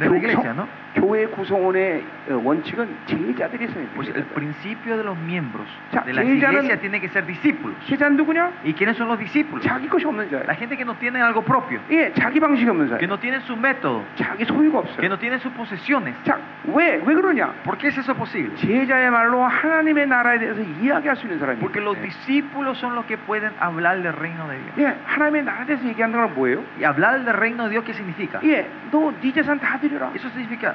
Speaker 2: de la
Speaker 1: 교-
Speaker 2: iglesia, ¿no?
Speaker 1: 성- 교회 구성원의 어, 원칙은 제자들이 있어야
Speaker 2: Pues el
Speaker 1: 돼요.
Speaker 2: principio de los miembros
Speaker 1: Ya,
Speaker 2: de la
Speaker 1: ellos ya no-
Speaker 2: iglesia tiene que ser discípulos.
Speaker 1: 제자는 누구냐?
Speaker 2: ¿Y quiénes son los discípulos?
Speaker 1: 자기 것이 없는 자예요.
Speaker 2: La gente que no tiene algo propio,
Speaker 1: 예, 자기 방식이 없는 자예요.
Speaker 2: que no tiene su método,
Speaker 1: 자기 소유가
Speaker 2: que
Speaker 1: 없어요.
Speaker 2: no tiene sus posesiones.
Speaker 1: 자, 왜, 왜 그러냐?
Speaker 2: ¿Por qué es eso posible?
Speaker 1: 제자야말로 하나님의 나라에 대해서 이야기할 수 있는 사람이에요.
Speaker 2: Porque los discípulos son los que pueden hablar del reino de Dios.
Speaker 1: 예, 하나님의 나라에 대해서 얘기하는 건 뭐예요?
Speaker 2: ¿Y hablar del reino de Dios qué significa?
Speaker 1: 예, 너 네 재산 다 드려라.
Speaker 2: Eso significa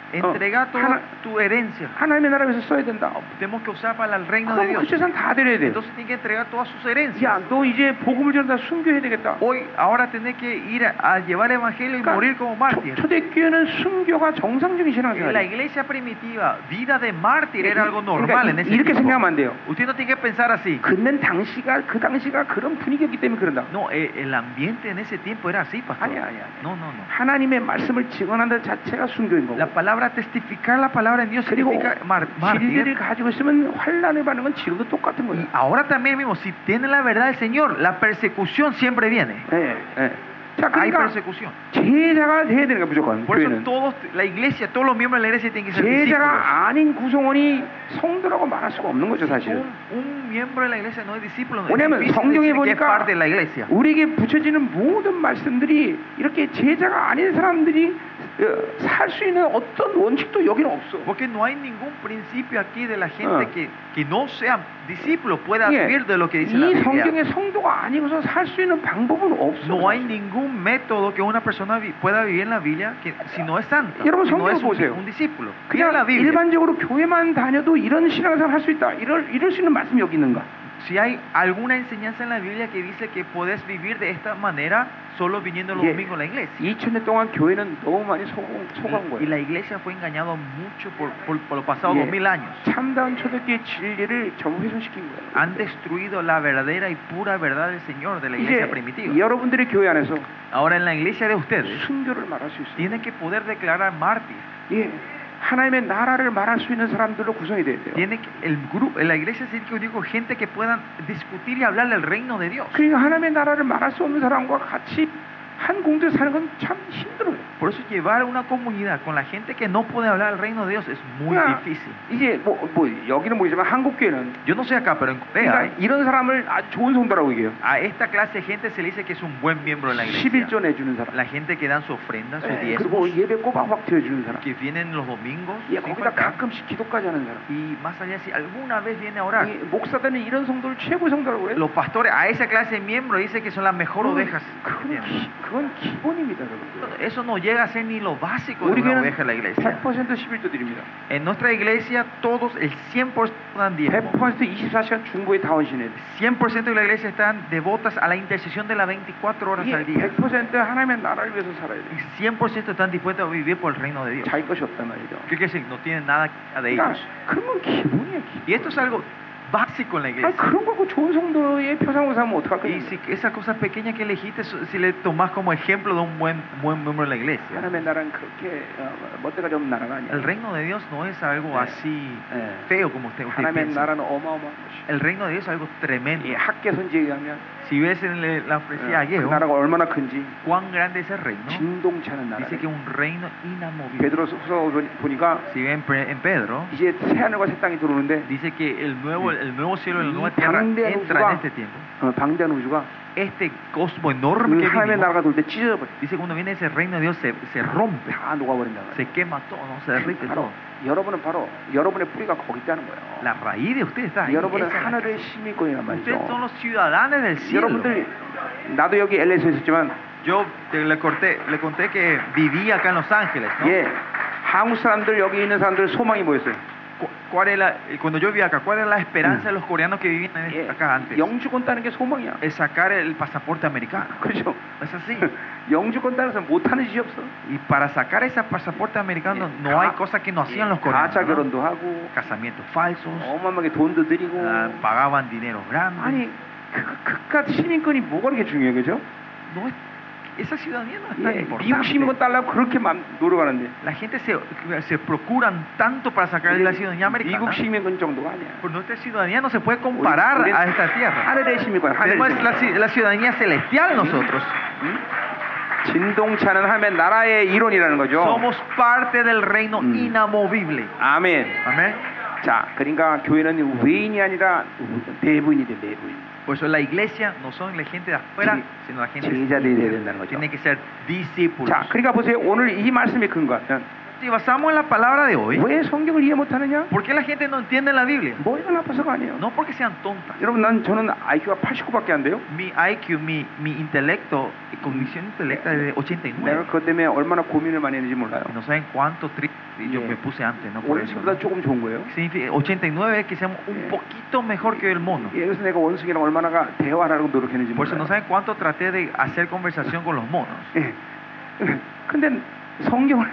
Speaker 2: entregar
Speaker 1: Hana-
Speaker 2: toda tu herencia.
Speaker 1: 하나님의 나라에 위해서 써야 된다.
Speaker 2: Tenemos que usar para el reino
Speaker 1: 그럼
Speaker 2: de
Speaker 1: 그
Speaker 2: Dios.
Speaker 1: 재산 다 드려야 돼.
Speaker 2: Entonces tiene que entregar todas sus
Speaker 1: 야,
Speaker 2: herencias.
Speaker 1: 너 이제 복음을 전다 순교해야 되겠다.
Speaker 2: Hoy, ahora tenés que ir a, a llevar el evangelio y
Speaker 1: Claro.
Speaker 2: morir como
Speaker 1: 초-
Speaker 2: mártir.
Speaker 1: 초대교회는 순교가 정상적인
Speaker 2: En la
Speaker 1: 신앙생활이에요.
Speaker 2: iglesia primitiva, vida de mártir era algo normal en
Speaker 1: 그러니까
Speaker 2: ese
Speaker 1: 이- 이렇게
Speaker 2: tiempo.
Speaker 1: 생각하면 안 돼요.
Speaker 2: Usted no tiene que pensar así.
Speaker 1: 그는 당시가 그 당시가 그런 분위기였기 때문에 그런다.
Speaker 2: No, eh, el ambiente en ese tiempo era así, pastor.
Speaker 1: 아니야, 아니야. 아니야.
Speaker 2: No, no, no.
Speaker 1: 하나님의 말씀을 증언하는 자체가 순교인 거고.
Speaker 2: La palabra testificar, la palabra de Dios
Speaker 1: 그리고
Speaker 2: significa mar-
Speaker 1: 진리를
Speaker 2: mártir.
Speaker 1: 그러니까 가지고 있으면 환란을 받는 건 지금도 똑같은 거예요.
Speaker 2: Y ahora también mismo, si tiene la verdad el Señor, la persecución siempre viene.
Speaker 1: 예, 예. 자,
Speaker 2: Hay
Speaker 1: 그러니까
Speaker 2: persecución.
Speaker 1: 제자가 돼야 되는 거 무조건
Speaker 2: Por eso
Speaker 1: 교회는.
Speaker 2: todos, la iglesia, todos los miembros de la iglesia tienen que ser discípulos.
Speaker 1: 제자가 아닌 구성원이 성도라고 말할 수가 없는 거죠, 사실은.
Speaker 2: Un, un miembro de la iglesia no es discípulo, no es
Speaker 1: 왜냐면
Speaker 2: difícil
Speaker 1: 성경에
Speaker 2: decir que es
Speaker 1: 보니까
Speaker 2: parte de la iglesia.
Speaker 1: 우리에게 붙여지는 모든 말씀들이 이렇게 제자가 아닌 사람들이 어, 살 수 있는 어떤 원칙도 여기는 없어.
Speaker 2: Porque no hay ningún principio aquí de la gente
Speaker 1: Ah.
Speaker 2: que, que no sean discípulos pueda
Speaker 1: 예,
Speaker 2: vivir de lo que dice la
Speaker 1: 이 성경에
Speaker 2: Biblia.
Speaker 1: 성도가 아니고서 살 수 있는 방법은 없어.
Speaker 2: No hay ningún método que una persona vi- pueda vivir en la Biblia que, si no es santa,
Speaker 1: 여러분,
Speaker 2: si no es
Speaker 1: 성경을
Speaker 2: un,
Speaker 1: 보세요.
Speaker 2: un discípulo. Mira la
Speaker 1: 그냥
Speaker 2: Biblia.
Speaker 1: 일반적으로 교회만 다녀도 이런 신앙생활 할 수 있다. 이럴 이럴 수 있는 말씀이 여기 있는가?
Speaker 2: Si hay alguna enseñanza en la Biblia que dice que puedes vivir de esta manera solo viniendo los
Speaker 1: Yeah.
Speaker 2: domingos a la iglesia.
Speaker 1: 2000년 동안 교회는 너무 많이 속은 속은
Speaker 2: Y, y
Speaker 1: 거예요.
Speaker 2: la iglesia fue engañada mucho por, por, por los pasados
Speaker 1: Yeah.
Speaker 2: dos mil años.
Speaker 1: 참다운 초대교의 진리를 전부 훼손시킨 거예요.
Speaker 2: Han destruido la verdadera y pura verdad del Señor de la iglesia
Speaker 1: 이제
Speaker 2: primitiva.
Speaker 1: 여러분들의 교회 안에서
Speaker 2: Ahora en la iglesia de
Speaker 1: 네.
Speaker 2: ustedes.
Speaker 1: 순교를 말할 수 있어요.
Speaker 2: tiene que poder declarar mártir.
Speaker 1: 예, 하나님의 나라를 말할 수 있는 사람들로 구성이 돼야 돼요.
Speaker 2: Tiene que- el grupo, la iglesia tiene que unir con gente que puedan discutir y hablar del reino de Dios.
Speaker 1: 그러니까 하나님의 나라를 말할 수 없는 사람과 같이 한 공동에 사는 건 참 힘들어요.
Speaker 2: Por eso llevar una comunidad con la gente que no puede hablar del reino de Dios es muy
Speaker 1: 그러니까
Speaker 2: difícil.
Speaker 1: 이제 뭐, 뭐 여기는 모르지만 한국 교회는
Speaker 2: Yo no sé acá, pero en Corea
Speaker 1: 그러니까
Speaker 2: ¿eh?
Speaker 1: 이런 사람을 아주 좋은 성도라고 얘기해요.
Speaker 2: a esta clase de gente se le dice que es un buen miembro de la iglesia.
Speaker 1: 11조 내주는 사람.
Speaker 2: La gente que dan su ofrenda, sus
Speaker 1: 예,
Speaker 2: diezmos,
Speaker 1: 그리고 예배 꼬박꼬박 드려주는 사람.
Speaker 2: que vienen los domingos,
Speaker 1: 예,
Speaker 2: cinco
Speaker 1: 거기다
Speaker 2: acá,
Speaker 1: 가끔씩 기도까지 하는 사람.
Speaker 2: y más allá si alguna vez viene a orar.
Speaker 1: 이 목사들은 이런 성도를 최고 의 성도라고 해요.
Speaker 2: Los pastores a esa clase de miembros dicen que son las mejores ovejas.
Speaker 1: 그건, 기, 그건 기본입니다, 여러분.
Speaker 2: Eso no llega a ser ni lo básico de
Speaker 1: 우리
Speaker 2: una
Speaker 1: 교회는
Speaker 2: oveja de la iglesia.
Speaker 1: 100% 11조 드립니다.
Speaker 2: En nuestra iglesia todos el 100% dan
Speaker 1: 예,
Speaker 2: diezmo.
Speaker 1: 100% 24시간 중보의 다원신에
Speaker 2: 100% de la iglesia están devotas a la intercesión de las 24 horas al día.
Speaker 1: 100% 하나님의 나라를 위해서 살아야 돼.
Speaker 2: Y 100% están dispuestos a vivir por el reino de Dios.
Speaker 1: 자기 것이 없단 말이죠.
Speaker 2: ¿Qué quiere decir? No tienen nada de
Speaker 1: 그러니까
Speaker 2: ellos.
Speaker 1: 그러면 기본이야 기본.
Speaker 2: Y esto es algo básico en la
Speaker 1: 아니,
Speaker 2: iglesia.
Speaker 1: 그런 거고 좋은 성도의 표상으로 삼으면
Speaker 2: Y
Speaker 1: 어떡할 거야?
Speaker 2: si esas cosas pequeñas que elegiste, so- si le tomás como ejemplo de un buen, buen miembro de la iglesia,
Speaker 1: 하나님의 나라는 그렇게 어, 멋대가지 없는 나라가 아니야.
Speaker 2: el reino de Dios no es algo así
Speaker 1: 예.
Speaker 2: feo como usted, usted
Speaker 1: 하나님의
Speaker 2: piensa.
Speaker 1: 나라는 어마어마한 것이.
Speaker 2: El reino de Dios es algo tremendo.
Speaker 1: 이 학계 선지에 의하면
Speaker 2: Si Si ves en el- la
Speaker 1: 그
Speaker 2: profecía ayer
Speaker 1: 나라가 얼마나 큰지
Speaker 2: cuán grande es el reino,
Speaker 1: 진동치 않은 나라.
Speaker 2: dice que un reino inamovible.
Speaker 1: 베드로 후서 보니까
Speaker 2: Si ven pre- en Pedro,
Speaker 1: 이제 새 하늘과 새 땅이 들어오는데
Speaker 2: dice que el nuevo, el nuevo cielo y la nueva
Speaker 1: Y
Speaker 2: tierra
Speaker 1: grande
Speaker 2: entra en
Speaker 1: lugar.
Speaker 2: este tiempo.
Speaker 1: 어, 방대한 우주가
Speaker 2: Este cosmo
Speaker 1: 그
Speaker 2: enorme que
Speaker 1: 하나님의
Speaker 2: vivimos,
Speaker 1: 나라가 돌 때 찢어버려.
Speaker 2: dice que cuando viene ese reino de Dios se, se rompe,
Speaker 1: 다 녹아버린다.
Speaker 2: se quema todo, no se derrite
Speaker 1: 바로
Speaker 2: todo.
Speaker 1: 여러분은 바로 여러분의 뿌리가 거기 있다는 거예요.
Speaker 2: La raíz de ustedes está ahí.
Speaker 1: 여러분은
Speaker 2: esa es la
Speaker 1: 하늘의
Speaker 2: casa.
Speaker 1: 시민권이란
Speaker 2: Ustedes son
Speaker 1: 말이죠.
Speaker 2: los ciudadanos del cielo.
Speaker 1: 여러분들 나도 여기 LA에서 있었지만
Speaker 2: Yo te- le, corté, le conté que vivía acá en Los Ángeles, ¿no?
Speaker 1: 예 한국 사람들 여기 있는 사람들 소망이 뭐였어요?
Speaker 2: Cu- ¿Cuál es la- eh, cuando yo vivía acá, ¿cuál era la esperanza de los coreanos que vivían en-
Speaker 1: 예,
Speaker 2: acá antes?
Speaker 1: 영주권 따는 게 소망이야.
Speaker 2: Es sacar el pasaporte americano.
Speaker 1: 예, 그렇죠?
Speaker 2: Es así.
Speaker 1: 영주권 따라서 못하는 짓이 없어.
Speaker 2: Y para sacar ese pasaporte americano
Speaker 1: 예,
Speaker 2: no hay
Speaker 1: 가-
Speaker 2: cosa que no hacían los
Speaker 1: 예,
Speaker 2: coreanos.
Speaker 1: 가짜 아,
Speaker 2: ¿no?
Speaker 1: 결혼도 하고
Speaker 2: Casamientos falsos,
Speaker 1: 어마어마하게 돈도 드리고
Speaker 2: ah, pagaban dinero grande.
Speaker 1: 아니 그, 그깟 시민권이 뭐가 그렇게 중요해 그죠?
Speaker 2: No es- esa ciudadanía no es tan
Speaker 1: 예, 미국 시민권
Speaker 2: importante.
Speaker 1: 달라고 그렇게 맘- 노력하는데
Speaker 2: La gente se, se procuran tanto para sacar la ciudadanía
Speaker 1: 미국
Speaker 2: americana.
Speaker 1: 시민권 정도가 아니야.
Speaker 2: Por nuestra ciudadanía no se puede comparar
Speaker 1: 우리-
Speaker 2: a esta tierra.
Speaker 1: 하늘의 시민권,
Speaker 2: Tenemos
Speaker 1: 하늘의
Speaker 2: la,
Speaker 1: 시민권.
Speaker 2: ci- la ciudadanía celestial nosotros.
Speaker 1: 응? 진동차는 하면 나라의 이론이라는 거죠.
Speaker 2: Somos parte del reino
Speaker 1: Mm.
Speaker 2: inamovible.
Speaker 1: 아멘.
Speaker 2: Amén.
Speaker 1: 자, 그러니까 교회는 외인이 아니라 내부인이 돼, 내부인.
Speaker 2: Por eso la iglesia no son la gente de afuera,
Speaker 1: Sí.
Speaker 2: sino la gente
Speaker 1: 제자들이 돼야 된다는 거죠.
Speaker 2: Tiene que ser discípulos.
Speaker 1: 자, 그러니까 보세요. 오늘 이 말씀이 근거 같면
Speaker 2: Si basamos en la palabra de hoy,
Speaker 1: 왜 뭐? 성경을 이해 못하느냐?
Speaker 2: ¿por qué la gente no entiende la Biblia?
Speaker 1: 머리가 나빠서가 아니에요.
Speaker 2: No porque sean tontas.
Speaker 1: 여러분, 난 저는 IQ가 89밖에 안 돼요.
Speaker 2: Mi IQ, mi, mi intelecto, mi condición intelectual es de
Speaker 1: 내가
Speaker 2: 89.
Speaker 1: 그것 때문에 얼마나 고민을 많이 했는지 몰라요.
Speaker 2: Y No saben cuánto triste yo
Speaker 1: Yeah.
Speaker 2: me puse antes, ¿no? Por eso, ¿no?
Speaker 1: 원숭이보다 조금 좋은 거예요.
Speaker 2: Significa 89 es que seamos
Speaker 1: Yeah.
Speaker 2: un poquito mejor que el mono.
Speaker 1: 예, 그래서 내가 원숭이랑 얼마나 대화하려고 노력했는지
Speaker 2: Por eso no
Speaker 1: 몰라요.
Speaker 2: saben cuánto traté de hacer conversación con los monos.
Speaker 1: 예. 근데 성경을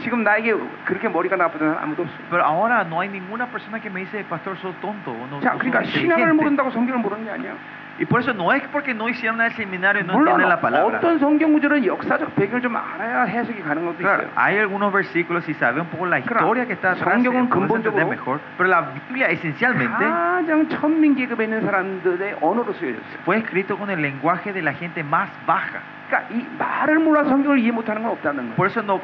Speaker 1: 지금 나에게 그렇게 머리가 나빠서 아무도 없어. 요
Speaker 2: Pero ahora no hay ninguna persona que me dice, pastor, sos tonto. o No,
Speaker 1: 자,
Speaker 2: o sos
Speaker 1: 그러니까 신앙을
Speaker 2: inteligente".
Speaker 1: 모른다고 성경을 모르는 게 아니야.
Speaker 2: Y por eso no es porque no hicieron el seminario y no
Speaker 1: 물론
Speaker 2: entienden la palabra.
Speaker 1: 어떤 성경 구절은 역사적 배경을 좀 알아야 해석이 가는 것도
Speaker 2: Claro,
Speaker 1: 있어요.
Speaker 2: hay algunos versículos, si sabe un poco la
Speaker 1: Claro,
Speaker 2: historia que está atrás,
Speaker 1: 성경은
Speaker 2: eh, podés
Speaker 1: 근본적으로
Speaker 2: entender mejor. Pero la Biblia esencialmente
Speaker 1: 가장 천민 계급에 있는 사람들의 언어로 쓰여졌어요.
Speaker 2: fue escrito con el lenguaje de la gente más baja.
Speaker 1: 그러니까 이 말을 몰라 성경을 이해 못하는 건 없다는 거예요.
Speaker 2: Por eso no,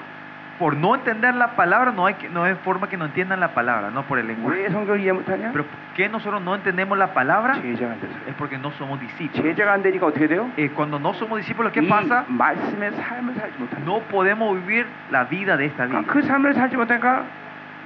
Speaker 2: por no entender la palabra, no hay, que- no hay forma que no entiendan la palabra, no por el lenguaje.
Speaker 1: 왜 성경을 이해 못하냐?
Speaker 2: Pero ¿por qué nosotros no entendemos la palabra?
Speaker 1: 제자가 안 돼서.
Speaker 2: Es porque no somos discípulos.
Speaker 1: 제자가 안 되니까 어떻게 돼요?
Speaker 2: Eh, cuando no somos discípulos, ¿qué
Speaker 1: 이
Speaker 2: pasa?
Speaker 1: 말씀의 삶을 살지 못하는 거예요.
Speaker 2: No podemos vivir la vida de esta vida.
Speaker 1: 그러니까 그 삶을 살지 못하니까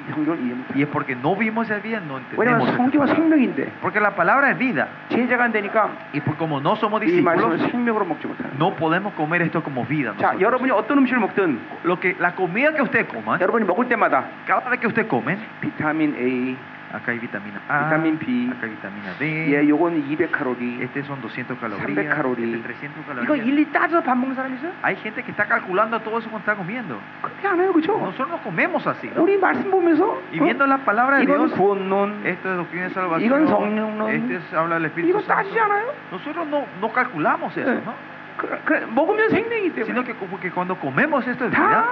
Speaker 1: 이 성경을 이해 못하는
Speaker 2: Y
Speaker 1: 거예요.
Speaker 2: es porque no vimos esa vida, no entendemos.
Speaker 1: 왜냐면
Speaker 2: esta
Speaker 1: 성경은
Speaker 2: palabra.
Speaker 1: 생명인데
Speaker 2: Porque la palabra es vida.
Speaker 1: 제자가 안 되니까
Speaker 2: Y por, como no somos
Speaker 1: 이 말씀을
Speaker 2: discípulos,
Speaker 1: 생명으로 먹지 못하는 거예요.
Speaker 2: no podemos comer esto como vida.
Speaker 1: 자,
Speaker 2: nosotros.
Speaker 1: 여러분이 어떤 음식을 먹든
Speaker 2: Lo que, la comida que usted coma,
Speaker 1: 여러분이 먹을 때마다
Speaker 2: cada vez que usted come,
Speaker 1: 비타민 A,
Speaker 2: acá hay vitamina A,
Speaker 1: Vitamina B.
Speaker 2: acá hay vitamina
Speaker 1: 예,
Speaker 2: D,
Speaker 1: 요건 200칼로리.
Speaker 2: este son
Speaker 1: 300
Speaker 2: 200 calorías,
Speaker 1: calorías.
Speaker 2: este 300
Speaker 1: 이거
Speaker 2: calorías.
Speaker 1: 일일이 따져서 밥 먹는 사람 있어요?
Speaker 2: Hay gente que está calculando todo eso cuando está comiendo.
Speaker 1: 그렇게 안 해요, 그죠?
Speaker 2: Nosotros no comemos así. ¿no?
Speaker 1: 우리 말씀 보면서
Speaker 2: Y viendo
Speaker 1: 어?
Speaker 2: la palabra de
Speaker 1: 이건
Speaker 2: Dios,
Speaker 1: 구원론,
Speaker 2: Esto es doctrina de
Speaker 1: Iban
Speaker 2: salvación.
Speaker 1: 성령론.
Speaker 2: Este es- habla del Espíritu
Speaker 1: 이거
Speaker 2: Santo.
Speaker 1: 따지지 않아요?
Speaker 2: Nosotros no, no calculamos eso,
Speaker 1: 네.
Speaker 2: ¿no?
Speaker 1: 그, 그, 먹으면 생명이기
Speaker 2: Sino
Speaker 1: 때문에
Speaker 2: que, como que cuando comemos esto de vida,
Speaker 1: 다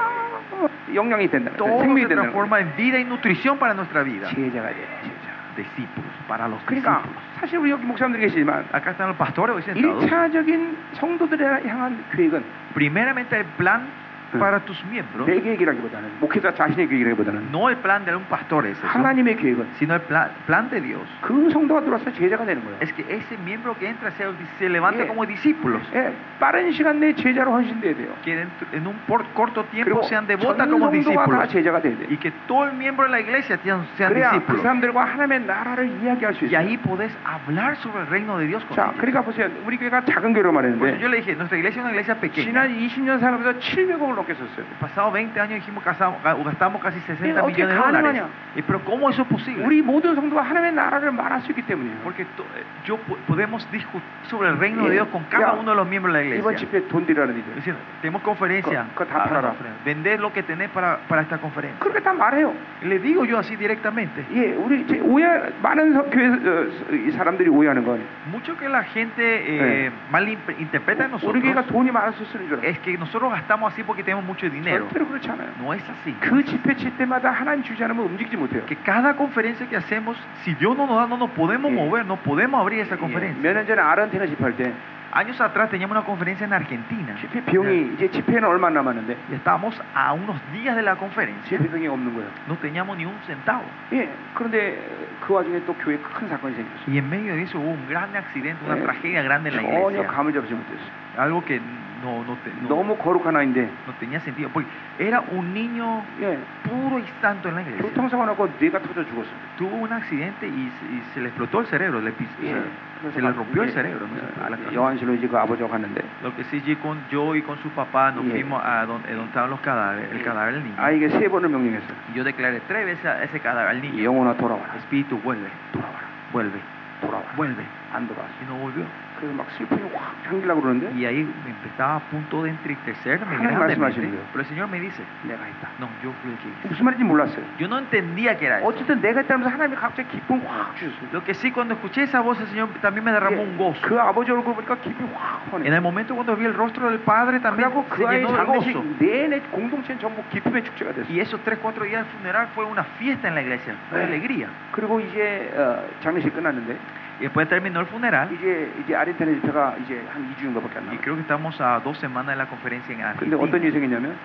Speaker 1: 어, 영양이 된다.
Speaker 2: todo
Speaker 1: 생명이
Speaker 2: se
Speaker 1: 된다.
Speaker 2: transforma en vida y nutrición para nuestra vida.
Speaker 1: 제자가 돼요, 제자.
Speaker 2: Discípulos, para los
Speaker 1: 그러니까
Speaker 2: discípulos.
Speaker 1: 사실 우리 여기 목사님들 계시지만
Speaker 2: Acá están los pastores hoy sentados.
Speaker 1: 1차적인 성도들을 향한 계획은
Speaker 2: Primeramente el plan
Speaker 1: 네.
Speaker 2: para tus miembros,
Speaker 1: 내 계획이라기보다는 목회자 자신의 계획이라기보다는
Speaker 2: no el plan de un pastor es eso,
Speaker 1: 하나님의 계획은
Speaker 2: sino el plan, plan de Dios.
Speaker 1: 그 성도가 들어와서 제자가 되는 거예요.
Speaker 2: Es que ese miembro que entra se, se levante
Speaker 1: 예.
Speaker 2: como discípulos.
Speaker 1: 예, 빠른 시간 내에 제자로 헌신돼야 돼요.
Speaker 2: Que en, en un por- corto tiempo
Speaker 1: 그리고
Speaker 2: sean
Speaker 1: 전
Speaker 2: devotas como
Speaker 1: 성도가 다
Speaker 2: discípulos.
Speaker 1: 제자가 돼야
Speaker 2: y
Speaker 1: 돼요.
Speaker 2: que todo el miembro de la iglesia sean, sean
Speaker 1: 그래야 그
Speaker 2: discípulos.
Speaker 1: 사람들과 하나님의 나라를 이야기할 수
Speaker 2: Y
Speaker 1: 있어요.
Speaker 2: ahí podés hablar sobre el reino de Dios con
Speaker 1: 자,
Speaker 2: ellos.
Speaker 1: 그러니까 보세요. 우리 교회가 작은 교회로
Speaker 2: Por eso yo
Speaker 1: 말했는데
Speaker 2: le dije, nuestra iglesia es una iglesia
Speaker 1: 지난
Speaker 2: pequeña.
Speaker 1: 20년 살면서 700억을 넘게 썼어요.
Speaker 2: Pasado 20 años dijimos que gastamos- ga- gastamos casi 60
Speaker 1: Mira,
Speaker 2: millones de
Speaker 1: oye, Hannah,
Speaker 2: dólares.
Speaker 1: Hannah.
Speaker 2: Y, pero ¿cómo eso es posible?
Speaker 1: 우리 모든 성도가 하나님의 나라를 말할 수 있기 때문이에요.
Speaker 2: Porque to- eh, yo po- podemos discutir sobre el reino de
Speaker 1: Yeah.
Speaker 2: Dios con cada
Speaker 1: Yeah.
Speaker 2: uno de los miembros de la
Speaker 1: 예. 이번
Speaker 2: iglesia.
Speaker 1: 집회 돈 드리라는 일이에요.
Speaker 2: Diciendo, tenemos conferencia,
Speaker 1: Co- co- da para-
Speaker 2: hagamos conferencia. vender lo que tenés para, para esta conferencia.
Speaker 1: 그렇게 다 말해요.
Speaker 2: Y le digo yo así directamente.
Speaker 1: 예, 우리 이제 오해 많은 서- 교회 어, 이 사람들이 오해하는 건
Speaker 2: Mucho que la gente eh, malinterpreta a
Speaker 1: 우리
Speaker 2: nosotros.
Speaker 1: 교회가 돈이 많아서 쓰는 줄 알아요.
Speaker 2: es que nosotros gastamos así porque tenemos mucho dinero.
Speaker 1: 절대로 그렇지 않아요.
Speaker 2: No es así.
Speaker 1: 그 집회 칠 때마다 하나님 주지 않으면 움직이지 못해요.
Speaker 2: Que cada conferencia que hacemos, si Dios no nos da, no nos podemos
Speaker 1: Sí.
Speaker 2: mover, no podemos abrir esa
Speaker 1: 예. 몇
Speaker 2: conferencia.
Speaker 1: 년 전에 아르헨티나 집회할 때
Speaker 2: Años atrás teníamos una conferencia en Argentina.
Speaker 1: 집회 비용이 이제 집회는 얼마 남았는데
Speaker 2: Y estábamos a unos días de la conferencia.
Speaker 1: 집회 비용이 없는 거예요.
Speaker 2: No teníamos ni un centavo.
Speaker 1: 예. 그런데 그 와중에 또 교회 큰 사건이 생겼어요.
Speaker 2: Y en medio de eso hubo un gran accidente, una
Speaker 1: Eh,
Speaker 2: tragedia grande en la
Speaker 1: 전혀
Speaker 2: iglesia.
Speaker 1: 감을 잡지 못했어요.
Speaker 2: Algo que no, no, te- no-
Speaker 1: 너무 거룩한 아인데
Speaker 2: no tenía sentido. Porque era un niño
Speaker 1: 예.
Speaker 2: puro y santo en la iglesia.
Speaker 1: 교통사고 나고 뇌가 터져 죽었어요.
Speaker 2: Tuvo un accidente y, se- y se le explotó el cerebro. Le, pis- o
Speaker 1: 예.
Speaker 2: sea,
Speaker 1: 그래서
Speaker 2: se le
Speaker 1: 막
Speaker 2: rompió el
Speaker 1: 이제,
Speaker 2: cerebro. ¿no?
Speaker 1: 예,
Speaker 2: Se fue a la cabeza.
Speaker 1: 요한실로 이제 그 아버지가 갔는데
Speaker 2: Lo que sí, yo con yo y con su papá nos
Speaker 1: Sí.
Speaker 2: fuimos a donde, donde estaban los cadáveres, el cadáver del niño.
Speaker 1: 예, 그러니까 아이에게 세 번을 명령했어요.
Speaker 2: Y yo declaré tres veces a ese cadáver
Speaker 1: 예.
Speaker 2: al niño.
Speaker 1: 영혼아 돌아와라.
Speaker 2: Espíritu, vuelve,
Speaker 1: 돌아와라.
Speaker 2: vuelve,
Speaker 1: 돌아와라.
Speaker 2: vuelve.
Speaker 1: 안 돌아왔어.
Speaker 2: Y no volvió.
Speaker 1: 그래서 막 슬픔이 확 잠기려고 그러는데
Speaker 2: Y ahí me empezaba a punto de entristecerme
Speaker 1: Ay, más,
Speaker 2: grandemente.
Speaker 1: más, más.
Speaker 2: Pero el Señor me dice,
Speaker 1: 내가 있다.
Speaker 2: no, yo fui el que hice.
Speaker 1: 무슨 말인지 몰랐어요.
Speaker 2: Yo no entendía que era eso.
Speaker 1: 어쨌든 내가 있다면서 하나님이 갑자기 기쁨 확 주셨어요.
Speaker 2: Lo que sí, cuando escuché esa voz, el Señor también me derramó un gozo.
Speaker 1: 그 아버지 얼굴 보니까 기쁨이 확
Speaker 2: En
Speaker 1: 환해.
Speaker 2: el momento cuando vi el rostro del Padre, también
Speaker 1: 그리고
Speaker 2: se
Speaker 1: 그 아이
Speaker 2: llenó de
Speaker 1: 장례식
Speaker 2: gozo.
Speaker 1: 내내 공동체는 전부 기쁨의 축제가 됐어요.
Speaker 2: Y esos tres, cuatro días del funeral fue una fiesta en la iglesia, fue
Speaker 1: Eh.
Speaker 2: alegría.
Speaker 1: 그리고 이제 어, 장례식 끝났는데
Speaker 2: Y después terminó el
Speaker 1: 아.
Speaker 2: funeral,
Speaker 1: 이제 이제 아르헨티나 집회가 이제 한 2주인가밖에 안
Speaker 2: y
Speaker 1: 남았어요.
Speaker 2: creo que estamos a dos semanas de la conferencia en
Speaker 1: 근데 어떤
Speaker 2: Argentina.
Speaker 1: 일이 생겼냐면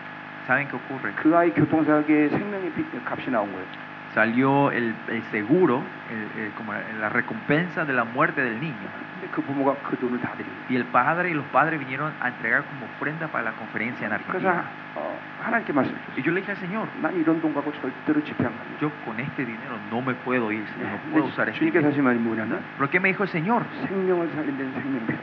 Speaker 2: ¿Saben qué ocurre?
Speaker 1: 예. 그 아이 교통사고의 생명의 빚- 값이 나온 거예요.
Speaker 2: Salió el, el seguro, el- el- como la la recompensa de la muerte del niño.
Speaker 1: 근데 그 부모가 그 돈을 다 드린 거예요.
Speaker 2: Y el padre y los padres vinieron a entregar como ofrenda para la conferencia en
Speaker 1: 그래서
Speaker 2: Argentina.
Speaker 1: 어, 하나님께 말씀드렸어요.
Speaker 2: Y yo le dije al Señor,
Speaker 1: 난 이런 돈 갖고 절대로 집회 안 갑니다.
Speaker 2: yo con este dinero no me puedo ir, Señor, no puedo usar
Speaker 1: 근데
Speaker 2: este
Speaker 1: 주님께서
Speaker 2: dinero.
Speaker 1: 하신 말이 뭐냐면
Speaker 2: ¿Pero qué me dijo el Señor?
Speaker 1: 생명을 살린 데는 생명이야.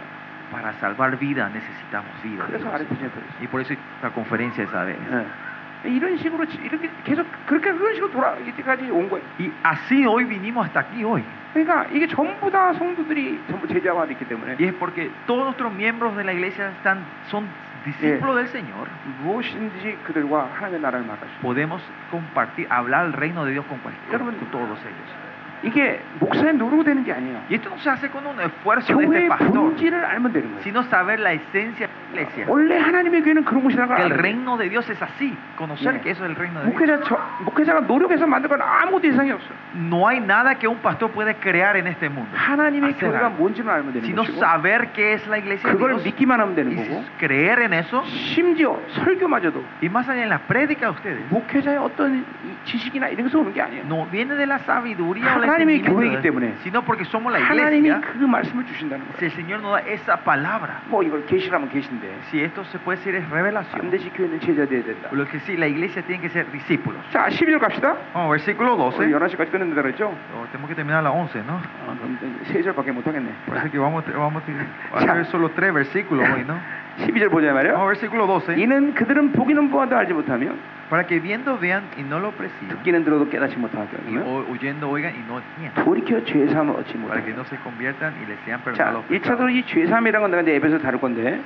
Speaker 2: Para salvar vida necesitamos vida.
Speaker 1: 그래서 아르헨티나 그랬어요.
Speaker 2: Y por eso esta conferencia esa vez.
Speaker 1: Ah. 예. 이런 식으로 지- 이렇게 계속 그렇게 그런 식으로 돌아 이때까지 온 거예요.
Speaker 2: Y así hoy vinimos hasta aquí hoy.
Speaker 1: 그러니까 이게 전부 다 성도들이 전부 제자화 됐기 때문에
Speaker 2: Y es porque todos nuestros miembros de la iglesia están, son discípulos del Señor.
Speaker 1: 무엇인지 그들과 하나님의 나라를 말하시고
Speaker 2: Podemos compartir, hablar el reino de Dios con, cualquiera,
Speaker 1: Hermano.
Speaker 2: con todos ellos.
Speaker 1: 이게 목사의 노로 되는 게 아니에요.
Speaker 2: Y esto no se hace con un esfuerzo de
Speaker 1: 교회의
Speaker 2: este pastor,
Speaker 1: 본질을 알면 되는 거예요.
Speaker 2: sino saber la esencia de la iglesia.
Speaker 1: 원래 하나님의 교회는 그런 곳이라는 걸
Speaker 2: Que el
Speaker 1: 알아야 돼요.
Speaker 2: reino de Dios es así, conocer
Speaker 1: Bien.
Speaker 2: que eso es el reino de Dios.
Speaker 1: 목회자 저, 목회자가 노력해서 만든 건 아무것도 이상이 없어요.
Speaker 2: No hay nada que un pastor puede crear en este mundo,
Speaker 1: 하나님의
Speaker 2: Hacer
Speaker 1: 교회가
Speaker 2: algo.
Speaker 1: 뭔지는 알면 되는
Speaker 2: sino
Speaker 1: 것이고
Speaker 2: saber qué es la iglesia de
Speaker 1: 그걸
Speaker 2: Dios
Speaker 1: 믿기만 하면 되는
Speaker 2: y
Speaker 1: 거고
Speaker 2: creer en eso.
Speaker 1: 심지어 설교마저도
Speaker 2: Y más allá en la prédica de ustedes,
Speaker 1: 목회자의 어떤 이 지식이나 이런 것에서 오는 게 아니에요.
Speaker 2: no viene de la sabiduría o la
Speaker 1: 하나님의 교회이기 때문에.
Speaker 2: sino porque somos la
Speaker 1: 하나님이
Speaker 2: iglesia.
Speaker 1: 그 말씀을 주신다는
Speaker 2: Si
Speaker 1: 거예요.
Speaker 2: el Señor nos da esa palabra,
Speaker 1: 뭐 이걸 계시라면 계신데
Speaker 2: si esto se puede decir es revelación,
Speaker 1: 반드시 교회는 제자 돼야 된다.
Speaker 2: lo que sí, la iglesia tiene que ser discípulos.
Speaker 1: 자, 12절 갑시다.
Speaker 2: Vamos, versículo 12.
Speaker 1: 오늘 11시까지 끊는다 그랬죠?
Speaker 2: Oh, tenemos que terminar a las 11, Ah, ¿no?
Speaker 1: 아, 그럼 이제 3절밖에 못 하겠네.
Speaker 2: Parece que vamos, vamos a
Speaker 1: Ya.
Speaker 2: hacer solo tres versículos hoy, ¿no?
Speaker 1: 12절 보자 말이야.
Speaker 2: Vamos, versículo 12.
Speaker 1: 이는 그들은 보기는 보아도 알지 못하며
Speaker 2: Para que viendo vean y no lo perciban,
Speaker 1: 듣기는 들어도 깨닫지 못하게
Speaker 2: y
Speaker 1: 하며
Speaker 2: o- oyendo oigan y no entiendan,
Speaker 1: 돌이켜 죄 사함을 얻지
Speaker 2: para que
Speaker 1: 못하며
Speaker 2: no se conviertan y les sean
Speaker 1: 자,
Speaker 2: perdonados. los
Speaker 1: 1차적으로
Speaker 2: pecados.
Speaker 1: 이죄 사함이라는 건 내가 이제 앱에서 다룰 건데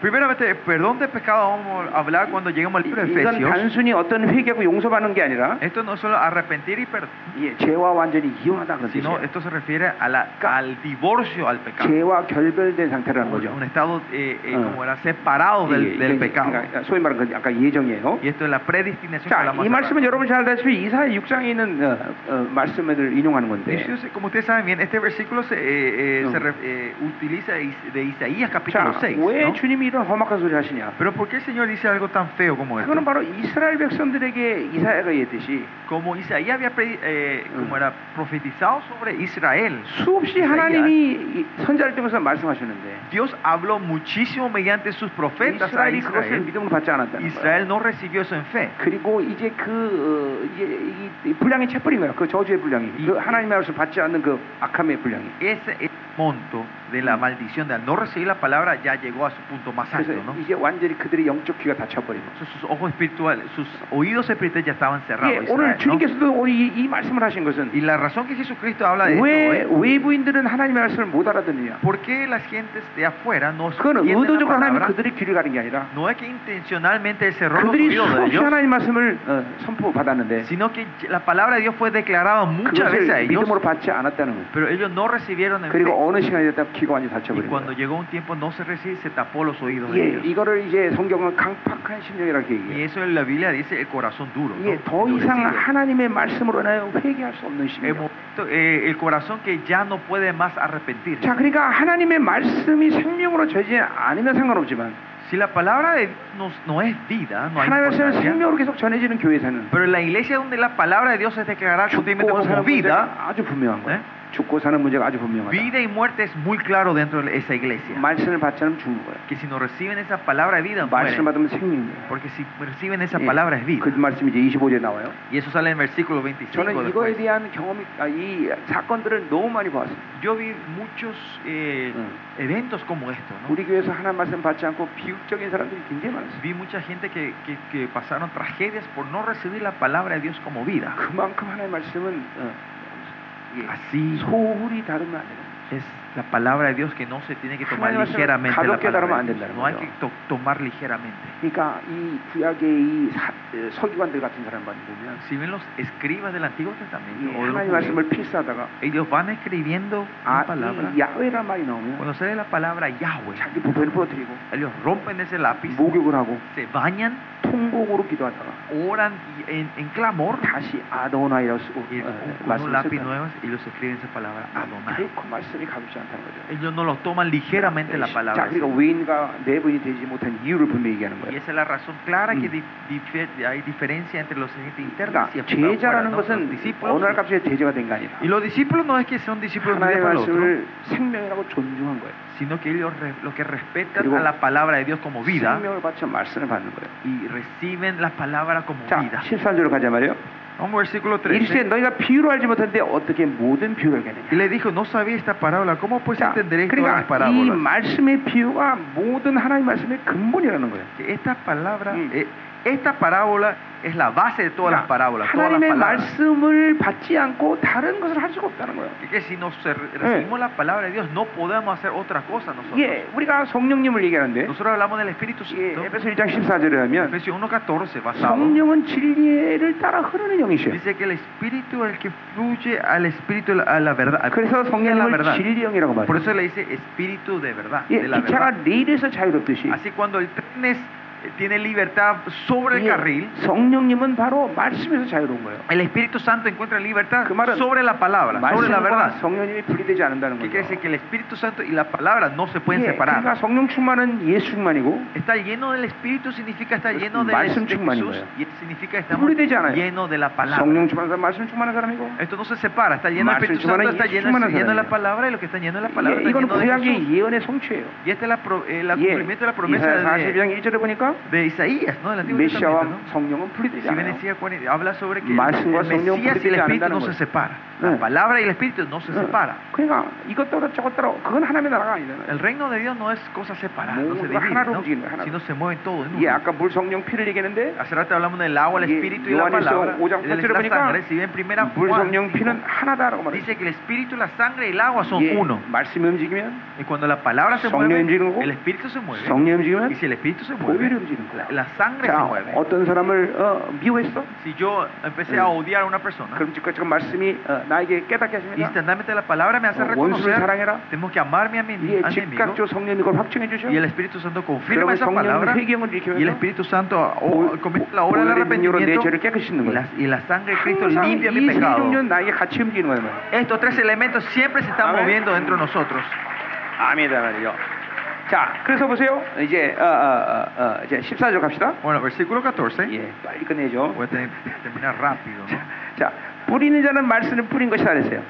Speaker 2: Primeramente, el perdón de pecado vamos a hablar cuando lleguemos al
Speaker 1: 이-
Speaker 2: libro de
Speaker 1: 이건
Speaker 2: Efesios.
Speaker 1: 단순히 어떤 회개하고 용서받는 게 아니라
Speaker 2: Esto no es solo arrepentir y perdonar,
Speaker 1: 예, 죄와 완전히 이혼하다 그런
Speaker 2: sino
Speaker 1: 뜻이에요.
Speaker 2: esto se refiere a la- al divorcio al pecado.
Speaker 1: 죄와 결별된 상태라는
Speaker 2: Un,
Speaker 1: 거죠.
Speaker 2: un estado eh, eh,
Speaker 1: Ah.
Speaker 2: como era separado
Speaker 1: 예,
Speaker 2: del, del
Speaker 1: 이게
Speaker 2: pecado.
Speaker 1: 그러니까 소위 말하는 건 아까 예정이에요.
Speaker 2: Y esto es la predestinación. que
Speaker 1: 자,
Speaker 2: hablamos
Speaker 1: 이
Speaker 2: hace rato.
Speaker 1: 말씀은 여러분 잘 알다시피 이사야 6장에 있는 어, 어, 말씀을 인용하는
Speaker 2: Y
Speaker 1: 건데.
Speaker 2: ustedes- Como ustedes saben bien, este versículo se, eh, eh,
Speaker 1: No.
Speaker 2: se re- eh, utiliza de Is- de Isaías
Speaker 1: 자,
Speaker 2: capítulo 6.
Speaker 1: 왜
Speaker 2: ¿no?
Speaker 1: 주님이 이런 험악한 소리 하시냐?
Speaker 2: Pero ¿por qué el Señor dice algo tan feo como esto?
Speaker 1: 그거는 바로 이스라엘 백성들에게 이사야가 얘기했듯이
Speaker 2: Como Isaías había pre- eh,
Speaker 1: Mm.
Speaker 2: como era profetizado sobre Israel.
Speaker 1: 수없이
Speaker 2: 이사야.
Speaker 1: 하나님이 이 선자를 통해서 말씀하셨는데
Speaker 2: Dios habló muchísimo mediante sus profetas a
Speaker 1: 이스라엘이 그것을
Speaker 2: Israel.
Speaker 1: 믿음으로 받지 않았다는 거예요.
Speaker 2: Israel no recibió eso en fe.
Speaker 1: 그리고 이제 그 어, 이제 이- 이 불량의 채뿌린 거예요. 그 저주의 불량이.
Speaker 2: 이-
Speaker 1: 그 하나님의 말씀 받지 않는 그 악함의 불량이.
Speaker 2: Ese ese monto de la
Speaker 1: Mm.
Speaker 2: maldición de al no recibir la palabra ya llegó a su punto más alto,
Speaker 1: 그래서
Speaker 2: ¿no?
Speaker 1: 이제 완전히 그들의 영적 귀가 닫혀버린 거예요.
Speaker 2: Sus, sus ojos espirituales, sus oídos espirituales ya estaban cerrados.
Speaker 1: 예,
Speaker 2: Israel,
Speaker 1: 오늘
Speaker 2: ¿no?
Speaker 1: 주님께서도 오늘 이, 이 말씀을 하신 것은
Speaker 2: Y la razón que Jesucristo habla de esto
Speaker 1: 왜
Speaker 2: es
Speaker 1: 외부인들은 하나님의 말씀을 못 알아듣느냐?
Speaker 2: ¿Por qué las gentes de afuera no
Speaker 1: 그건
Speaker 2: entienden la
Speaker 1: 의도적으로 뭐, 하나님
Speaker 2: palabra?
Speaker 1: 그들의 귀를 가린 게 아니라
Speaker 2: No es que intencionalmente él cerró los
Speaker 1: 그들이
Speaker 2: oídos de
Speaker 1: 수없이
Speaker 2: ellos,
Speaker 1: 하나님 말씀을 어, 선포받았는데
Speaker 2: sino que la palabra de Dios fue declarada muchas veces a
Speaker 1: 그것을
Speaker 2: ellos,
Speaker 1: 믿음으로 받지 않았다는 거예요. 네,
Speaker 2: pero ellos no recibieron en fe.
Speaker 1: 그리고 어느 시간이 됐다 귀가 완전히
Speaker 2: Y cuando
Speaker 1: 닫혀버립니다.
Speaker 2: llegó un tiempo no se recibe, se tapó los oídos de
Speaker 1: 예,
Speaker 2: ellos.
Speaker 1: 이거를 이제 성경은 강팍한 심령이라고
Speaker 2: Y
Speaker 1: 얘기해요.
Speaker 2: eso en la Biblia dice el corazón duro. ¿no?
Speaker 1: 예, 더
Speaker 2: Endurecido.
Speaker 1: 이상 하나님의 말씀으로는 회개할 수 없는
Speaker 2: el,
Speaker 1: 심령.
Speaker 2: momento- eh, el corazón que ya no puede más arrepentir.
Speaker 1: 자, 그러니까 하나님의 말씀이 생명으로 되지 않으면 상관없지만
Speaker 2: Si la palabra de Dios nos- no, es vida, no hay
Speaker 1: 하나님의 말씀은
Speaker 2: importancia,
Speaker 1: 생명으로 계속 전해지는 교회에서는
Speaker 2: pero en la iglesia donde la palabra de Dios es declarada continuamente
Speaker 1: 죽고
Speaker 2: como
Speaker 1: 사는
Speaker 2: vida,
Speaker 1: 문제가 아주 분명한 거예요.
Speaker 2: 네?
Speaker 1: 죽고 사는 문제가 아주 분명하다.
Speaker 2: vida y muerte es muy claro dentro de esa iglesia.
Speaker 1: 말씀을 받지 않으면 죽는 거예요.
Speaker 2: Que si no reciben esa palabra de vida,
Speaker 1: 말씀을
Speaker 2: mueren.
Speaker 1: 받으면 생명이에요.
Speaker 2: Porque si reciben esa
Speaker 1: 예,
Speaker 2: palabra es vida.
Speaker 1: 그 말씀이 이제 25절에 나와요.
Speaker 2: Y eso sale en el versículo 25.
Speaker 1: 저는 이거에
Speaker 2: después.
Speaker 1: 대한 경험이 아, 이 사건들을 너무 많이 보았습니다.
Speaker 2: Yo vi muchos eh,
Speaker 1: Mm.
Speaker 2: eventos como estos. ¿no?
Speaker 1: 우리 교회에서 하나님 말씀 받지 않고 비극적인 사람들이 굉장히 많았어요.
Speaker 2: Vi mucha gente que, que- que pasaron tragedias por no recibir la palabra de Dios como vida.
Speaker 1: 그만큼 하나님의 말씀은 어,
Speaker 2: Así
Speaker 1: 소홀히 다루면 안 돼요.
Speaker 2: es la palabra de Dios que no se tiene que tomar
Speaker 1: 하나님 말씀을
Speaker 2: ligeramente. la
Speaker 1: 가볍게
Speaker 2: palabra
Speaker 1: 다루면
Speaker 2: de
Speaker 1: 안
Speaker 2: Dios.
Speaker 1: 된다는
Speaker 2: No hay que
Speaker 1: 거죠.
Speaker 2: to- tomar ligeramente.
Speaker 1: 그러니까 이 구약의 이 사- 에, 서기관들 같은 사람만 보면
Speaker 2: Si ven los escribas del Antiguo Testamento,
Speaker 1: 이
Speaker 2: o de los
Speaker 1: 하나님의
Speaker 2: judíos,
Speaker 1: 말씀을 필사하다가
Speaker 2: ellos van escribiendo
Speaker 1: Ah,
Speaker 2: la palabra.
Speaker 1: 아이 야외란 말이 나오면
Speaker 2: Cuando sale la palabra Yahweh,
Speaker 1: 자기 부패를 부러뜨리고
Speaker 2: ellos rompen ese lápiz,
Speaker 1: 목욕을 하고
Speaker 2: se bañan,
Speaker 1: 통곡으로 기도하다가
Speaker 2: oran y- en, en clamor
Speaker 1: 다시 아도나이라고 쓰고
Speaker 2: y
Speaker 1: 어,
Speaker 2: con- con un
Speaker 1: 말씀을
Speaker 2: lápiz
Speaker 1: 썼다.
Speaker 2: nuevo ellos escriben esa palabra Adonai.
Speaker 1: 결코 말씀이 가볍지 않다는 거죠.
Speaker 2: Ellos no lo toman ligeramente la
Speaker 1: 자,
Speaker 2: palabra.
Speaker 1: 그러니까 외인과 내부인이 되지 못한 이유를 분명히 얘기하는
Speaker 2: Y
Speaker 1: 거예요.
Speaker 2: esa es la razón clara que
Speaker 1: pues. Mm.
Speaker 2: di- dife- hay diferencia entre los agentes
Speaker 1: 그러니까
Speaker 2: internos y afuera,
Speaker 1: 제자라는
Speaker 2: ¿no? los
Speaker 1: 것은 어느 날
Speaker 2: discípulos.
Speaker 1: 갑자기 제자가 된 게 아니라
Speaker 2: Y los discípulos no es que son discípulos de un día
Speaker 1: 하나님의
Speaker 2: para el otro,
Speaker 1: 말씀을 생명이라고 존중한 거예요.
Speaker 2: sino que ellos re- lo que respetan
Speaker 1: 그리고
Speaker 2: a la palabra de Dios como vida
Speaker 1: 생명을 바쳐 말씀을 받는 거예요.
Speaker 2: y reciben la palabra como
Speaker 1: 자,
Speaker 2: vida.
Speaker 1: 13절로 가자 말이에요.
Speaker 2: Vamos al versículo
Speaker 1: 이르시되
Speaker 2: 13.
Speaker 1: 너희가 비유로 알지 못하는데 어떻게 모든 비유를 알겠느냐.
Speaker 2: Y le dijo, no sabía esta parábola, ¿cómo pues
Speaker 1: 자,
Speaker 2: entenderéis todas
Speaker 1: 그 그러니까 이
Speaker 2: las parábolas?
Speaker 1: 말씀의 비유가 모든 하나님 말씀의 근본이라는 거예요.
Speaker 2: Que esta palabra,
Speaker 1: Mm.
Speaker 2: eh, esta parábola es la base de todas las
Speaker 1: 그러니까
Speaker 2: parábolas, todas las
Speaker 1: 하나님의
Speaker 2: palabras.
Speaker 1: 말씀을 받지 않고 다른 것을 할 수가 없다는 거예요.
Speaker 2: Que- Que si nos re- recibimos la palabra de Dios, no podemos hacer otra cosa nosotros.
Speaker 1: 예, 우리가 성령님을 얘기하는데
Speaker 2: Nosotros hablamos del Espíritu
Speaker 1: 예,
Speaker 2: Santo.
Speaker 1: 에베소 1장 14절에 하면
Speaker 2: Efesios 1.14 basado.
Speaker 1: 성령은 진리를 따라 흐르는 영이시에요.
Speaker 2: Dice que el Espíritu es el que fluye al Espíritu, a la verdad. al-
Speaker 1: 그래서
Speaker 2: de la
Speaker 1: 성령님을
Speaker 2: verdad.
Speaker 1: 진리형이라고
Speaker 2: Por
Speaker 1: 말해요.
Speaker 2: eso le dice Espíritu de verdad,
Speaker 1: 예,
Speaker 2: de la
Speaker 1: 기차가
Speaker 2: verdad.
Speaker 1: 레일에서 자유롭듯이
Speaker 2: Así cuando el tren es- eh, tiene libertad sobre el
Speaker 1: 예,
Speaker 2: carril,
Speaker 1: 성령님은 바로 말씀에서 자유로운 거예요.
Speaker 2: el Espíritu Santo encuentra libertad
Speaker 1: 그 말은
Speaker 2: sobre la palabra, sobre
Speaker 1: 말씀과
Speaker 2: la verdad.
Speaker 1: 성령님이 분리되지 않는다는
Speaker 2: ¿Qué
Speaker 1: 거예요.
Speaker 2: quiere decir? Que el Espíritu Santo y la palabra no se pueden
Speaker 1: 예, 그러니까
Speaker 2: separar.
Speaker 1: 성령 충만은 예수 충만이고
Speaker 2: Estar lleno del Espíritu significa estar
Speaker 1: Es
Speaker 2: lleno
Speaker 1: un
Speaker 2: del
Speaker 1: 말씀
Speaker 2: Espíritu
Speaker 1: 충만인
Speaker 2: Jesús
Speaker 1: 거예요.
Speaker 2: y este significa que estamos
Speaker 1: 분리되지 않아요.
Speaker 2: llenos de la palabra.
Speaker 1: 성령 충만한 사람 말씀 충만한 사람이고
Speaker 2: Esto no se separa, está lleno del
Speaker 1: Marzo
Speaker 2: Espíritu
Speaker 1: y
Speaker 2: Santo,
Speaker 1: Semana
Speaker 2: está
Speaker 1: y
Speaker 2: lleno,
Speaker 1: Semana
Speaker 2: está lleno de la
Speaker 1: Sagrada.
Speaker 2: palabra y lo que está lleno de la palabra
Speaker 1: 예,
Speaker 2: está
Speaker 1: 이건
Speaker 2: lleno de Jesús.
Speaker 1: 구약의 예언의 성취예요. 예.
Speaker 2: Y esta es la pro- el cumplimiento de la promesa
Speaker 1: 이사야
Speaker 2: de,
Speaker 1: 42장 1절에 보니까
Speaker 2: de Isaías, ¿no? Del Antiguo Testamento,
Speaker 1: 메시아와
Speaker 2: ¿no?
Speaker 1: 성령은 분리되지
Speaker 2: Si ven
Speaker 1: 않아요.
Speaker 2: Isaías 40, habla sobre que el
Speaker 1: Marzo, Señor,
Speaker 2: Mesías y
Speaker 1: Espíritu
Speaker 2: el Espíritu
Speaker 1: andando,
Speaker 2: no se
Speaker 1: pues.
Speaker 2: separa.
Speaker 1: Eh.
Speaker 2: La palabra y el Espíritu no se
Speaker 1: 응.
Speaker 2: separa.
Speaker 1: 그러니까 이것 따라 저것 따라 그건 하나님의 나라가 아니잖아요.
Speaker 2: El reino de Dios no es cosa separada, no se
Speaker 1: Mundo,
Speaker 2: divide,
Speaker 1: hanar
Speaker 2: ¿no?
Speaker 1: 움직이는 거야, hanar.
Speaker 2: sino se mueven todos en
Speaker 1: 예, 아,
Speaker 2: uno.
Speaker 1: 아까 물 성령 피를 얘기했는데 예,
Speaker 2: Hace rato hablamos del agua, el
Speaker 1: Y-
Speaker 2: Espíritu y la
Speaker 1: Yohanes
Speaker 2: palabra.
Speaker 1: 5, 8,
Speaker 2: de la
Speaker 1: 8,
Speaker 2: sangre, si ven primera
Speaker 1: 물
Speaker 2: Juan
Speaker 1: 성령 피는
Speaker 2: 5,
Speaker 1: 하나다라고 말해요.
Speaker 2: dice que el Espíritu, la sangre y el agua son
Speaker 1: 예,
Speaker 2: uno.
Speaker 1: 말씀이 움직이면
Speaker 2: Y cuando la palabra se
Speaker 1: Sangre 움직이는
Speaker 2: mueve,
Speaker 1: 거?
Speaker 2: el espíritu se mueve.
Speaker 1: 성령이 움직이면
Speaker 2: Y si el espíritu se
Speaker 1: 보혈이
Speaker 2: mueve,
Speaker 1: 움직이는 거야.
Speaker 2: la, la sangre se
Speaker 1: 자,
Speaker 2: mueve.
Speaker 1: 어떤 사람을 어, 미워했어?
Speaker 2: Si yo empecé
Speaker 1: Mm.
Speaker 2: a odiar a una persona,
Speaker 1: 그럼 지금 지금 말씀이 어, 나에게 깨닫게 하십니다.
Speaker 2: instantáneamente la palabra me hace
Speaker 1: 어, 원수를
Speaker 2: reconocer.
Speaker 1: 사랑해라.
Speaker 2: Tenemos que amarme a mi
Speaker 1: 예,
Speaker 2: al enemigo.
Speaker 1: 즉각적으로 성령이 그걸 확증해 주셔.
Speaker 2: Y el Espíritu Santo confirma
Speaker 1: 그러면
Speaker 2: esa
Speaker 1: 성령은
Speaker 2: palabra.
Speaker 1: 회개형을 일으키면서
Speaker 2: Y el Espíritu Santo
Speaker 1: 보-
Speaker 2: oh, comienza la obra del
Speaker 1: 보혈의 능력으로 내
Speaker 2: arrepentimiento.
Speaker 1: 죄를 깨끗이 씻는
Speaker 2: Y
Speaker 1: 거야.
Speaker 2: la, y la sangre de Cristo
Speaker 1: 항상
Speaker 2: limpia mi
Speaker 1: 이세
Speaker 2: pecado.
Speaker 1: 종류는 나에게 같이 움직이는 거야. 말이야.
Speaker 2: Estos tres elementos siempre se están
Speaker 1: Amén.
Speaker 2: moviendo dentro de nosotros.
Speaker 1: 아멘이다 말이죠. 자, 그래서 보세요. 이제 어, 어, 어, 어, 이제 14절 갑시다.
Speaker 2: Bueno, versículo 14.
Speaker 1: 예, 빨리 끝내죠.
Speaker 2: Voy a tener que terminar rápido. ¿no?
Speaker 1: 자, 뿌리는 자는 말씀을 뿌린 것이다 그랬어요.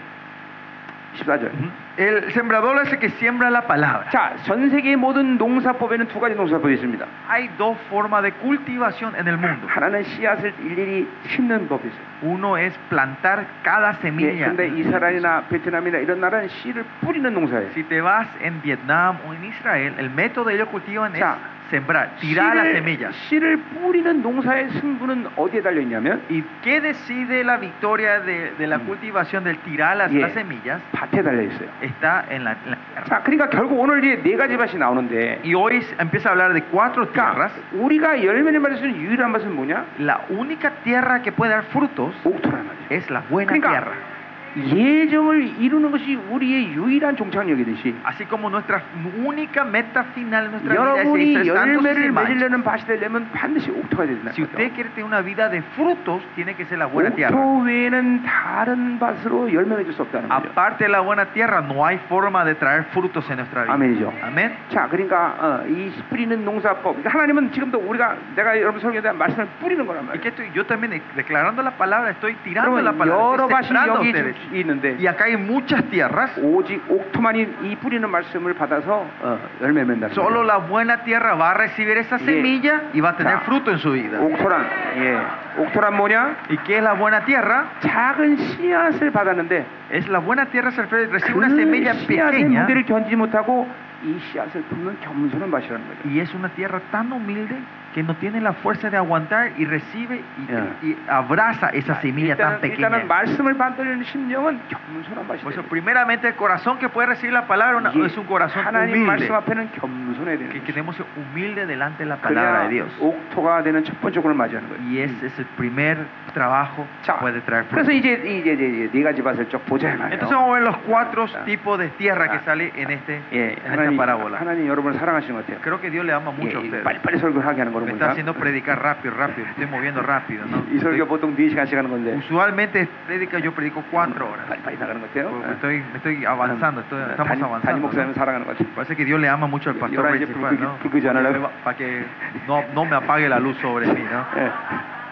Speaker 1: 14절.
Speaker 2: El sembrador es el que siembra la palabra.
Speaker 1: 자, 전 세계 모든 농사법에는 두 가지 농사법이 있습니다.
Speaker 2: Hay dos formas de cultivación en el mundo.
Speaker 1: 하나는 씨앗을 일일이 심는 법이 있어요.
Speaker 2: Uno es plantar cada
Speaker 1: 예,
Speaker 2: semilla.
Speaker 1: 근데 이스라엘이나 베트남이나 이런 나라는 씨를 뿌리는 농사예요.
Speaker 2: Si te vas en Vietnam o en Israel, el método de ellos cultivan es
Speaker 1: Ya.
Speaker 2: sembrar, tirar las
Speaker 1: 씨를,
Speaker 2: semillas.
Speaker 1: 씨를 뿌리는 농사의 승부는 어디에 달려 있냐면
Speaker 2: ¿Y qué decide la victoria de, de la
Speaker 1: Mm.
Speaker 2: cultivación del tirar las,
Speaker 1: Yeah.
Speaker 2: las semillas?
Speaker 1: 밭에 달려 있어요.
Speaker 2: Está en la, en la tierra.
Speaker 1: 자, 그러니까 결국 오늘 이제 네 가지 밭이 나오는데
Speaker 2: Y hoy se- empieza a hablar de cuatro
Speaker 1: 그러니까
Speaker 2: tierras.
Speaker 1: 우리가 열매를 맺을 수 있는 유일한 맛은 뭐냐?
Speaker 2: La única tierra que puede dar frutos
Speaker 1: 옥토란 말이에요.
Speaker 2: es la buena
Speaker 1: 그러니까
Speaker 2: tierra.
Speaker 1: 예정을 이루는 것이 우리의 유일한 종착역이듯이
Speaker 2: Así como nuestra única meta final, nuestra vida es
Speaker 1: 여러분이
Speaker 2: ser santos y
Speaker 1: 열매를
Speaker 2: sin mancha.
Speaker 1: 맺으려는 밭이 되려면 반드시 옥토가 되야 된다.
Speaker 2: Si usted quiere tener una vida de frutos, tiene que ser la buena tierra.
Speaker 1: 옥토 외에는 다른 밭으로 열매 맺을 수 없다는 거죠.
Speaker 2: Aparte de la buena tierra, no hay forma de traer frutos en nuestra vida.
Speaker 1: Amén, yo.
Speaker 2: Amén.
Speaker 1: 자, 그러니까 어, 이 뿌리는 농사법. 그러니까 하나님은 지금도 우리가 내가 여러분 설교에 대한 말씀을 뿌리는 거란
Speaker 2: Y
Speaker 1: 말이에요.
Speaker 2: que estoy, yo también eh, declarando la palabra, estoy tirando la
Speaker 1: 그러면
Speaker 2: palabra,
Speaker 1: 여러
Speaker 2: estoy
Speaker 1: 밭이
Speaker 2: sembrando a
Speaker 1: 여기
Speaker 2: ustedes.
Speaker 1: 지- 있는데
Speaker 2: Y acá hay muchas tierras.
Speaker 1: 오직 옥토만이 이 뿌리는 말씀을 받아서 어, 열매 맺는다.
Speaker 2: Solo la buena tierra va a recibir esa
Speaker 1: Bien.
Speaker 2: semilla y va a tener
Speaker 1: Ya.
Speaker 2: fruto en su vida.
Speaker 1: 옥토란 예, 옥토란 뭐냐?
Speaker 2: ¿Y qué es la buena tierra?
Speaker 1: 작은 씨앗을 받았는데
Speaker 2: Es la buena tierra se refiere- recibe
Speaker 1: Ah,
Speaker 2: una semilla
Speaker 1: 그 씨앗의
Speaker 2: pequeña
Speaker 1: 무게를 견디지 못하고 이 씨앗을 품는 겸손한 맛이라는 거죠.
Speaker 2: y es una tierra tan humilde que no tiene la fuerza de aguantar y recibe y,
Speaker 1: Ya.
Speaker 2: y abraza
Speaker 1: Ah,
Speaker 2: esa semilla tan
Speaker 1: 일단은,
Speaker 2: pequeña.
Speaker 1: 일단은 말씀을 받으려는 심령은 겸손한 맛이
Speaker 2: Por eso,
Speaker 1: 돼요.
Speaker 2: primeramente, el corazón que puede recibir la palabra una-
Speaker 1: 이게
Speaker 2: es un corazón
Speaker 1: 하나님
Speaker 2: humilde.
Speaker 1: 말씀 앞에는 겸손해야 되는
Speaker 2: Que
Speaker 1: 거죠.
Speaker 2: queremos ser humilde delante de la palabra de
Speaker 1: 그래야
Speaker 2: Dios.
Speaker 1: 옥토가 되는 첫 번째 곡을 맞이하는 거예요.
Speaker 2: Y ese es el primer trabajo que
Speaker 1: 자,
Speaker 2: puede traer fruto.
Speaker 1: 그래서 이제 이제 이제, 이제 네 가지 밭을 쭉 보자 이 말이에요.
Speaker 2: Entonces vamos a ver los cuatro
Speaker 1: Ah.
Speaker 2: tipos de tierra que
Speaker 1: Ah.
Speaker 2: sale en, este,
Speaker 1: 예,
Speaker 2: en esta
Speaker 1: 하나님
Speaker 2: parábola.
Speaker 1: 하나님 여러분을 사랑하시는 것 같아요.
Speaker 2: Creo que Dios le ama mucho a
Speaker 1: 예,
Speaker 2: ustedes.
Speaker 1: 빨리빨리 설교를 하게 하는 거로
Speaker 2: Me está
Speaker 1: 보니까
Speaker 2: haciendo predicar rápido, rápido. Me estoy moviendo rápido, ¿no?
Speaker 1: 이 설교 보통 4 시간씩 하는 건데
Speaker 2: Usualmente predica, yo predico cuatro horas.
Speaker 1: 빨리빨리 나가는 것
Speaker 2: Porque
Speaker 1: 같아요.
Speaker 2: Me
Speaker 1: 어.
Speaker 2: estoy, me estoy avanzando, estoy-
Speaker 1: Ah, 단,
Speaker 2: estamos
Speaker 1: 단임
Speaker 2: avanzando.
Speaker 1: 목사님
Speaker 2: ¿no?
Speaker 1: 사랑하는 것 같아요.
Speaker 2: Parece que Dios le ama mucho al pastor
Speaker 1: ahora ya
Speaker 2: principal,
Speaker 1: porque-
Speaker 2: ¿no?
Speaker 1: porque ya no la-
Speaker 2: Para que no, no me apague la luz sobre mí, ¿no?
Speaker 1: 예.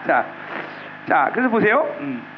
Speaker 1: 자, 자, 그래서 보세요. 음.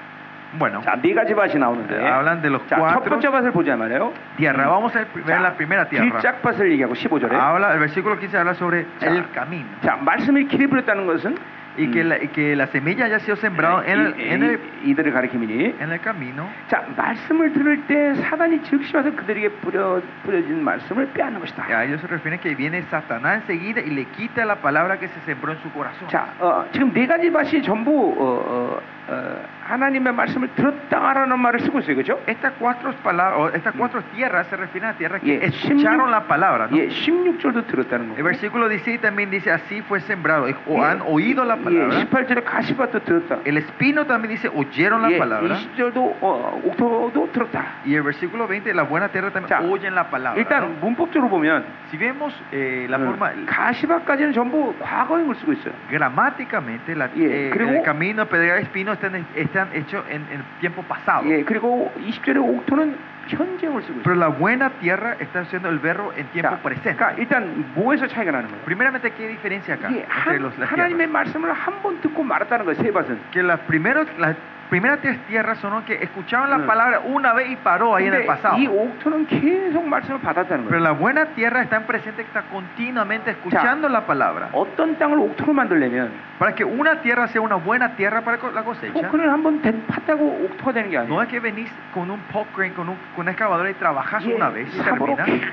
Speaker 2: Bueno,
Speaker 1: 자, 네 가지 밭이 나오는데.
Speaker 2: eh, hablan de los
Speaker 1: 자, 첫
Speaker 2: cuatro
Speaker 1: 번째 밭을 보자 말이에요.
Speaker 2: tierras. Vamos a ver primero la primera tierra.
Speaker 1: 길짝밭을 얘기하고 15절에.
Speaker 2: Habla, el versículo 15 habla sobre
Speaker 1: Ya.
Speaker 2: el camino.
Speaker 1: 자, 말씀이 길이 뿌렸다는 것은 음.
Speaker 2: y que la, y que la semilla haya sido sembrada en el, en, el,
Speaker 1: 이, 들을 가리키니
Speaker 2: en el camino
Speaker 1: 자, 말씀을 들을 때 사단이 즉시 와서 그들에게 뿌려 뿌려진 말씀을 빼앗는 것이다.
Speaker 2: a ellos se refieren que viene Satanás enseguida y le quita la palabra que se sembró en su corazón
Speaker 1: 자, 어, 지금 네 가지 밭이 전부 어, 어, 어, 하나님의 말씀을 들었다라는 말을 쓰고 있어요, 그렇죠?
Speaker 2: estas cuatro palabras o estas cuatro tierras se refieren a tierras que
Speaker 1: Yeah.
Speaker 2: escucharon la palabra ¿no?
Speaker 1: 예, 네, 16절도 들었다는 거고.
Speaker 2: el versículo 16 también dice así fue sembrado o
Speaker 1: 예,
Speaker 2: han oído la
Speaker 1: 예,
Speaker 2: palabra
Speaker 1: 18절에 가시밭도 들었다.
Speaker 2: el espino también dice oyeron la
Speaker 1: 예,
Speaker 2: palabra
Speaker 1: 20절도 어, 옥토도 들었다.
Speaker 2: y el versículo 20 la buena tierra también
Speaker 1: Ya.
Speaker 2: oyen la palabra
Speaker 1: 일단
Speaker 2: ¿no?
Speaker 1: 문법적으로 보면 음,
Speaker 2: si vemos
Speaker 1: 네.
Speaker 2: eh, la forma
Speaker 1: 가시밭까지는 전부 과거형을 쓰고 있어요.
Speaker 2: Gramáticamente, la-
Speaker 1: Yeah,
Speaker 2: eh,
Speaker 1: creo-
Speaker 2: el camino, pedregal, espino están, están hechos en el tiempo pasado.
Speaker 1: 예, 그리고 20절에 옥토는 현재형을 쓰고
Speaker 2: Pero
Speaker 1: 있어요.
Speaker 2: la buena tierra está haciendo el verbo en tiempo
Speaker 1: 자,
Speaker 2: presente.
Speaker 1: 그러니까 일단 뭐에서 차이가 나는 거예요?
Speaker 2: Primeramente, ¿qué diferencia acá
Speaker 1: 예,
Speaker 2: entre los,
Speaker 1: 한,
Speaker 2: las tierras?
Speaker 1: 하나님의 말씀을 한 번 듣고 말았다는 거예요. 세 밭은.
Speaker 2: Que las, primeros, las primeras tres tierras son los que escuchaban la
Speaker 1: Mm.
Speaker 2: palabra una vez y paró ahí en el
Speaker 1: 근데
Speaker 2: pasado.
Speaker 1: 이 옥토는 계속 말씀을 받았다는
Speaker 2: Pero
Speaker 1: 거예요.
Speaker 2: la buena tierra está en presente, que está continuamente escuchando la palabra.
Speaker 1: 어떤 땅을 옥토로 만들려면
Speaker 2: Para que una tierra sea una buena tierra para co- la cosecha,
Speaker 1: 토큰을 한번 된- 팠다고 옥토가 되는 게
Speaker 2: no
Speaker 1: 아니에요.
Speaker 2: es que venís con un pop crane, con, un, con una excavadora y trabajas una
Speaker 1: 예,
Speaker 2: vez y
Speaker 1: 삽으로
Speaker 2: terminas.
Speaker 1: 계속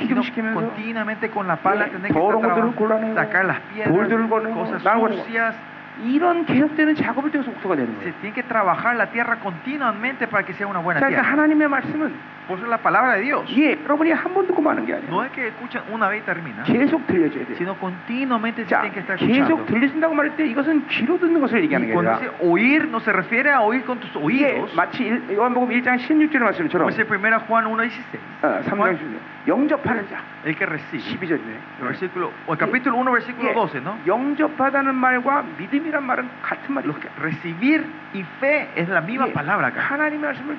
Speaker 2: sino
Speaker 1: 기둥시키면서
Speaker 2: continuamente con la pala
Speaker 1: 예,
Speaker 2: tener que
Speaker 1: 더러운
Speaker 2: estar
Speaker 1: 것들을
Speaker 2: trabajando,
Speaker 1: 골라내고
Speaker 2: sacar las
Speaker 1: 돌들을
Speaker 2: piedras,
Speaker 1: 꺼내고
Speaker 2: cosas
Speaker 1: 나무를
Speaker 2: sucias.
Speaker 1: 이런 계속되는 작업을 통해서 옥토가 되는
Speaker 2: Se
Speaker 1: 거예요.
Speaker 2: tiene que trabajar la tierra continuamente para que sea una buena
Speaker 1: 자, 그러니까
Speaker 2: tierra.
Speaker 1: 하나님의 말씀은
Speaker 2: Por eso es la palabra de Dios.
Speaker 1: 예, 여러분이 한 번 듣고 마는 게 아니에요.
Speaker 2: No es que escuchan una vez y termina,
Speaker 1: 계속 들려줘야 돼요.
Speaker 2: sino continuamente se
Speaker 1: 자,
Speaker 2: tienen que estar
Speaker 1: 계속
Speaker 2: escuchando.
Speaker 1: 들려준다고 말할 때 이것은 귀로 듣는 것을 얘기하는
Speaker 2: Y
Speaker 1: 게
Speaker 2: cuando
Speaker 1: 아니라
Speaker 2: dice oír, no se refiere a oír con tus
Speaker 1: 이게
Speaker 2: oídos,
Speaker 1: 마치 일- 요한복음 1장 16절의
Speaker 2: como
Speaker 1: 말씀처럼
Speaker 2: dice 1 Juan 1.16,
Speaker 1: 어, 3장 16절 영접하는 자
Speaker 2: el que recibe.
Speaker 1: 12절이네. 예,
Speaker 2: El versículo, o el capítulo 1, versículo 12, ¿no?
Speaker 1: 영접하다는 말과 믿음이란 말은 같은 말이에요.
Speaker 2: Los que- recibir y fe es la misma
Speaker 1: 예,
Speaker 2: palabra acá.
Speaker 1: 하나님의 말씀을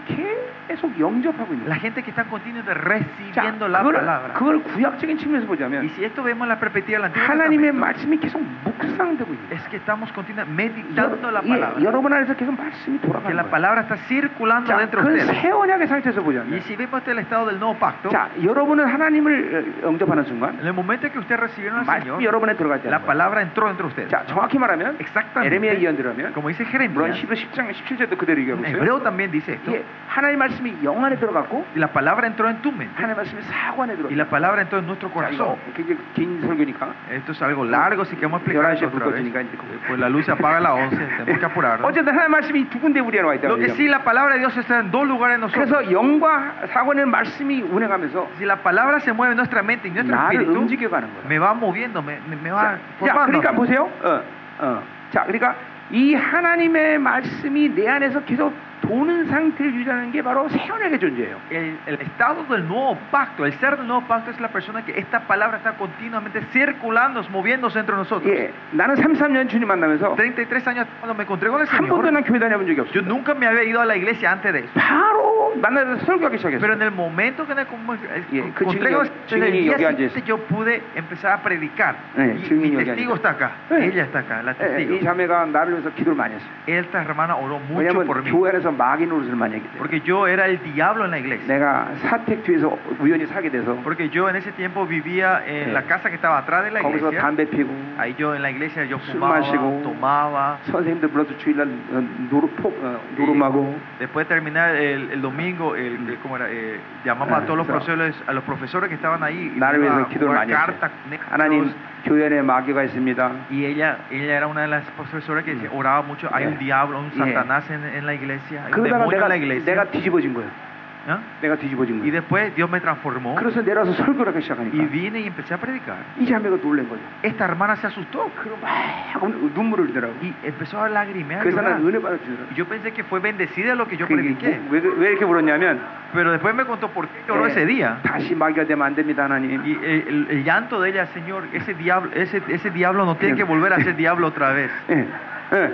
Speaker 1: 계속 영접하고 있는
Speaker 2: La
Speaker 1: 거예요.
Speaker 2: gente que está continuamente
Speaker 1: 자,
Speaker 2: recibiendo la
Speaker 1: 그걸,
Speaker 2: palabra.
Speaker 1: 그걸 구약적인 측면에서
Speaker 2: Y
Speaker 1: 보자면
Speaker 2: si esto vemos en la perspectiva del Antiguo
Speaker 1: 하나님의
Speaker 2: Testamento,
Speaker 1: 말씀이 계속 묵상되고 있는 거예요.
Speaker 2: es que estamos continuamente meditando la
Speaker 1: 여,
Speaker 2: palabra.
Speaker 1: 예, 여러분 안에서 계속 말씀이
Speaker 2: que
Speaker 1: 돌아가는
Speaker 2: la
Speaker 1: 거예요.
Speaker 2: palabra está circulando
Speaker 1: 자,
Speaker 2: dentro de
Speaker 1: 그
Speaker 2: ustedes.
Speaker 1: 새 언약의 상태에서
Speaker 2: Y
Speaker 1: 보자면
Speaker 2: si vemos este el estado del nuevo pacto,
Speaker 1: 자, 여러분은 하나님을 어, 영접하는 순간
Speaker 2: en el momento que ustedes recibieron al
Speaker 1: 말씀이
Speaker 2: Señor,
Speaker 1: 여러분에 들어가지
Speaker 2: la
Speaker 1: 않아요.
Speaker 2: palabra entró dentro de ustedes.
Speaker 1: 자, 정확히 말하면 에레미야
Speaker 2: Exactamente.
Speaker 1: 예언대로면
Speaker 2: Como dice
Speaker 1: 물론
Speaker 2: Jeremías,
Speaker 1: 히브리 10장 17절도 그 네. 그대로 얘기하고
Speaker 2: en
Speaker 1: 있어요.
Speaker 2: hebreo también dice esto.
Speaker 1: 예, 하나님 말씀이 영 안에 들어갔고
Speaker 2: Y la palabra entró en tu mente.
Speaker 1: 하나님 말씀이 사고 안에
Speaker 2: Y
Speaker 1: 들어갔고
Speaker 2: la palabra entró en nuestro
Speaker 1: 자, 이거
Speaker 2: corazón.
Speaker 1: 굉장히 긴 설교니까
Speaker 2: Esto es algo largo, así que vamos a explicar
Speaker 1: 11시에
Speaker 2: esto
Speaker 1: 불
Speaker 2: otra vez.
Speaker 1: 꺼지니까 이제 그거.
Speaker 2: Pues la luz se apaga a las 11, tenemos que apurarnos.
Speaker 1: 어쨌든 하나님 말씀이 두 군데 우리 안에 와
Speaker 2: Lo
Speaker 1: 있다고
Speaker 2: que sí, la palabra de Dios está en dos lugares en nosotros.
Speaker 1: 그래서 영과 사고는 말씀이 운행하면서
Speaker 2: Si la palabra se mueve en nuestra mente y en nuestro
Speaker 1: 나를
Speaker 2: espíritu, ah,
Speaker 1: 움직여가는 거예요.
Speaker 2: me va moviendo, me, me- me va
Speaker 1: 자, 자,
Speaker 2: formando.
Speaker 1: 그러니까 eh. 보세요. 어, 어. 자, 그러니까 이 하나님의 말씀이 내 안에서 계속 도는 상태를 유지하는 게 바로 세원에게 존재해요.
Speaker 2: El, el estado del nuevo pacto, el ser del nuevo pacto es la persona que esta palabra está continuamente circulando, moviéndose entre nosotros.
Speaker 1: 예, 나는 33년 주님 만나면서
Speaker 2: 33 años cuando me encontré con el
Speaker 1: 한 번도
Speaker 2: Señor,
Speaker 1: 난 교회 다녀본 적이
Speaker 2: yo
Speaker 1: 없어요.
Speaker 2: nunca me había ido a la iglesia antes de eso.
Speaker 1: 바로 만나서 설교하기
Speaker 2: Pero
Speaker 1: 시작했어요.
Speaker 2: en el momento que me como-
Speaker 1: Y-
Speaker 2: encontré con el
Speaker 1: Chingui-
Speaker 2: Señor, desde el día
Speaker 1: Chingui-
Speaker 2: siguiente yo pude empezar a predicar.
Speaker 1: Eh,
Speaker 2: Y
Speaker 1: Chingui-
Speaker 2: mi testigo
Speaker 1: Chingui-
Speaker 2: está acá,
Speaker 1: Eh.
Speaker 2: ella está acá, la
Speaker 1: 예, 이
Speaker 2: testigo.
Speaker 1: 자매가 나를 위해서 기도를 많이 했어요.
Speaker 2: Esta hermana oró mucho por
Speaker 1: 왜냐하면
Speaker 2: mí,
Speaker 1: 교회 안에서 마귀 노릇을 많이 했기 때문에.
Speaker 2: porque yo era el diablo en la iglesia.
Speaker 1: 내가 사택 뒤에서 우연히 사게 돼서
Speaker 2: Porque yo en ese tiempo vivía en
Speaker 1: Sí.
Speaker 2: la casa que estaba atrás de la
Speaker 1: 거기서
Speaker 2: iglesia.
Speaker 1: 담배 피고
Speaker 2: Ahí yo en la iglesia yo
Speaker 1: Su
Speaker 2: fumaba,
Speaker 1: mágico.
Speaker 2: tomaba.
Speaker 1: 선생님들 불러서 주일날 어, 노루, 포, 어, 노름하고
Speaker 2: Después de terminar el, el domingo, el, el- ¿cómo era? Eh, llamamos
Speaker 1: Ah,
Speaker 2: a todos los
Speaker 1: so.
Speaker 2: profesores, a los profesores que estaban ahí. y
Speaker 1: 나를
Speaker 2: iba
Speaker 1: 위해서
Speaker 2: a
Speaker 1: 기도를
Speaker 2: jugar
Speaker 1: 많이 했어요.
Speaker 2: cartas, negros.
Speaker 1: 하나님 교회 안에 마귀가 있습니다.
Speaker 2: y ella, ella era una de las profesoras que decía, oraba mucho. Hay un
Speaker 1: Mm. Yeah.
Speaker 2: diablo, un
Speaker 1: Yeah.
Speaker 2: satanás en, en la iglesia, hay un
Speaker 1: 그러다가
Speaker 2: demonio en
Speaker 1: 내가,
Speaker 2: la iglesia.
Speaker 1: 내가 뒤집어진 거예요.
Speaker 2: ¿Ah?
Speaker 1: 내가 뒤집어진
Speaker 2: Y
Speaker 1: 거예요.
Speaker 2: después Dios me transformó
Speaker 1: 그래서 내려와서 설교를 하기
Speaker 2: y
Speaker 1: 시작하니까
Speaker 2: vine y empecé a predicar.
Speaker 1: 이 자매가 놀란 거죠.
Speaker 2: Esta hermana se asustó
Speaker 1: 그럼 막 눈물을 흘리더라고.
Speaker 2: y empezó a lagrimear.
Speaker 1: 그래서
Speaker 2: llorar.
Speaker 1: 난 은혜 받아주더라고.
Speaker 2: Y Yo pensé que fue bendecida lo que yo
Speaker 1: 그게
Speaker 2: prediqué,
Speaker 1: 뭐- 왜, 왜 이렇게 울었냐면
Speaker 2: pero después me contó por qué lloró
Speaker 1: 예,
Speaker 2: ese día.
Speaker 1: 다시 마귀가 되면 안 됩니다 하나님.
Speaker 2: Y el, el- el llanto de ella, Señor, ese diablo, ese, ese diablo no tiene que volver a ser diablo otra vez.
Speaker 1: 예, 예.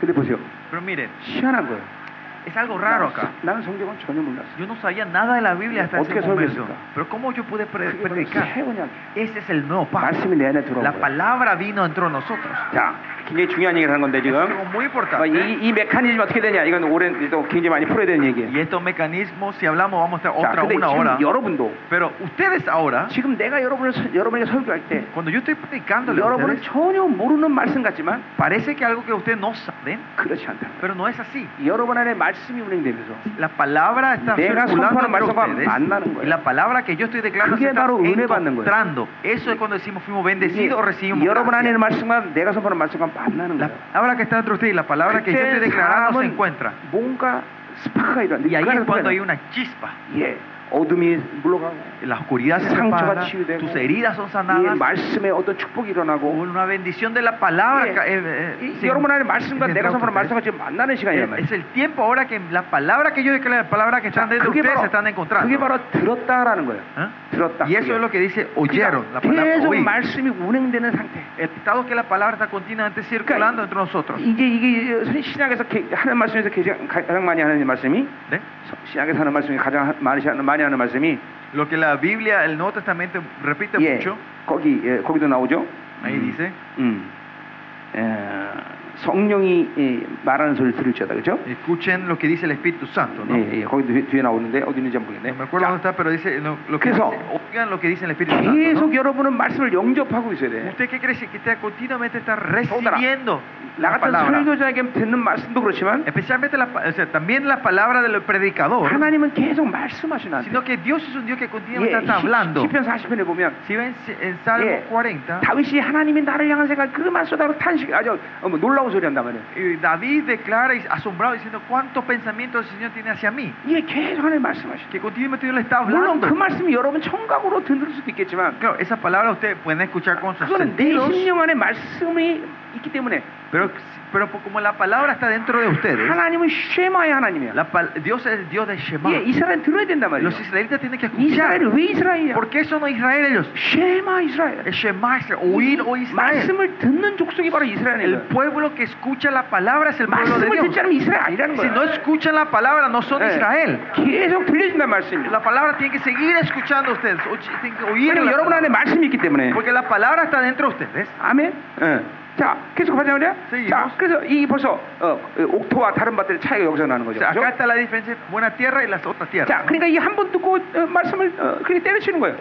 Speaker 1: 근데 보세요.
Speaker 2: Pero miren,
Speaker 1: 희한한 거예요.
Speaker 2: es algo raro acá.
Speaker 1: 나는 성경은 전혀 몰랐어.
Speaker 2: Yo no sabía nada de la Biblia hasta ese
Speaker 1: ¿Por qué
Speaker 2: momento.
Speaker 1: sabías?
Speaker 2: Pero ¿cómo yo pude pre-
Speaker 1: 그게 바로 새
Speaker 2: predicar?
Speaker 1: 언약이에요.
Speaker 2: Ese es el nuevo pacto.
Speaker 1: 말씀이 내 안에 들어온
Speaker 2: La
Speaker 1: 거예요.
Speaker 2: palabra vino, entró a nosotros.
Speaker 1: 자, 굉장히 중요한 얘기를 한 건데
Speaker 2: Es
Speaker 1: 지금
Speaker 2: algo muy
Speaker 1: 어,
Speaker 2: importante.
Speaker 1: 이, 이 메커니즘 어떻게 되냐 이건 오랜 또 굉장히 많이 풀어야 되는 얘기예요.
Speaker 2: Y estos mecanismos, si hablamos, vamos a estar
Speaker 1: 자,
Speaker 2: otra
Speaker 1: 근데
Speaker 2: una hora.
Speaker 1: 지금 여러분도
Speaker 2: Pero ustedes ahora,
Speaker 1: 지금 내가 여러분을 서- 여러분에게 설교할 때
Speaker 2: cuando yo estoy predicando,
Speaker 1: 여러분은 전혀 모르는 말씀 같지만
Speaker 2: parece que algo que ustedes no saben,
Speaker 1: 그렇지 않다.
Speaker 2: pero no es así.
Speaker 1: 여러분 안에 말씀이 운행되면서
Speaker 2: La palabra está
Speaker 1: 내가
Speaker 2: circulando
Speaker 1: 선포하는
Speaker 2: entre
Speaker 1: 말씀과
Speaker 2: ustedes.
Speaker 1: 만나는
Speaker 2: Y
Speaker 1: 거예요.
Speaker 2: la palabra que yo estoy declarando
Speaker 1: 그게
Speaker 2: se está
Speaker 1: 바로 은혜 받는 거예요.
Speaker 2: encontrando. Eso es cuando decimos fuimos bendecidos o
Speaker 1: 이-
Speaker 2: recibimos
Speaker 1: 여러분 안에
Speaker 2: gracia.
Speaker 1: 있는 말씀과 내가 선포하는 말씀과 만나는
Speaker 2: La
Speaker 1: 거예요.
Speaker 2: palabra que está entre ustedes y la palabra que yo estoy
Speaker 1: 그때
Speaker 2: declarando se
Speaker 1: 사람은
Speaker 2: encuentra.
Speaker 1: 뭔가 스파크가 일어나.
Speaker 2: Y ahí es cuando hay una chispa.
Speaker 1: 예, 어둠이 물러가고
Speaker 2: La oscuridad se
Speaker 1: 상처가
Speaker 2: separa,
Speaker 1: 치유되고,
Speaker 2: tus heridas son
Speaker 1: 이
Speaker 2: sanadas.
Speaker 1: 말씀에 어떤 축복이 일어나고
Speaker 2: Una bendición de la palabra.
Speaker 1: 예,
Speaker 2: ca- eh, eh,
Speaker 1: 이
Speaker 2: se-
Speaker 1: 여러분 안에
Speaker 2: se
Speaker 1: 말씀과
Speaker 2: entra
Speaker 1: 내가 선포하는
Speaker 2: entre
Speaker 1: 말씀과
Speaker 2: ustedes.
Speaker 1: 지금 만나는 시간이란
Speaker 2: Es
Speaker 1: 말이에요.
Speaker 2: el tiempo ahora que la palabra que yo declaro, la palabra que están dentro de
Speaker 1: 그게
Speaker 2: ustedes se
Speaker 1: 바로,
Speaker 2: están encontrando.
Speaker 1: 그게 바로 들었다라는 거예요.
Speaker 2: ¿Eh?
Speaker 1: 들었다.
Speaker 2: Y eso
Speaker 1: 그게.
Speaker 2: es lo que dice oyeron, la palabra
Speaker 1: 계속
Speaker 2: oí.
Speaker 1: 말씀이 운행되는 상태.
Speaker 2: El estado que la palabra está continuamente circulando entre nosotros.
Speaker 1: 이게 이게 신약에서 개- 하는 말씀에서 가장- 가장 많이 하는 말씀이
Speaker 2: ¿Ve?
Speaker 1: 신약에서 하는 말씀이 가장 하- 많이 하는 많이 하는 말씀이
Speaker 2: Lo que la Biblia, el Nuevo Testamento repite
Speaker 1: 예,
Speaker 2: mucho,
Speaker 1: 거기 예, 거기도 나오죠.
Speaker 2: ahí dice,
Speaker 1: 음. 에, 성령이 예, 말하는 소리를 들을지어다 그죠?
Speaker 2: escuchen lo que dice el Espíritu Santo, ¿no?
Speaker 1: 예, 예, 거기 뒤에, 뒤에 나오는데 어디 있는지 모르겠네.
Speaker 2: No me acuerdo dónde está, pero dice lo, lo que
Speaker 1: 그래서
Speaker 2: dice, oigan lo que dice el Espíritu Santo. ¿no?
Speaker 1: 계속 여러분은 말씀을 영접하고 있어야 돼.
Speaker 2: ¿Usted qué cree que está continuamente está
Speaker 1: Toda la-
Speaker 2: recibiendo
Speaker 1: 나
Speaker 2: la
Speaker 1: 같은
Speaker 2: palabra?
Speaker 1: 설교자에게 듣는 말씀도 그렇지만
Speaker 2: Especialmente la, pa- o sea, también la palabra del predicador,
Speaker 1: 하나님은 계속 말씀하시나.
Speaker 2: sino que Dios es un Dios que continuamente está hablando.
Speaker 1: 시편 40편에 보면
Speaker 2: Si ven en Salmo
Speaker 1: 예.
Speaker 2: 40,
Speaker 1: 다윗이 하나님이 나를 향한 생각 그만 쏟아로 탄식 아주 어, 뭐 놀라운 소리 한단 말이에요.
Speaker 2: Y eh, David declara y asombrado diciendo cuántos pensamientos el Señor tiene hacia mí.
Speaker 1: 이게 계속 하나님 말씀하시죠.
Speaker 2: Que continuamente Dios le está
Speaker 1: 물론
Speaker 2: hablando.
Speaker 1: 그 말씀이 여러분 청각으로 들을 수도 있겠지만
Speaker 2: Claro, esa palabra ustedes pueden escuchar con sus
Speaker 1: 그거는 내
Speaker 2: sentidos,
Speaker 1: 심령 안에 말씀이 있기 때문에
Speaker 2: pero, pero como la palabra está dentro de ustedes,
Speaker 1: 하나님은 쉐마의 하나님이야.
Speaker 2: la pal- Dios es el Dios de Shema.
Speaker 1: 예, 이스라엘 들어야 된단 말이에요.
Speaker 2: Los israelitas tienen que escuchar.
Speaker 1: 이스라엘 왜 이스라엘이야?
Speaker 2: ¿Por qué son los Israel ellos?
Speaker 1: 쉐마 이스라엘.
Speaker 2: El Shema es el oír o Israel.
Speaker 1: 말씀을 듣는 족속이 바로
Speaker 2: El
Speaker 1: 이스라엘이에요.
Speaker 2: pueblo que escucha la palabra es el pueblo de
Speaker 1: 말씀을
Speaker 2: Dios.
Speaker 1: 듣지 않으면 이스라엘 아니라는
Speaker 2: Si no
Speaker 1: 거야.
Speaker 2: escuchan la palabra, no son
Speaker 1: 예,
Speaker 2: Israel.
Speaker 1: 계속 들려진단 말씀입니다.
Speaker 2: La palabra tiene que seguir escuchando ustedes. o- Tienen que oír
Speaker 1: 왜냐면
Speaker 2: la
Speaker 1: 여러분 안에
Speaker 2: palabra.
Speaker 1: 말씀이 있기 때문에.
Speaker 2: Porque la palabra está dentro de ustedes.
Speaker 1: 아멘. 예. 자, 계속 하자 말이야.
Speaker 2: 네,
Speaker 1: 자, 그래서 이 벌써 어, 어, 옥토와 다른 밭들의 차이가 여기서 나는
Speaker 2: O
Speaker 1: 거죠.
Speaker 2: sea, acá
Speaker 1: 그죠?
Speaker 2: está la diferencia entre buena tierra y las otras
Speaker 1: 자,
Speaker 2: tierras.
Speaker 1: 그러니까 이 한 번 듣고 어, 말씀을 어, 그렇게 때려치는 거예요.